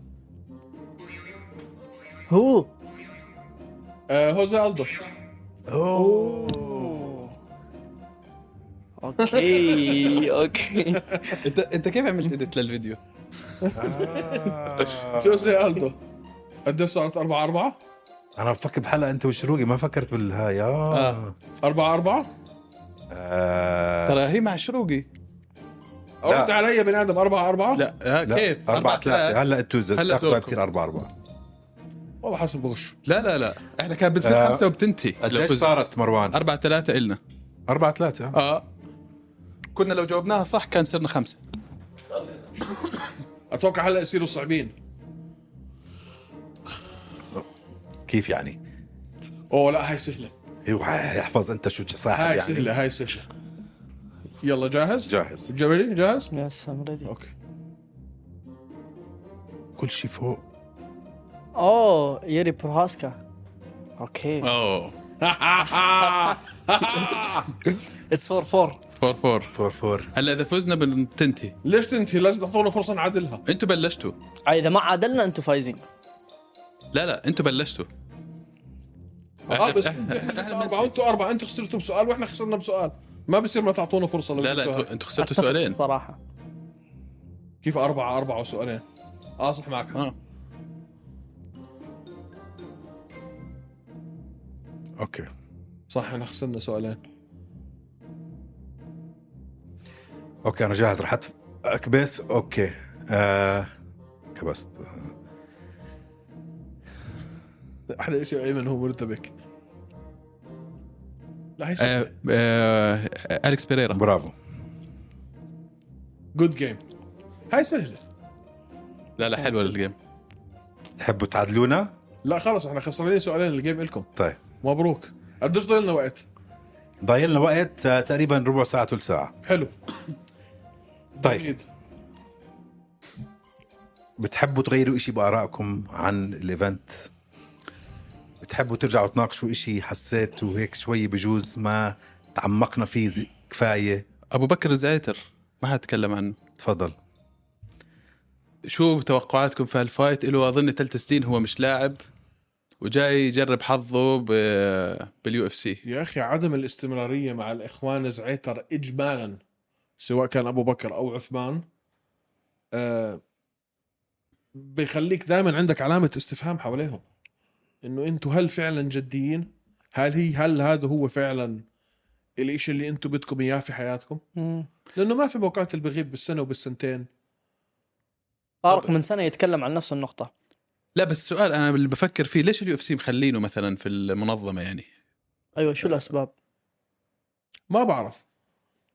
[SPEAKER 3] هو
[SPEAKER 2] آه هوزي الدو
[SPEAKER 3] اوكي اوكي
[SPEAKER 4] انت انت كيف عملت اديت للفيديو؟
[SPEAKER 2] جوزي الدو قد ايش صارت 4 4
[SPEAKER 1] انا بفكر بحلقه انت وشروقي ما فكرت بالهاي اه
[SPEAKER 4] آه.
[SPEAKER 2] 4 4
[SPEAKER 1] آه.
[SPEAKER 4] ترى هي مع شروقي
[SPEAKER 2] رد علي بني ادم 4 4
[SPEAKER 4] لا, آه
[SPEAKER 1] لا
[SPEAKER 4] كيف؟
[SPEAKER 1] 4 3
[SPEAKER 4] ثلاثة.
[SPEAKER 1] هلا انتوا اذا
[SPEAKER 4] هلا
[SPEAKER 1] بتاخذوها
[SPEAKER 4] دوركم.
[SPEAKER 1] بتصير 4 4
[SPEAKER 2] والله حسب بغش
[SPEAKER 4] لا لا لا احنا كان بنصير
[SPEAKER 1] آه.
[SPEAKER 4] خمسة وبتنتهي لو
[SPEAKER 1] قديش
[SPEAKER 4] فزنا.
[SPEAKER 1] صارت مروان؟
[SPEAKER 4] أربعة ثلاثة إلنا
[SPEAKER 1] 4 3
[SPEAKER 4] اه كنا لو جاوبناها صح كان صرنا خمسة
[SPEAKER 2] اتوقع هلا يصيروا صعبين
[SPEAKER 1] كيف يعني؟
[SPEAKER 2] اوه لا هاي سهله
[SPEAKER 1] اوعى يحفظ انت شو صاحب
[SPEAKER 2] هاي
[SPEAKER 1] يعني
[SPEAKER 2] سهله هاي سهله يلا جاهز
[SPEAKER 1] جاهز
[SPEAKER 2] جبلي جاهز
[SPEAKER 3] يس ام ريدي
[SPEAKER 2] اوكي
[SPEAKER 1] كل شيء فوق
[SPEAKER 3] اوه يري بروهاسكا
[SPEAKER 1] أه.
[SPEAKER 3] اوكي
[SPEAKER 4] اوه
[SPEAKER 3] اتس فور فور
[SPEAKER 4] فور فور
[SPEAKER 1] فور فور
[SPEAKER 4] هلا إذا فزنا بنتنتهي
[SPEAKER 2] ليش تنتهي لازم تعطونا فرصه نعادلها
[SPEAKER 4] انتوا بلشتوا
[SPEAKER 3] آه، اذا ما عادلنا انتم فايزين
[SPEAKER 4] لا لا انتوا بلشتوا
[SPEAKER 2] اه بس
[SPEAKER 4] أه،
[SPEAKER 2] احنا اربعه وانتوا اربعه انتوا خسرتوا بسؤال واحنا خسرنا بسؤال ما بصير ما تعطونا فرصه لو
[SPEAKER 4] لا لا
[SPEAKER 2] جبتوها.
[SPEAKER 4] انتوا انتوا خسرتوا
[SPEAKER 3] أتفق
[SPEAKER 4] سؤالين
[SPEAKER 3] الصراحه
[SPEAKER 1] أه.
[SPEAKER 2] كيف اربعه اربعه وسؤالين اه صح معك
[SPEAKER 4] اه
[SPEAKER 1] اوكي
[SPEAKER 2] صح احنا خسرنا سؤالين
[SPEAKER 1] اوكي انا جاهز رح أتف- اكبس اوكي آه كبست
[SPEAKER 2] احلى شيء ايمن هو مرتبك رح يصير
[SPEAKER 4] آه، آه، اليكس بيريرا
[SPEAKER 1] برافو
[SPEAKER 2] جود جيم هاي سهله
[SPEAKER 4] لا لا حلوه الجيم
[SPEAKER 1] تحبوا تعادلونا؟
[SPEAKER 2] لا خلص احنا خسرانين سؤالين الجيم لكم
[SPEAKER 1] طيب
[SPEAKER 2] مبروك قديش ضل لنا وقت
[SPEAKER 1] ضايل لنا وقت آه، تقريبا ربع ساعه ثلث ساعه
[SPEAKER 2] حلو
[SPEAKER 1] طيب
[SPEAKER 2] أكيد.
[SPEAKER 1] بتحبوا تغيروا إشي بارائكم عن الايفنت بتحبوا ترجعوا تناقشوا إشي حسيتوا هيك شوي بجوز ما تعمقنا فيه زي- كفايه
[SPEAKER 4] ابو بكر الزعيتر ما هتكلم عنه
[SPEAKER 1] تفضل
[SPEAKER 4] شو توقعاتكم في هالفايت له اظن ثلاث سنين هو مش لاعب وجاي يجرب حظه ب... باليو اف سي
[SPEAKER 2] يا اخي عدم الاستمراريه مع الاخوان زعيتر اجمالا سواء كان ابو بكر او عثمان آه بيخليك دائما عندك علامه استفهام حواليهم انه انتم هل فعلا جديين؟ هل هي هل هذا هو فعلا الإشي اللي انتم بدكم اياه في حياتكم؟
[SPEAKER 3] مم.
[SPEAKER 2] لانه ما في موقعات اللي بغيب بالسنه وبالسنتين
[SPEAKER 3] طارق من سنه يتكلم عن نفس النقطه
[SPEAKER 4] لا بس السؤال انا اللي بفكر فيه ليش اليو اف سي مخلينه مثلا في المنظمه يعني
[SPEAKER 3] ايوه
[SPEAKER 1] أه.
[SPEAKER 3] شو الاسباب
[SPEAKER 2] ما بعرف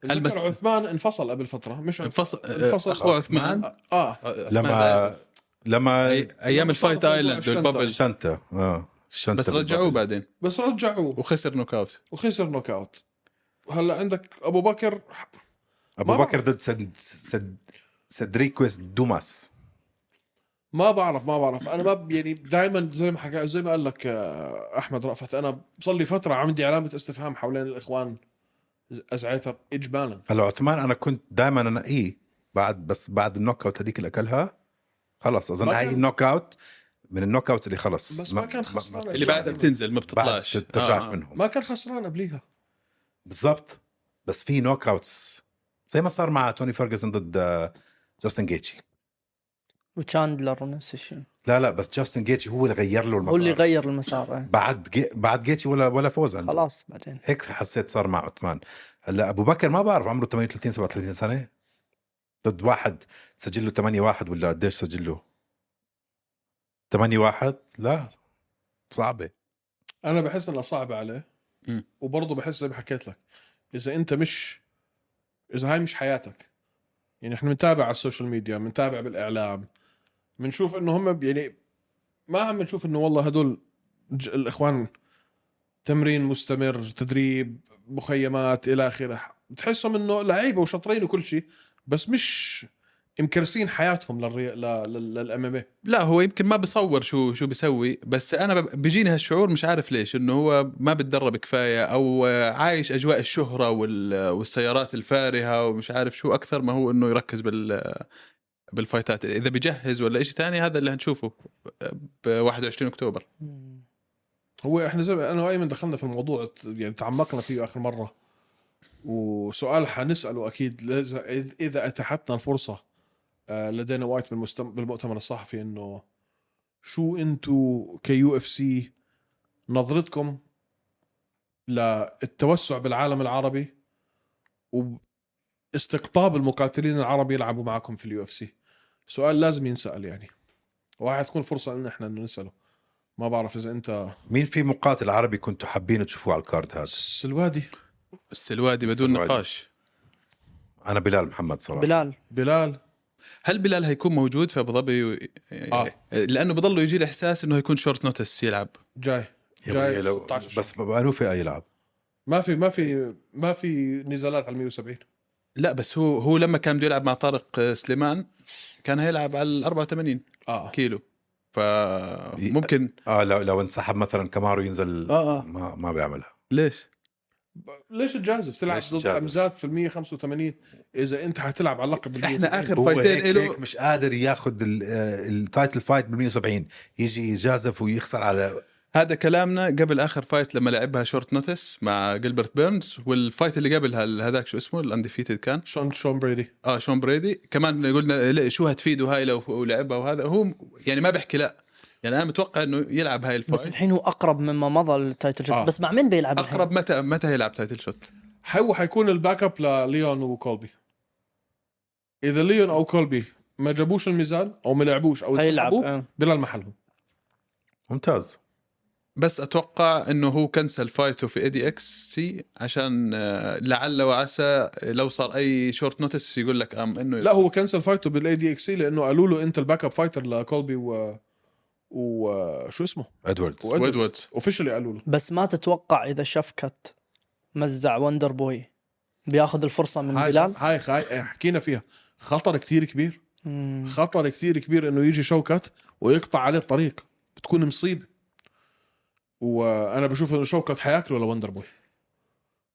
[SPEAKER 4] هل
[SPEAKER 2] هل
[SPEAKER 4] بس-
[SPEAKER 2] بس عثمان انفصل قبل فتره مش عثمان
[SPEAKER 4] انفصل
[SPEAKER 2] طيب، انفصل
[SPEAKER 4] اخوه عثمان
[SPEAKER 2] اه
[SPEAKER 1] لما لما
[SPEAKER 4] أي- ايام الفايت ايلاند والبابل
[SPEAKER 1] الشنطه اه الشنطه
[SPEAKER 4] بس رجعوه
[SPEAKER 1] بالبطل.
[SPEAKER 4] بعدين
[SPEAKER 2] بس رجعوه
[SPEAKER 4] وخسر نوك اوت
[SPEAKER 2] وخسر نوك اوت هلا عندك ابو بكر
[SPEAKER 1] ابو
[SPEAKER 2] ما
[SPEAKER 1] بكر ضد سد سد سدريكوس دوماس
[SPEAKER 2] ما بعرف ما بعرف انا ما ب- يعني دائما زي ما حكى زي ما قال لك آه، احمد رأفت انا صار لي فتره عندي علامه استفهام حوالين الاخوان ازعتر اجمالا
[SPEAKER 1] هلا عثمان انا كنت دائما انقيه بعد بس بعد النوك اوت هذيك اللي اكلها خلص اظن
[SPEAKER 2] ما
[SPEAKER 1] هاي
[SPEAKER 2] كان-
[SPEAKER 1] النوك اوت من النوك اوت اللي خلص
[SPEAKER 2] بس ما كان خسران
[SPEAKER 4] اللي بعدها بتنزل ما بتطلعش
[SPEAKER 1] بعد بترجعش
[SPEAKER 4] آه.
[SPEAKER 1] منهم
[SPEAKER 2] ما كان خسران قبليها
[SPEAKER 1] بالضبط بس في نوك اوتس زي ما صار مع توني فيرجسون ضد آه، جاستن جيتشي
[SPEAKER 3] وتشاندلر ونفس الشيء
[SPEAKER 1] لا لا بس جاستن جيتشي هو اللي غير له المسار
[SPEAKER 3] هو اللي غير المسار إيه.
[SPEAKER 1] بعد جي... بعد جيتشي ولا ولا فوز عنده
[SPEAKER 3] خلاص بعدين
[SPEAKER 1] هيك حسيت صار مع عثمان هلا ابو بكر ما بعرف عمره 38 37 سنه ضد واحد سجل له 8 1 ولا قديش سجل له 8 1 لا صعبه
[SPEAKER 2] انا بحس انها صعبه عليه
[SPEAKER 4] مم.
[SPEAKER 2] وبرضه بحس زي ما حكيت لك اذا انت مش اذا هاي مش حياتك يعني احنا بنتابع على السوشيال ميديا بنتابع بالاعلام بنشوف انه هم يعني ما عم نشوف انه والله هدول ج- الاخوان تمرين مستمر تدريب مخيمات الى اخره بتحسهم انه لعيبه وشاطرين وكل شيء بس مش مكرسين حياتهم للري... للامامي
[SPEAKER 4] لا هو يمكن ما بصور شو شو بيسوي بس انا ب- بيجيني هالشعور مش عارف ليش انه هو ما بتدرب كفايه او آه، عايش اجواء الشهره وال- والسيارات الفارهه ومش عارف شو اكثر ما هو انه يركز بال بالفايتات اذا بيجهز ولا شيء ثاني هذا اللي هنشوفه ب 21 اكتوبر
[SPEAKER 3] مم.
[SPEAKER 2] هو احنا زي ما انا وايمن دخلنا في الموضوع ت- يعني تعمقنا فيه اخر مره وسؤال حنساله اكيد لز- إذ- اذا اتاحتنا الفرصه آه، لدينا وايت بالمستم... بالمؤتمر الصحفي انه شو انتو كيو اف سي نظرتكم للتوسع بالعالم العربي واستقطاب المقاتلين العرب يلعبوا معكم في اليو اف سي سؤال لازم ينسال يعني وحتكون فرصه ان احنا نساله ما بعرف اذا انت
[SPEAKER 1] مين في مقاتل عربي كنتوا حابين تشوفوه على الكارد هذا
[SPEAKER 2] السلوادي
[SPEAKER 4] السلوادي بدون
[SPEAKER 1] السلوادي.
[SPEAKER 4] نقاش
[SPEAKER 1] انا بلال محمد صراحه بلال.
[SPEAKER 3] بلال
[SPEAKER 2] بلال
[SPEAKER 4] هل بلال هيكون موجود في ابو ظبي آه.
[SPEAKER 2] آه.
[SPEAKER 4] لانه بضله يجي الاحساس انه هيكون شورت نوتس يلعب
[SPEAKER 2] جاي جاي
[SPEAKER 1] لو
[SPEAKER 2] 16.
[SPEAKER 1] بس بانوفي اي يلعب
[SPEAKER 2] ما في ما في ما في نزالات على 170
[SPEAKER 4] لا بس هو هو لما كان بده يلعب مع طارق آه، سليمان كان هيلعب على ال 84
[SPEAKER 3] آه.
[SPEAKER 1] آه.
[SPEAKER 2] اه
[SPEAKER 4] كيلو فممكن
[SPEAKER 1] اه لو لو انسحب مثلا كمارو ينزل
[SPEAKER 3] آه،
[SPEAKER 4] اه اه
[SPEAKER 1] ما ما بيعملها
[SPEAKER 4] ليش؟
[SPEAKER 2] ب- ليش تجازف تلعب
[SPEAKER 1] ليش
[SPEAKER 2] ضد
[SPEAKER 1] تجازف؟
[SPEAKER 2] حمزات في ال 185 اذا انت حتلعب على اللقب بال
[SPEAKER 4] احنا
[SPEAKER 2] 170.
[SPEAKER 4] اخر
[SPEAKER 1] هو هيك,
[SPEAKER 4] فايتين
[SPEAKER 1] هيك
[SPEAKER 4] له
[SPEAKER 1] مش آه، قادر ياخذ التايتل فايت بال 170 يجي يجازف ويخسر على
[SPEAKER 4] هذا كلامنا قبل اخر فايت لما لعبها شورت نوتس مع جilbert بيرنز والفايت اللي قبلها ال- هذاك شو اسمه الانديفيتد كان
[SPEAKER 2] شون شون بريدي
[SPEAKER 4] اه شون بريدي كمان قلنا لا، شو هتفيده هاي لو ولعبها وهذا هو م- يعني ما بحكي لا يعني انا متوقع انه يلعب هاي
[SPEAKER 3] بس
[SPEAKER 4] الفايت
[SPEAKER 3] الحين هو اقرب مما مضى للتايتل شوت
[SPEAKER 2] آه.
[SPEAKER 3] بس مع مين بيلعب الحين؟
[SPEAKER 4] اقرب متى متى يلعب تايتل شوت
[SPEAKER 2] هو حيكون الباك اب لليون وكولبي اذا ليون او كولبي ما جابوش الميزان او ما لعبوش او
[SPEAKER 3] هيلعب
[SPEAKER 2] انسحبوا،
[SPEAKER 3] آه.
[SPEAKER 2] بلا محلهم
[SPEAKER 1] ممتاز
[SPEAKER 4] بس اتوقع انه هو كنسل فايته في اي دي اكس سي عشان آه، لعل وعسى لو صار اي شورت نوتس يقول لك ام انه
[SPEAKER 2] لا هو كنسل فايته بالاي دي اكس لانه قالوا له انت الباك اب فايتر لكولبي و وشو اسمه
[SPEAKER 1] ادواردز
[SPEAKER 2] وإد-
[SPEAKER 4] ويدوردز
[SPEAKER 2] اوفشلي قالوا له
[SPEAKER 3] بس ما تتوقع اذا شفكت مزع وندر بوي بياخذ الفرصه من
[SPEAKER 2] هاي
[SPEAKER 3] بلال
[SPEAKER 2] هاي هاي حكينا فيها خطر كتير كبير
[SPEAKER 3] مم.
[SPEAKER 2] خطر كتير كبير انه يجي شوكت ويقطع عليه الطريق بتكون مصيبه وانا بشوف انه شوكت حياكله لوندر بوي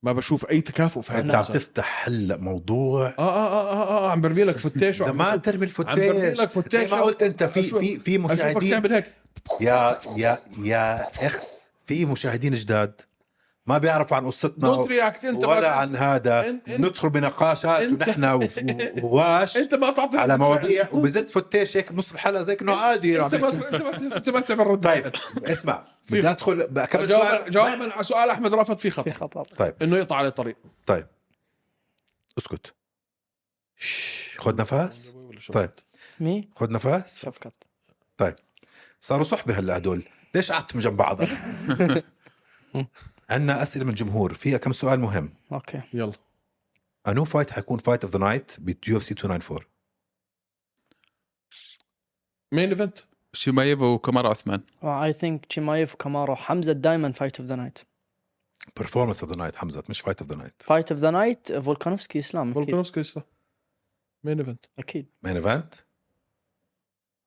[SPEAKER 2] ما بشوف اي تكافؤ في
[SPEAKER 1] انت
[SPEAKER 2] هذا
[SPEAKER 1] عم
[SPEAKER 2] المسار.
[SPEAKER 1] تفتح هلا موضوع
[SPEAKER 2] آه, آه, اه اه اه عم برمي لك فتيش
[SPEAKER 1] ده
[SPEAKER 2] وعم
[SPEAKER 1] ما
[SPEAKER 2] بشوف-
[SPEAKER 1] ترمي
[SPEAKER 2] برمي
[SPEAKER 1] الفتيش
[SPEAKER 2] لك فتيش
[SPEAKER 1] زي ما قلت انت في
[SPEAKER 2] أشوف-
[SPEAKER 1] في في
[SPEAKER 2] اشوفك
[SPEAKER 1] مشاهدين
[SPEAKER 2] تعمل هيك
[SPEAKER 1] يا يا يا اخس في مشاهدين جداد ما بيعرفوا عن قصتنا
[SPEAKER 2] دونت رياكت انت ما-
[SPEAKER 1] ولا عن هذا
[SPEAKER 2] أنت- أنت-
[SPEAKER 1] ندخل بنقاشات
[SPEAKER 2] أنت-
[SPEAKER 1] ونحن وف- وواش
[SPEAKER 2] انت ما تعطي
[SPEAKER 1] على
[SPEAKER 2] رد
[SPEAKER 1] مواضيع
[SPEAKER 2] فعل.
[SPEAKER 1] وبزت فتيش هيك بنص الحلقه زي انه عادي يعني.
[SPEAKER 2] انت ما انت ما انت ما تعمل رد
[SPEAKER 1] طيب اسمع بدي ادخل بكمل
[SPEAKER 2] جوابا
[SPEAKER 1] سؤال
[SPEAKER 2] جوابا على سؤال احمد رافض في
[SPEAKER 3] في
[SPEAKER 2] خطر
[SPEAKER 3] خطر
[SPEAKER 2] انه يقطع عليه طريق
[SPEAKER 1] اسكت شش، خد نفس طيب
[SPEAKER 3] مين
[SPEAKER 1] خد نفس
[SPEAKER 3] شفكت
[SPEAKER 1] صاروا صحبه هلا هدول ليش قعدتم جنب بعض عندنا اسئله من الجمهور فيها كم سؤال مهم
[SPEAKER 3] اوكي
[SPEAKER 2] يلا
[SPEAKER 1] انو فايت حيكون فايت اوف ذا نايت ب يو اف سي 294
[SPEAKER 2] مين ايفنت
[SPEAKER 4] شيمايف وكمار عثمان
[SPEAKER 3] اي ثينك تشيمايف وكامارو حمزه دائما فايت اوف ذا نايت
[SPEAKER 1] بيرفورمانس اوف ذا نايت حمزه مش فايت اوف ذا نايت
[SPEAKER 3] فايت اوف ذا نايت فولكانوفسكي اسلام اكيد
[SPEAKER 2] فولكانوفسكي لسه مين ايفنت
[SPEAKER 3] اكيد
[SPEAKER 1] مين ايفنت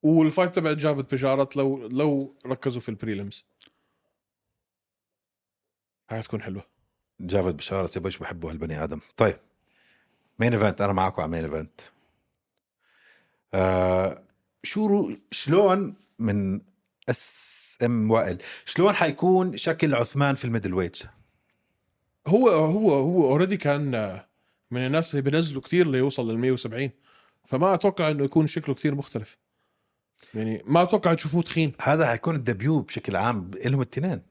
[SPEAKER 2] والفايت تبع جافد بجارت لو لو ركزوا في البريلمز هاي تكون حلوه
[SPEAKER 1] جافد بشارة تبا ايش بحبه هالبني ادم طيب مين ايفنت انا معاكم على مين ايفنت آه شو رو... شلون من اس ام وائل شلون حيكون شكل عثمان في الميدل ويت
[SPEAKER 2] هو هو هو اوريدي كان آه، من الناس اللي بنزلوا كثير ليوصل لل 170 فما اتوقع انه يكون شكله كثير مختلف يعني ما اتوقع تشوفوه تخين
[SPEAKER 1] هذا حيكون الدبيو بشكل عام لهم الاثنين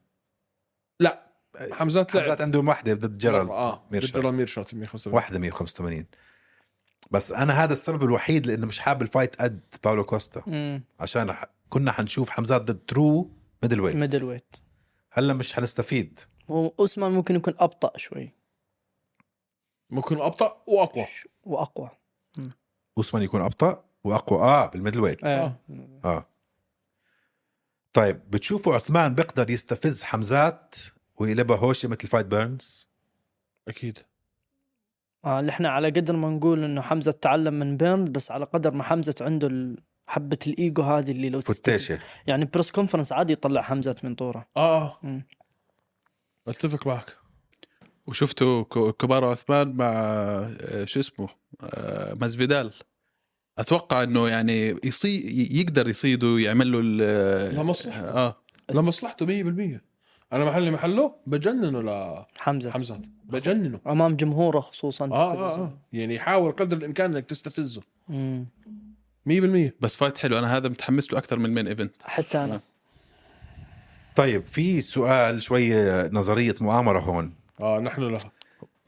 [SPEAKER 2] لا حمزات لعب
[SPEAKER 1] حمزات عندهم واحده ضد جيرالد
[SPEAKER 2] اه
[SPEAKER 1] ميرشات.
[SPEAKER 2] جيرالد ميرشات 175
[SPEAKER 1] واحده 185 بس انا هذا السبب الوحيد لانه مش حابب الفايت قد باولو كوستا
[SPEAKER 3] امم
[SPEAKER 1] عشان ح- كنا حنشوف حمزات ضد ترو ميدل ويت
[SPEAKER 3] ميدل ويت
[SPEAKER 1] هلا مش حنستفيد
[SPEAKER 3] واسمان ممكن يكون ابطا شوي
[SPEAKER 2] ممكن ابطا واقوى
[SPEAKER 3] واقوى
[SPEAKER 1] اوسمان يكون ابطا واقوى اه بالميدل ويت
[SPEAKER 3] آه.
[SPEAKER 1] اه طيب بتشوفوا عثمان بيقدر يستفز حمزات ويقلبها هوشه مثل فايت بيرنز
[SPEAKER 2] اكيد
[SPEAKER 3] آه اللي احنا على قدر ما نقول انه حمزه تعلم من بيرنز بس على قدر ما حمزه عنده ال- حبه الايجو هذه اللي لو تستفيد-
[SPEAKER 1] فتيشه
[SPEAKER 3] يعني بريس كونفرنس عادي يطلع حمزه من طوره
[SPEAKER 2] اه
[SPEAKER 3] مم.
[SPEAKER 2] اتفق معك
[SPEAKER 4] وشفتوا ك- كبار عثمان مع آه، شو اسمه آه، مازفيدال اتوقع انه يعني يصي يقدر يصيده يعمل له ال-
[SPEAKER 2] لمصلحته.
[SPEAKER 4] اه
[SPEAKER 2] لمصلحته 100% انا محلي محله بجننه ل
[SPEAKER 3] حمزه
[SPEAKER 2] حمزات بجننه
[SPEAKER 3] امام جمهوره
[SPEAKER 4] آه،
[SPEAKER 3] خصوصا
[SPEAKER 2] اه اه اه يعني حاول قدر الامكان انك تستفزه
[SPEAKER 3] مم.
[SPEAKER 2] 100%
[SPEAKER 4] بس فايت حلو انا هذا متحمس له اكثر من مين ايفنت
[SPEAKER 3] حتى انا
[SPEAKER 1] طيب في سؤال شوي نظريه مؤامره هون
[SPEAKER 2] اه نحن لها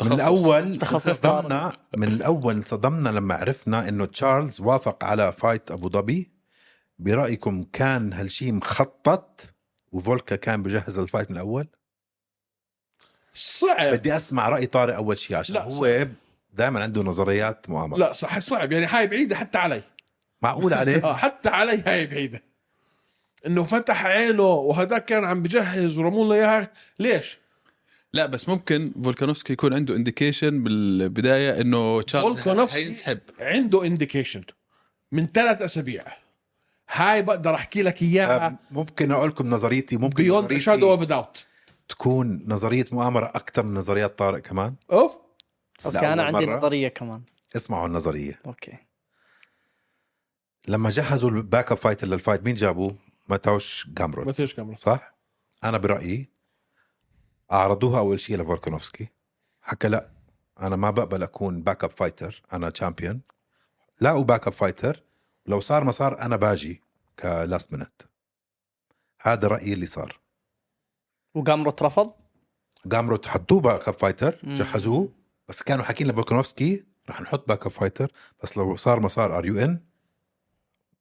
[SPEAKER 1] من الاول
[SPEAKER 3] تخصص
[SPEAKER 1] صدمنا من الاول صدمنا لما عرفنا انه تشارلز وافق على فايت ابو ظبي برايكم كان هالشي مخطط وفولكا كان بجهز الفايت من الاول
[SPEAKER 2] صعب
[SPEAKER 1] بدي اسمع راي طارق اول شيء عشان
[SPEAKER 2] إيه. لا،
[SPEAKER 1] هو دائما عنده نظريات مؤامره
[SPEAKER 2] لا صح صعب يعني هاي بعيده حتى علي
[SPEAKER 1] معقول عليه
[SPEAKER 2] اه حتى علي هاي بعيده انه فتح عينه وهذاك كان عم بجهز ورموا لنا اياها ليش؟
[SPEAKER 4] لا بس ممكن فولكانوفسكي يكون عنده انديكيشن بالبدايه انه تشارلز
[SPEAKER 2] فولكانوفسكي-
[SPEAKER 4] حينسحب
[SPEAKER 2] عنده انديكيشن من ثلاث اسابيع هاي بقدر احكي لك اياها
[SPEAKER 1] آه، ممكن اقول لكم نظريتي ممكن
[SPEAKER 2] بيوند شادو
[SPEAKER 1] نظريتي
[SPEAKER 2] اوف داوت
[SPEAKER 1] تكون نظريه مؤامره اكثر من نظريات طارق كمان
[SPEAKER 2] اوف
[SPEAKER 1] لا،
[SPEAKER 3] اوكي انا
[SPEAKER 1] أول
[SPEAKER 3] عندي
[SPEAKER 1] مرة.
[SPEAKER 3] نظريه كمان
[SPEAKER 1] اسمعوا النظريه
[SPEAKER 3] اوكي
[SPEAKER 1] لما جهزوا الباك اب فايت للفايت مين جابوه؟ ماتاوش جامرون
[SPEAKER 2] ما تيش كاميرا
[SPEAKER 1] صح؟ انا برايي اعرضوها اول شيء لفولكانوفسكي حكى لا انا ما بقبل اكون باك اب فايتر انا تشامبيون لا باك اب فايتر لو صار ما صار انا باجي كلاست مينت هذا رايي اللي صار
[SPEAKER 3] وقامرو رفض
[SPEAKER 1] قامروا حطوه باك اب فايتر
[SPEAKER 3] مم.
[SPEAKER 1] جهزوه بس كانوا حاكين لفولكانوفسكي رح نحط باك اب فايتر بس لو صار ما صار ار يو ان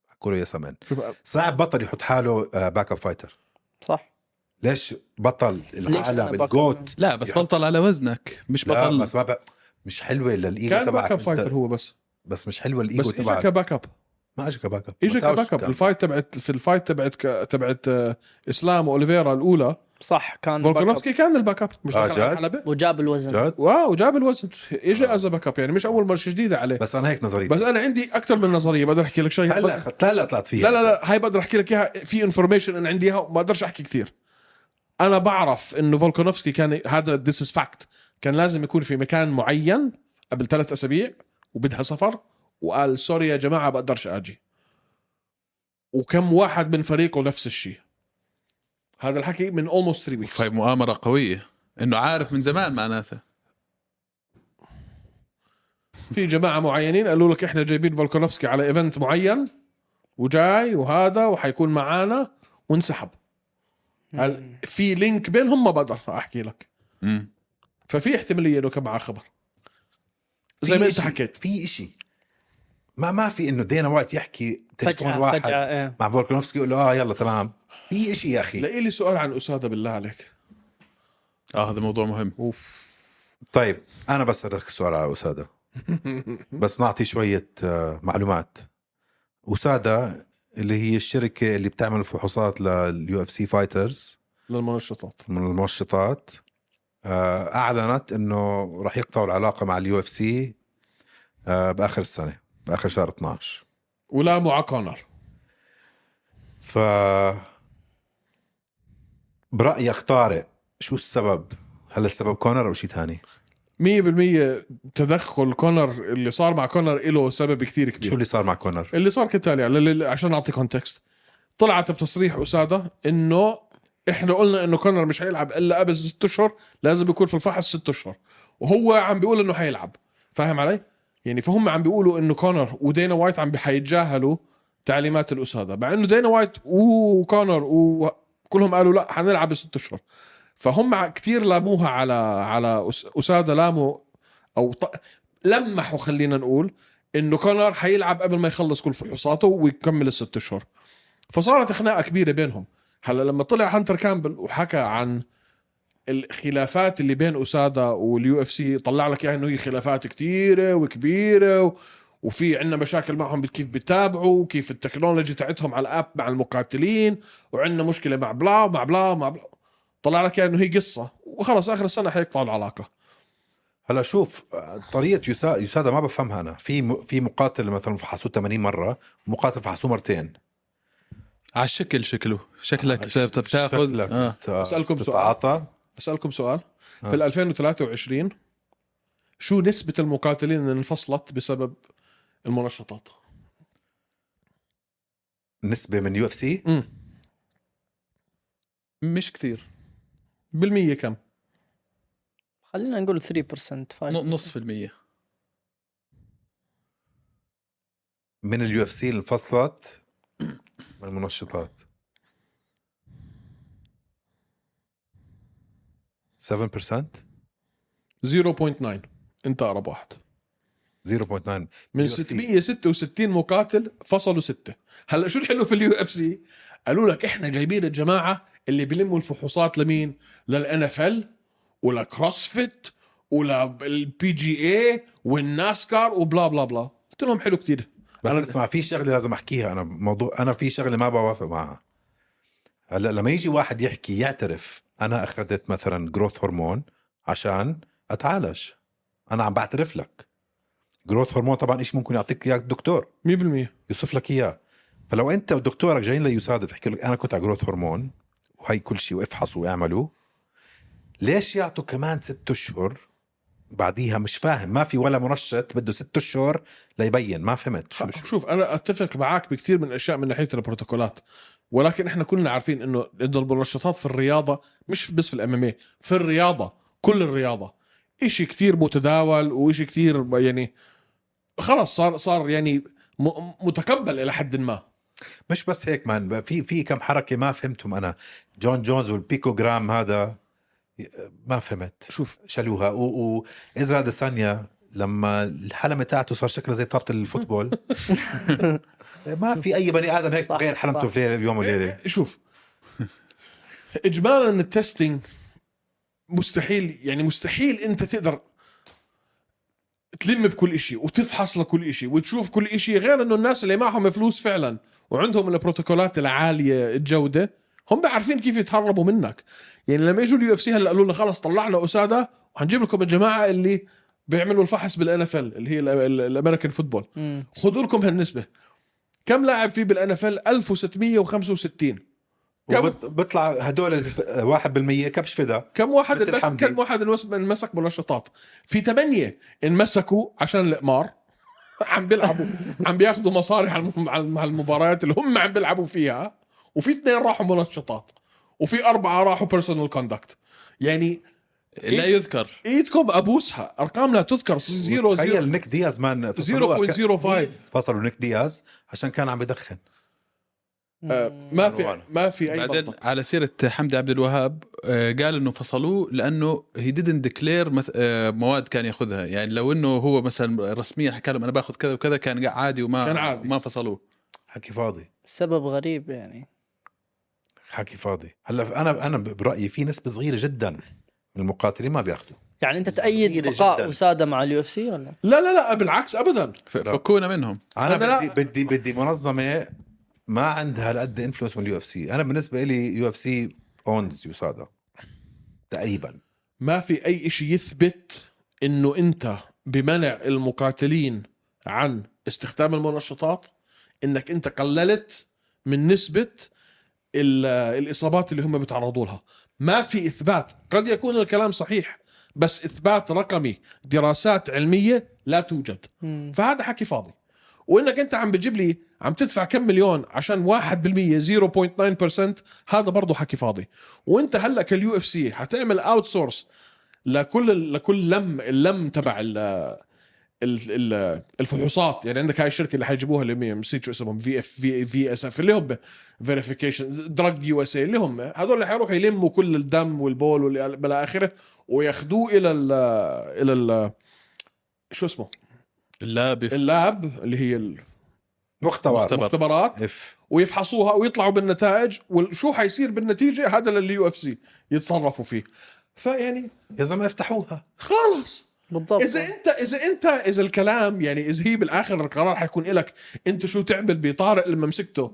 [SPEAKER 1] حكوا له يس امان صعب بطل يحط حاله باك اب فايتر
[SPEAKER 3] صح
[SPEAKER 1] ليش بطل
[SPEAKER 3] أنا
[SPEAKER 1] العالم
[SPEAKER 3] باك أب؟
[SPEAKER 1] الجوت
[SPEAKER 4] لا بس بطل على وزنك مش
[SPEAKER 1] لا
[SPEAKER 4] بطل
[SPEAKER 1] بس ما ب... مش حلوه للايجو
[SPEAKER 2] كان باك
[SPEAKER 1] تبعك
[SPEAKER 2] اب
[SPEAKER 1] أنت-
[SPEAKER 2] فايتر هو بس
[SPEAKER 1] بس مش حلوه
[SPEAKER 2] بس
[SPEAKER 1] الايجو
[SPEAKER 2] اجى
[SPEAKER 1] تبعك
[SPEAKER 2] كباك اب
[SPEAKER 1] ما اجى كباك اب
[SPEAKER 2] اجى
[SPEAKER 1] ما تاوش
[SPEAKER 2] كباك اب
[SPEAKER 1] كان.
[SPEAKER 2] الفايت تبعت في الفايت تبعت ك- تبعت آه، اسلام واوليفيرا الاولى
[SPEAKER 3] صح كان باك أب.
[SPEAKER 2] فولكانوفسكي كان الباك اب مش
[SPEAKER 1] آه،
[SPEAKER 2] دخل على
[SPEAKER 1] جد؟
[SPEAKER 2] الحلبه
[SPEAKER 3] وجاب الوزن
[SPEAKER 1] جد
[SPEAKER 2] واو جاب الوزن اجى
[SPEAKER 1] آه.
[SPEAKER 2] از باك اب يعني مش اول مره جديده عليه
[SPEAKER 1] بس انا هيك نظريتي
[SPEAKER 2] بس انا عندي اكثر من نظريه بقدر احكي لك شيء
[SPEAKER 1] هلا هلا طلعت فيها
[SPEAKER 2] لا لا لا هاي بقدر احكي لك اياها في انفورميشن انا عندي اياها وما اقدرش احكي كثير انا بعرف انه فولكانوفسكي كان هذا ذس از فاكت كان لازم يكون في مكان معين قبل ثلاث اسابيع وبدها سفر وقال سوري يا جماعه بقدرش اجي وكم واحد من فريقه نفس الشيء هذا الحكي من اولموست 3 ويكس
[SPEAKER 4] في مؤامره قويه انه عارف من زمان معناته
[SPEAKER 2] في جماعه معينين قالوا لك احنا جايبين فولكانوفسكي على ايفنت معين وجاي وهذا وحيكون معانا وانسحب هل-
[SPEAKER 3] مم.
[SPEAKER 2] في لينك بينهم ما بقدر احكي لك
[SPEAKER 4] مم.
[SPEAKER 2] ففي احتماليه انه كان معاه خبر
[SPEAKER 1] في
[SPEAKER 2] زي ما انت
[SPEAKER 1] إشي-
[SPEAKER 2] حكيت
[SPEAKER 1] في شيء ما ما في انه دينا وايت يحكي تليفون
[SPEAKER 3] فجاه
[SPEAKER 1] واحد
[SPEAKER 3] فجاه إيه.
[SPEAKER 1] مع فولكانوفسكي يقول له اه يلا تمام في شيء يا اخي
[SPEAKER 2] لاقي لي سؤال عن اساده بالله عليك
[SPEAKER 4] اه هذا موضوع مهم
[SPEAKER 2] اوف
[SPEAKER 1] طيب انا بسالك سؤال على اساده بس نعطي شويه آه، معلومات اساده اللي هي الشركه اللي بتعمل فحوصات لليو اف سي فايترز
[SPEAKER 2] للمنشطات
[SPEAKER 1] من المنشطات آه، اعلنت انه راح يقطعوا العلاقه مع اليو اف سي آه، باخر السنه باخر شهر 12
[SPEAKER 2] ولا مع كونر
[SPEAKER 1] ف برأيك طارق شو السبب؟ هل السبب كونر او شيء ثاني؟
[SPEAKER 2] 100% تدخل كونر اللي صار مع كونر له سبب كثير كبير
[SPEAKER 1] شو اللي صار مع كونر؟
[SPEAKER 2] اللي صار كالتالي على- لل- عشان اعطي كونتكست طلعت بتصريح اساده انه احنا قلنا انه كونر مش هيلعب الا قبل ست اشهر لازم يكون في الفحص ست اشهر وهو عم بيقول انه هيلعب فاهم علي؟ يعني فهم عم بيقولوا انه كونر ودينا وايت عم حيتجاهلوا تعليمات الاساده مع انه دينا وايت وكونر وكلهم قالوا لا حنلعب ست اشهر فهم كثير لاموها على على أس- اساده لاموا او ط... لمحوا خلينا نقول انه كونر حيلعب قبل ما يخلص كل فحوصاته ويكمل الست اشهر فصارت خناقه كبيره بينهم هلا لما طلع هانتر كامبل وحكى عن الخلافات اللي بين اسادا واليو اف سي طلع لك اياها انه هي خلافات كثيره وكبيره و... وفي عندنا مشاكل معهم كيف بتابعوا وكيف التكنولوجي تاعتهم على الاب مع المقاتلين وعندنا مشكله مع بلا ومع بلا ومع بلا طلع لك إياها انه هي قصه وخلص اخر السنه حيقطعوا العلاقه
[SPEAKER 1] هلا شوف طريقة يسا... يسادا ما بفهمها انا، في م... في مقاتل مثلا فحصوه 80 مرة، مقاتل فحصوه مرتين
[SPEAKER 4] على الشكل شكله شكلك بت- بتاخذ
[SPEAKER 1] شكلك
[SPEAKER 4] آه.
[SPEAKER 1] بت-
[SPEAKER 2] أسألكم سؤال.
[SPEAKER 1] بتتعاطى
[SPEAKER 2] اسالكم سؤال
[SPEAKER 1] آه.
[SPEAKER 2] في 2023 شو نسبة المقاتلين اللي انفصلت بسبب المنشطات؟
[SPEAKER 1] نسبة من يو اف سي
[SPEAKER 2] امم
[SPEAKER 4] مش كثير
[SPEAKER 2] بالمية كم؟
[SPEAKER 3] خلينا نقول 3% 5%
[SPEAKER 4] نص في المية
[SPEAKER 1] من اليو اف سي اللي انفصلت من المنشطات 7%
[SPEAKER 2] 0.9 انت اقرب واحد
[SPEAKER 1] 0.9
[SPEAKER 2] من
[SPEAKER 1] UFC.
[SPEAKER 2] 666 مقاتل فصلوا ستة هلا شو الحلو في اليو اف سي؟ قالوا لك احنا جايبين الجماعة اللي بيلموا الفحوصات لمين؟ للان اف ال ولكروسفيت وللبي جي اي والناسكار وبلا بلا بلا قلت لهم حلو كتير
[SPEAKER 1] بس
[SPEAKER 2] أنا-
[SPEAKER 1] أنا اسمع في شغله لازم احكيها انا موضوع انا في شغله ما بوافق معها هلا لما يجي واحد يحكي يعترف انا اخذت مثلا جروث هرمون عشان اتعالج انا عم بعترف لك جروث هرمون طبعا شيء ممكن يعطيك اياه الدكتور
[SPEAKER 2] 100%
[SPEAKER 1] يوصف لك اياه فلو انت ودكتورك جايين ليساعد بحكي لك انا كنت على جروث هرمون وهي كل شيء وافحصوا واعملوا ليش يعطوا كمان ست اشهر بعديها مش فاهم ما في ولا منشط بده ست اشهر ليبين ما فهمت شو
[SPEAKER 2] شوف انا اتفق معاك بكثير من الاشياء من ناحيه البروتوكولات ولكن احنا كلنا عارفين انه الضرب والرشاطات في الرياضه مش بس في الام في الرياضه كل الرياضه إشي كتير متداول وإشي كتير يعني خلاص صار صار يعني م- متقبل الى حد ما
[SPEAKER 1] مش بس هيك مان بقى في في كم حركه ما فهمتهم انا جون جونز والبيكو جرام هذا ما فهمت
[SPEAKER 2] شوف
[SPEAKER 1] شالوها وازرا ديسانيا لما الحلمه تاعته صار شكلها زي طابه الفوتبول ما في اي بني ادم هيك
[SPEAKER 3] صح،
[SPEAKER 1] غير حلمته
[SPEAKER 3] صح.
[SPEAKER 1] في ليلة- اليوم وليله
[SPEAKER 2] شوف اجمالا التستنج مستحيل يعني مستحيل انت تقدر تلم بكل إشي وتفحص لكل إشي وتشوف كل إشي غير انه الناس اللي معهم فلوس فعلا وعندهم البروتوكولات العاليه الجوده هم عارفين كيف يتهربوا منك يعني لما اجوا اليو اف سي هلا قالوا لنا خلص طلعنا اساده وهنجيب لكم الجماعه اللي بيعملوا الفحص بالان اف ال اللي هي الامريكان فوتبول
[SPEAKER 3] مم.
[SPEAKER 2] خذوا لكم هالنسبه كم لاعب في بالان اف ال 1665 كم-
[SPEAKER 1] وبط- بيطلع هدول 1% كبش فدا
[SPEAKER 2] كم واحد
[SPEAKER 1] مثل
[SPEAKER 2] انمسك
[SPEAKER 1] حمدي.
[SPEAKER 2] كم واحد انمس- انمسك منشطات في ثمانيه انمسكوا عشان القمار عم بيلعبوا عم بياخذوا مصاري على الم- على الم- على المباريات اللي هم عم بيلعبوا فيها وفي اثنين راحوا منشطات وفي اربعه راحوا بيرسونال كوندكت يعني
[SPEAKER 4] لا يذكر
[SPEAKER 2] ايدكم ابوسها ارقام لا تذكر زيرو زيرو
[SPEAKER 1] تخيل نيك دياز مان فصلوها ك-
[SPEAKER 2] 0.05
[SPEAKER 1] فصلوا نيك دياز عشان كان عم يدخن
[SPEAKER 2] آه، ما في
[SPEAKER 1] عنوانه.
[SPEAKER 2] ما في اي
[SPEAKER 4] بعدين
[SPEAKER 2] منطق.
[SPEAKER 4] على سيره حمدي عبد الوهاب آه، قال انه فصلوه لانه هي ديدنت ديكلير آه، مواد كان ياخذها يعني لو انه هو مثلا رسميا حكى لهم انا باخذ كذا وكذا كان عادي وما
[SPEAKER 2] كان عادي.
[SPEAKER 4] ما فصلوه
[SPEAKER 1] حكي فاضي
[SPEAKER 3] سبب غريب يعني
[SPEAKER 1] حكي فاضي هلا انا انا برايي في نسبه صغيره جدا من المقاتلين ما بياخذوا
[SPEAKER 3] يعني انت تأيد
[SPEAKER 1] صغيرة
[SPEAKER 3] بقاء
[SPEAKER 1] جداً.
[SPEAKER 3] اساده مع اليو اف سي ولا؟
[SPEAKER 2] لا لا لا بالعكس ابدا
[SPEAKER 4] ف- فكونا منهم
[SPEAKER 1] انا
[SPEAKER 2] أنا
[SPEAKER 1] بدي بدي بدي منظمه ما عندها هالقد انفلونس من اليو اف سي انا بالنسبه لي يو اف سي اونز يوسادا تقريبا
[SPEAKER 2] ما في اي شيء يثبت انه انت بمنع المقاتلين عن استخدام المنشطات انك انت قللت من نسبه ال- الاصابات اللي هم بيتعرضوا لها ما في اثبات قد يكون الكلام صحيح بس اثبات رقمي دراسات علميه لا توجد
[SPEAKER 3] مم.
[SPEAKER 2] فهذا حكي فاضي وانك انت عم بتجيب لي عم تدفع كم مليون عشان 1% 0.9% هذا برضه حكي فاضي وانت هلا كاليو اف سي حتعمل اوت سورس لكل لكل لم اللم تبع ال ال- ال- الفحوصات يعني عندك هاي الشركه اللي حيجيبوها اللي نسيت شو اسمهم في اف في في اس اف اللي هم فيريفيكيشن دراج يو اس اي اللي هم هذول اللي حيروحوا يلموا كل الدم والبول والى اخره وياخذوه الى ال الى ال شو اسمه
[SPEAKER 4] لا بف...
[SPEAKER 2] اللاب اللي هي ال-
[SPEAKER 1] مختبر
[SPEAKER 4] مختبر.
[SPEAKER 2] المختبرات
[SPEAKER 1] اف
[SPEAKER 2] ويفحصوها ويطلعوا بالنتائج وشو حيصير بالنتيجه هذا اللي يو اف سي يتصرفوا فيه فيعني
[SPEAKER 1] يا زلمه افتحوها
[SPEAKER 2] خلص
[SPEAKER 3] بالضبط
[SPEAKER 2] اذا انت اذا انت اذا الكلام يعني اذا هي بالاخر القرار حيكون لك انت شو تعمل بطارق لما مسكته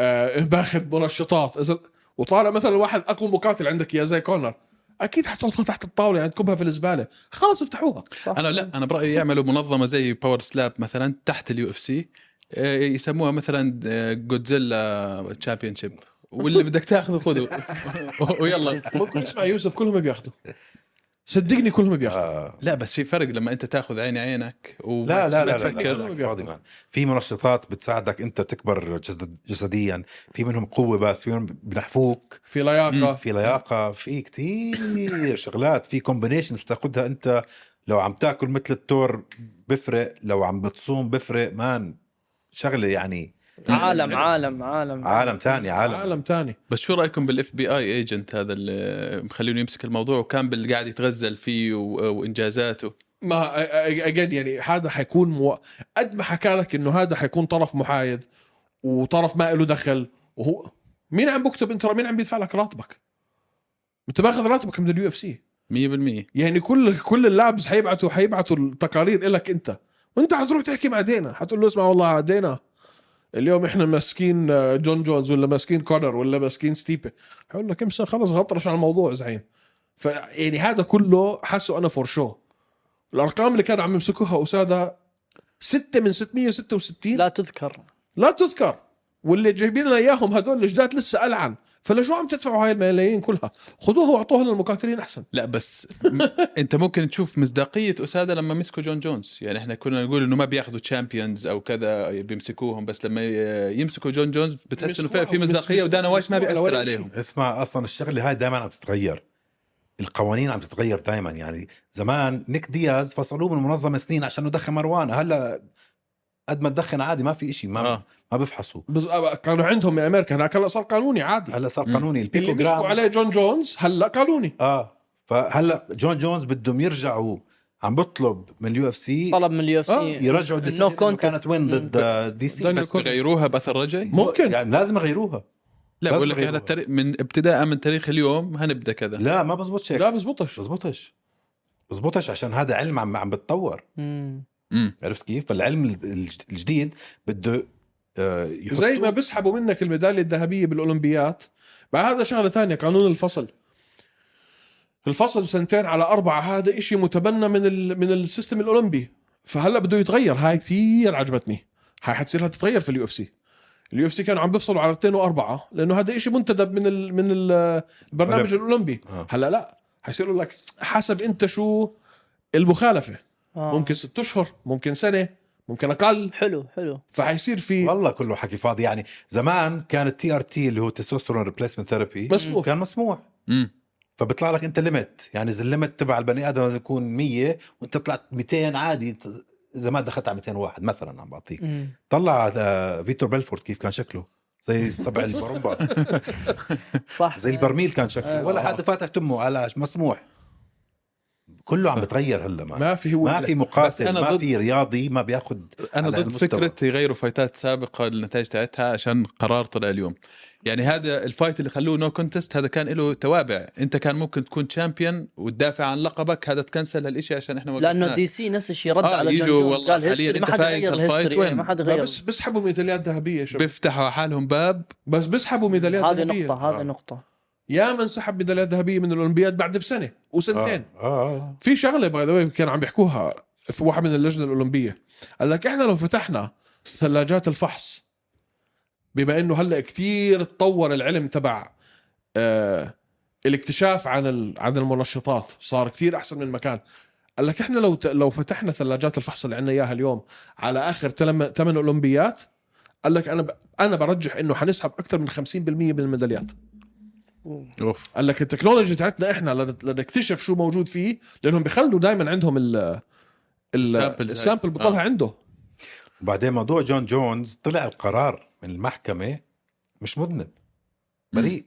[SPEAKER 2] آه باخذ منشطات اذا وطارق مثلا واحد اقوى مقاتل عندك يا زي كونر اكيد حتحطها تحت الطاوله يعني تكبها في الزباله خلاص افتحوها
[SPEAKER 3] صح؟
[SPEAKER 4] انا لا انا برايي يعملوا منظمه زي باور سلاب مثلا تحت اليو اف سي آه، يسموها مثلا جودزيلا تشامبيون شيب واللي بدك تاخذه خذه و- ويلا
[SPEAKER 2] ممكن اسمع يوسف كلهم بياخذوا صدقني كلهم بياخذوا
[SPEAKER 1] آه.
[SPEAKER 4] لا بس في فرق لما انت تاخذ عيني عينك و
[SPEAKER 1] لا لا لا, لا, لا,
[SPEAKER 4] تفكر
[SPEAKER 1] لا, لا فاضي مان. في منشطات بتساعدك انت تكبر جسد جسديا في منهم قوه بس في منهم بنحفوك
[SPEAKER 2] في لياقه
[SPEAKER 1] في لياقه في كتير شغلات في كومبينيشن بتاخذها انت لو عم تاكل مثل التور بفرق لو عم بتصوم بفرق مان شغله يعني
[SPEAKER 3] عالم عالم عالم
[SPEAKER 1] عالم تاني عالم, عالم.
[SPEAKER 2] عالم تاني
[SPEAKER 4] بس شو رايكم بالاف بي اي ايجنت هذا اللي مخلينه يمسك الموضوع وكان باللي قاعد يتغزل فيه و... وانجازاته
[SPEAKER 2] ما اجين يعني هذا حيكون مو... قد ما حكى لك انه هذا حيكون طرف محايد وطرف ما له دخل وهو مين عم بكتب انت مين عم بيدفع لك راتبك؟ انت باخذ راتبك من اليو اف سي
[SPEAKER 4] 100%
[SPEAKER 2] يعني كل كل اللابز حيبعتوا حيبعتوا التقارير إلك انت وانت حتروح تحكي مع دينا حتقول له اسمع والله دينا اليوم احنا ماسكين آه، جون جونز ولا ماسكين كونر ولا ماسكين ستيبي حيقول لك امسك خلص غطرش على الموضوع زعيم ف يعني هذا كله حاسه انا فور شو الارقام اللي كانوا عم يمسكوها اساده 6 من 666
[SPEAKER 3] لا تذكر
[SPEAKER 2] لا تذكر واللي جايبين لنا اياهم هذول الجداد لسه العن فلشو عم تدفعوا هاي الملايين كلها خذوها واعطوها للمقاتلين احسن
[SPEAKER 4] لا بس م... انت ممكن تشوف مصداقيه اساده لما مسكوا جون جونز يعني احنا كنا نقول انه ما بياخذوا تشامبيونز او كذا بيمسكوهم بس لما ي- يمسكوا جون جونز بتحس انه في- في
[SPEAKER 2] مسكوه-
[SPEAKER 4] مصداقيه
[SPEAKER 2] مسكوه-
[SPEAKER 4] ودانا وايت ما
[SPEAKER 2] مسكوه على
[SPEAKER 4] بياثر
[SPEAKER 2] ولا
[SPEAKER 4] عليهم
[SPEAKER 1] اسمع اصلا الشغله هاي دائما عم تتغير القوانين عم تتغير دائما يعني زمان نيك دياز فصلوه من المنظمه سنين عشان يدخن مروان هلا قد ما تدخن عادي ما في إشي ما
[SPEAKER 4] اه
[SPEAKER 1] ما بفحصوا
[SPEAKER 2] بز... كانوا عندهم بامريكا هناك هلا صار قانوني عادي
[SPEAKER 1] هلا صار
[SPEAKER 4] مم.
[SPEAKER 1] قانوني البيكو
[SPEAKER 2] اللي مسكوا
[SPEAKER 1] جرام
[SPEAKER 2] عليه جون جونز هلا قانوني
[SPEAKER 1] اه فهلا جون جونز بدهم يرجعوا عم بطلب من اليو اف سي
[SPEAKER 3] طلب من اليو اف
[SPEAKER 2] آه،
[SPEAKER 3] سي
[SPEAKER 1] يرجعوا الديسيجن اللي
[SPEAKER 3] contest.
[SPEAKER 1] كانت وين ضد آه، دي سي
[SPEAKER 2] دانيال
[SPEAKER 4] بس بغيروها باثر رجعي
[SPEAKER 2] ممكن
[SPEAKER 1] يعني لازم يغيروها
[SPEAKER 4] لا
[SPEAKER 1] لازم
[SPEAKER 4] بقول لك على
[SPEAKER 1] يغيروها.
[SPEAKER 4] التاريخ من ابتداء من تاريخ اليوم هنبدا كذا
[SPEAKER 1] لا ما بزبطش هيك
[SPEAKER 2] لا بزبطش
[SPEAKER 1] بزبطش بزبطش عشان هذا علم عم عم بتطور
[SPEAKER 3] مم.
[SPEAKER 4] امم
[SPEAKER 1] عرفت كيف؟ فالعلم الج- الج- الجديد بده آه، يحطوه-
[SPEAKER 2] زي ما بيسحبوا منك الميداليه الذهبيه بالاولمبيات بقى هذا شغله ثانيه قانون الفصل الفصل سنتين على أربعة هذا إشي متبنى من ال من السيستم الأولمبي فهلا بده يتغير هاي كثير عجبتني هاي حتصير تتغير في اليو اف سي اليو اف سي كانوا عم بيفصلوا على اثنين وأربعة لأنه هذا إشي منتدب من ال من ال البرنامج
[SPEAKER 1] أولمبي.
[SPEAKER 2] الأولمبي
[SPEAKER 1] آه.
[SPEAKER 2] هلا لا حيصيروا لك حسب أنت شو المخالفة
[SPEAKER 3] آه.
[SPEAKER 2] ممكن ست أشهر ممكن سنة ممكن أقل
[SPEAKER 3] حلو حلو
[SPEAKER 2] فحيصير في
[SPEAKER 1] والله كله حكي فاضي يعني زمان كان التي ار تي اللي هو تستوستيرون ريبليسمنت ثيرابي
[SPEAKER 2] مسموح
[SPEAKER 1] كان مسموح
[SPEAKER 4] امم
[SPEAKER 1] فبيطلع لك انت ليمت يعني اذا الليمت تبع البني ادم لازم يكون 100 وانت طلعت 200 عادي ت- اذا ما دخلت على 201 مثلا عم بعطيك
[SPEAKER 3] مم.
[SPEAKER 1] طلع آه، فيتور بلفورد كيف كان شكله زي صبع البرمبا
[SPEAKER 3] صح
[SPEAKER 1] زي البرميل كان
[SPEAKER 4] أيوة.
[SPEAKER 1] شكله ولا حد فاتح تمه على مسموح كله عم بتغير هلا ما
[SPEAKER 2] ما في هو
[SPEAKER 1] ما في
[SPEAKER 4] بس
[SPEAKER 1] مقاتل
[SPEAKER 4] أنا
[SPEAKER 1] ما
[SPEAKER 4] ضد-
[SPEAKER 1] في رياضي ما بياخذ
[SPEAKER 4] انا
[SPEAKER 1] على
[SPEAKER 4] ضد
[SPEAKER 1] هالمستوى.
[SPEAKER 4] فكره يغيروا فايتات سابقه النتائج تاعتها عشان قرار طلع اليوم يعني هذا الفايت اللي خلوه نو كونتست هذا كان له توابع انت كان ممكن تكون تشامبيون وتدافع عن لقبك هذا تكنسل هالشيء عشان احنا
[SPEAKER 3] لانه
[SPEAKER 4] وقفناه.
[SPEAKER 3] دي سي نفس الشيء رد
[SPEAKER 4] آه،
[SPEAKER 3] على جون
[SPEAKER 4] يجوا
[SPEAKER 3] جونز
[SPEAKER 4] والله
[SPEAKER 3] قال هيستوري ما
[SPEAKER 4] حالياً أنت
[SPEAKER 3] حد
[SPEAKER 4] فايز
[SPEAKER 3] غير
[SPEAKER 4] هالفايت
[SPEAKER 3] الهيستوري يعني
[SPEAKER 4] وين؟
[SPEAKER 3] ما حد
[SPEAKER 2] لا
[SPEAKER 3] غير
[SPEAKER 2] بس بيسحبوا ميداليات ذهبيه شباب
[SPEAKER 4] بيفتحوا على حالهم باب
[SPEAKER 2] بس بيسحبوا ميداليات
[SPEAKER 3] هذه
[SPEAKER 2] ذهبيه
[SPEAKER 3] نقطة هذه
[SPEAKER 1] آه.
[SPEAKER 3] نقطة
[SPEAKER 2] يا من سحب ميداليات ذهبيه من الاولمبياد بعد بسنه وسنتين
[SPEAKER 1] آه. آه.
[SPEAKER 2] في شغله باي ذا كان عم يحكوها في واحد من اللجنه الاولمبيه قال لك احنا لو فتحنا ثلاجات الفحص بما انه هلا كثير تطور العلم تبع آه الاكتشاف عن ال- عن المنشطات صار كثير احسن من مكان قال لك احنا لو ت- لو فتحنا ثلاجات الفحص اللي عندنا اياها اليوم على اخر ثمان اولمبيات قال لك انا ب... انا برجح انه حنسحب اكثر من 50% من الميداليات
[SPEAKER 4] اوف
[SPEAKER 2] قال لك التكنولوجي تاعتنا احنا لن- لنكتشف شو موجود فيه لانهم بيخلوا دائما عندهم ال ال-
[SPEAKER 4] Samples هاي.
[SPEAKER 2] السامبل بطلها
[SPEAKER 4] آه.
[SPEAKER 2] عنده
[SPEAKER 1] وبعدين موضوع جون جونز طلع القرار من المحكمه مش مذنب بريء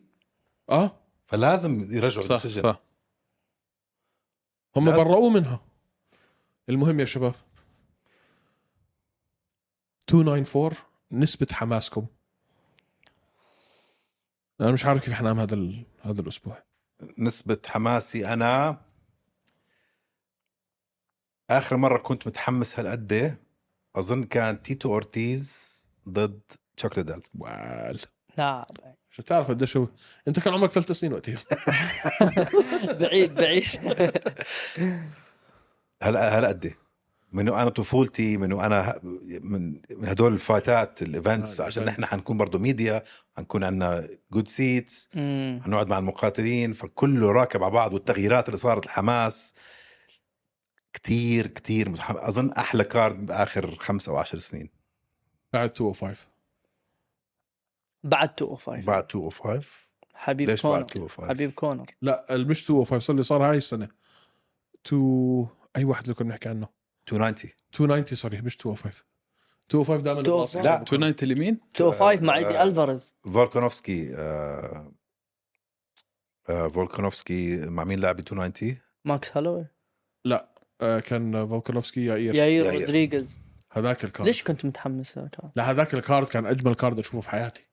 [SPEAKER 2] اه
[SPEAKER 1] فلازم يرجعوا
[SPEAKER 4] صح
[SPEAKER 1] للسجن
[SPEAKER 4] صح
[SPEAKER 2] هم
[SPEAKER 1] لازم.
[SPEAKER 2] برؤوه منها المهم يا شباب 294 نسبة حماسكم انا مش عارف كيف حنام هذا ال... هذا الاسبوع
[SPEAKER 1] نسبة حماسي أنا آخر مرة كنت متحمس هالقد إيه؟ أظن كان تيتو أورتيز ضد تشوكليدال
[SPEAKER 2] وال
[SPEAKER 3] نعم
[SPEAKER 2] شو تعرف قديش هو انت كان عمرك ثلاث سنين وقتها
[SPEAKER 3] بعيد بعيد
[SPEAKER 1] هلا هالقد إيه؟ من أنا طفولتي من أنا ه- من من هدول الفايتات الايفنتس
[SPEAKER 2] آه،
[SPEAKER 1] عشان
[SPEAKER 2] الevents.
[SPEAKER 1] نحن حنكون برضو ميديا حنكون عندنا جود سيتس
[SPEAKER 3] مم.
[SPEAKER 1] حنقعد مع المقاتلين فكله راكب على بعض والتغييرات اللي صارت الحماس كتير كتير متحمس أظن أحلى كارد بآخر خمس أو عشر سنين
[SPEAKER 2] بعد 205
[SPEAKER 3] بعد 205
[SPEAKER 1] بعد 205
[SPEAKER 3] حبيب
[SPEAKER 1] ليش بعد
[SPEAKER 3] كونر
[SPEAKER 1] 205
[SPEAKER 3] طيب. حبيب كونر
[SPEAKER 2] لا مش 205 صار اللي صار هاي السنه 2 اي واحد اللي كنا بنحكي عنه
[SPEAKER 1] 290
[SPEAKER 2] 290 سوري مش 205 205 دائما
[SPEAKER 3] 205.
[SPEAKER 1] لا،
[SPEAKER 4] 290 لمين؟
[SPEAKER 3] 205 مع ايدي
[SPEAKER 1] آه.
[SPEAKER 3] الفاريز
[SPEAKER 1] فولكانوفسكي آه آه فولكانوفسكي مع مين لعب 290
[SPEAKER 3] ماكس هالوي
[SPEAKER 2] آه، كان فولكانوفسكي يائير
[SPEAKER 1] يا-
[SPEAKER 3] ياير
[SPEAKER 1] يا.
[SPEAKER 3] رودريغيز
[SPEAKER 2] هذاك الكارد
[SPEAKER 3] ليش كنت متحمس لك؟
[SPEAKER 2] لا هذاك الكارد كان اجمل كارد اشوفه في حياتي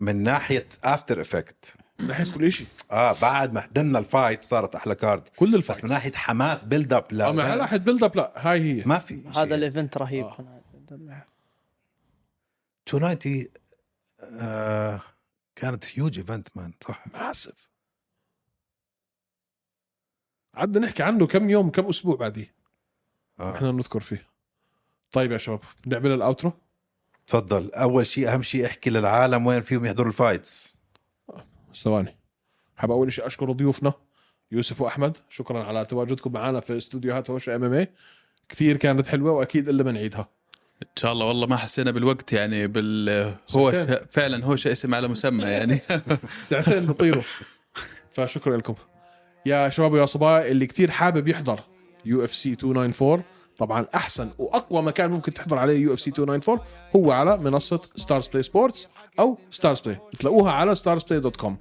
[SPEAKER 1] من ناحيه افتر افكت
[SPEAKER 2] من ناحيه كل شيء
[SPEAKER 1] اه بعد ما حدنا الفايت صارت احلى كارد
[SPEAKER 2] كل
[SPEAKER 1] بس
[SPEAKER 2] الفايت
[SPEAKER 1] من ناحيه حماس بيلد اب لا
[SPEAKER 2] آه، ما
[SPEAKER 1] لا،
[SPEAKER 2] ناحيه بيلد اب لا هاي هي
[SPEAKER 1] ما في شيء.
[SPEAKER 3] هذا الايفنت رهيب
[SPEAKER 2] آه.
[SPEAKER 3] كان.
[SPEAKER 1] 290 آه كانت هيوج ايفنت مان صح
[SPEAKER 2] ماسف قعدنا نحكي عنه كم يوم كم اسبوع بعديه
[SPEAKER 1] آه.
[SPEAKER 2] احنا نذكر فيه طيب يا شباب نعمل الاوترو
[SPEAKER 1] تفضل اول شيء اهم شيء احكي للعالم وين فيهم يحضروا الفايتس
[SPEAKER 2] ثواني حاب اول شيء اشكر ضيوفنا يوسف واحمد شكرا على تواجدكم معنا في استوديوهات هوش ام ام اي كثير كانت حلوه واكيد الا بنعيدها
[SPEAKER 4] ان شاء الله والله ما حسينا بالوقت يعني بال هو
[SPEAKER 2] ساعتين.
[SPEAKER 4] فعلا هو شيء اسم على مسمى يعني
[SPEAKER 2] ساعتين بطيروا فشكرا لكم يا شباب ويا صبايا اللي كثير حابب يحضر يو اف سي 294 طبعا احسن واقوى مكان ممكن تحضر عليه يو اف سي 294 هو على منصه ستارز بلاي سبورتس او ستارز بلاي بتلاقوها على ستارز بلاي دوت كوم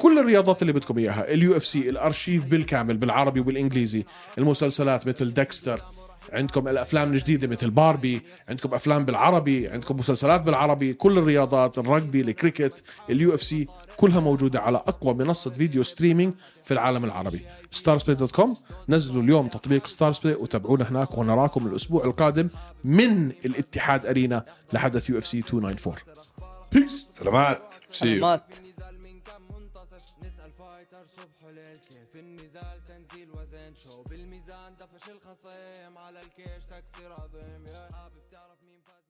[SPEAKER 2] كل الرياضات اللي بدكم اياها اليو اف سي الارشيف بالكامل بالعربي وبالانجليزي المسلسلات مثل ديكستر عندكم الافلام الجديده مثل باربي عندكم افلام بالعربي عندكم مسلسلات بالعربي كل الرياضات الرجبي الكريكت اليو اف سي كلها موجوده على اقوى منصه فيديو ستريمينج في العالم العربي ستارسبلاي دوت كوم نزلوا اليوم تطبيق ستارسبلاي وتابعونا هناك ونراكم الاسبوع القادم من الاتحاد ارينا لحدث يو اف سي 294 بيس
[SPEAKER 1] سلامات
[SPEAKER 3] مات
[SPEAKER 5] كان منتصر نسأل فايتر صبح وليل كيف النزال تنزيل وزن شو بالميزان دفش الخصيم على الكيش تكسير عظيم يا حابب تعرف مين فاز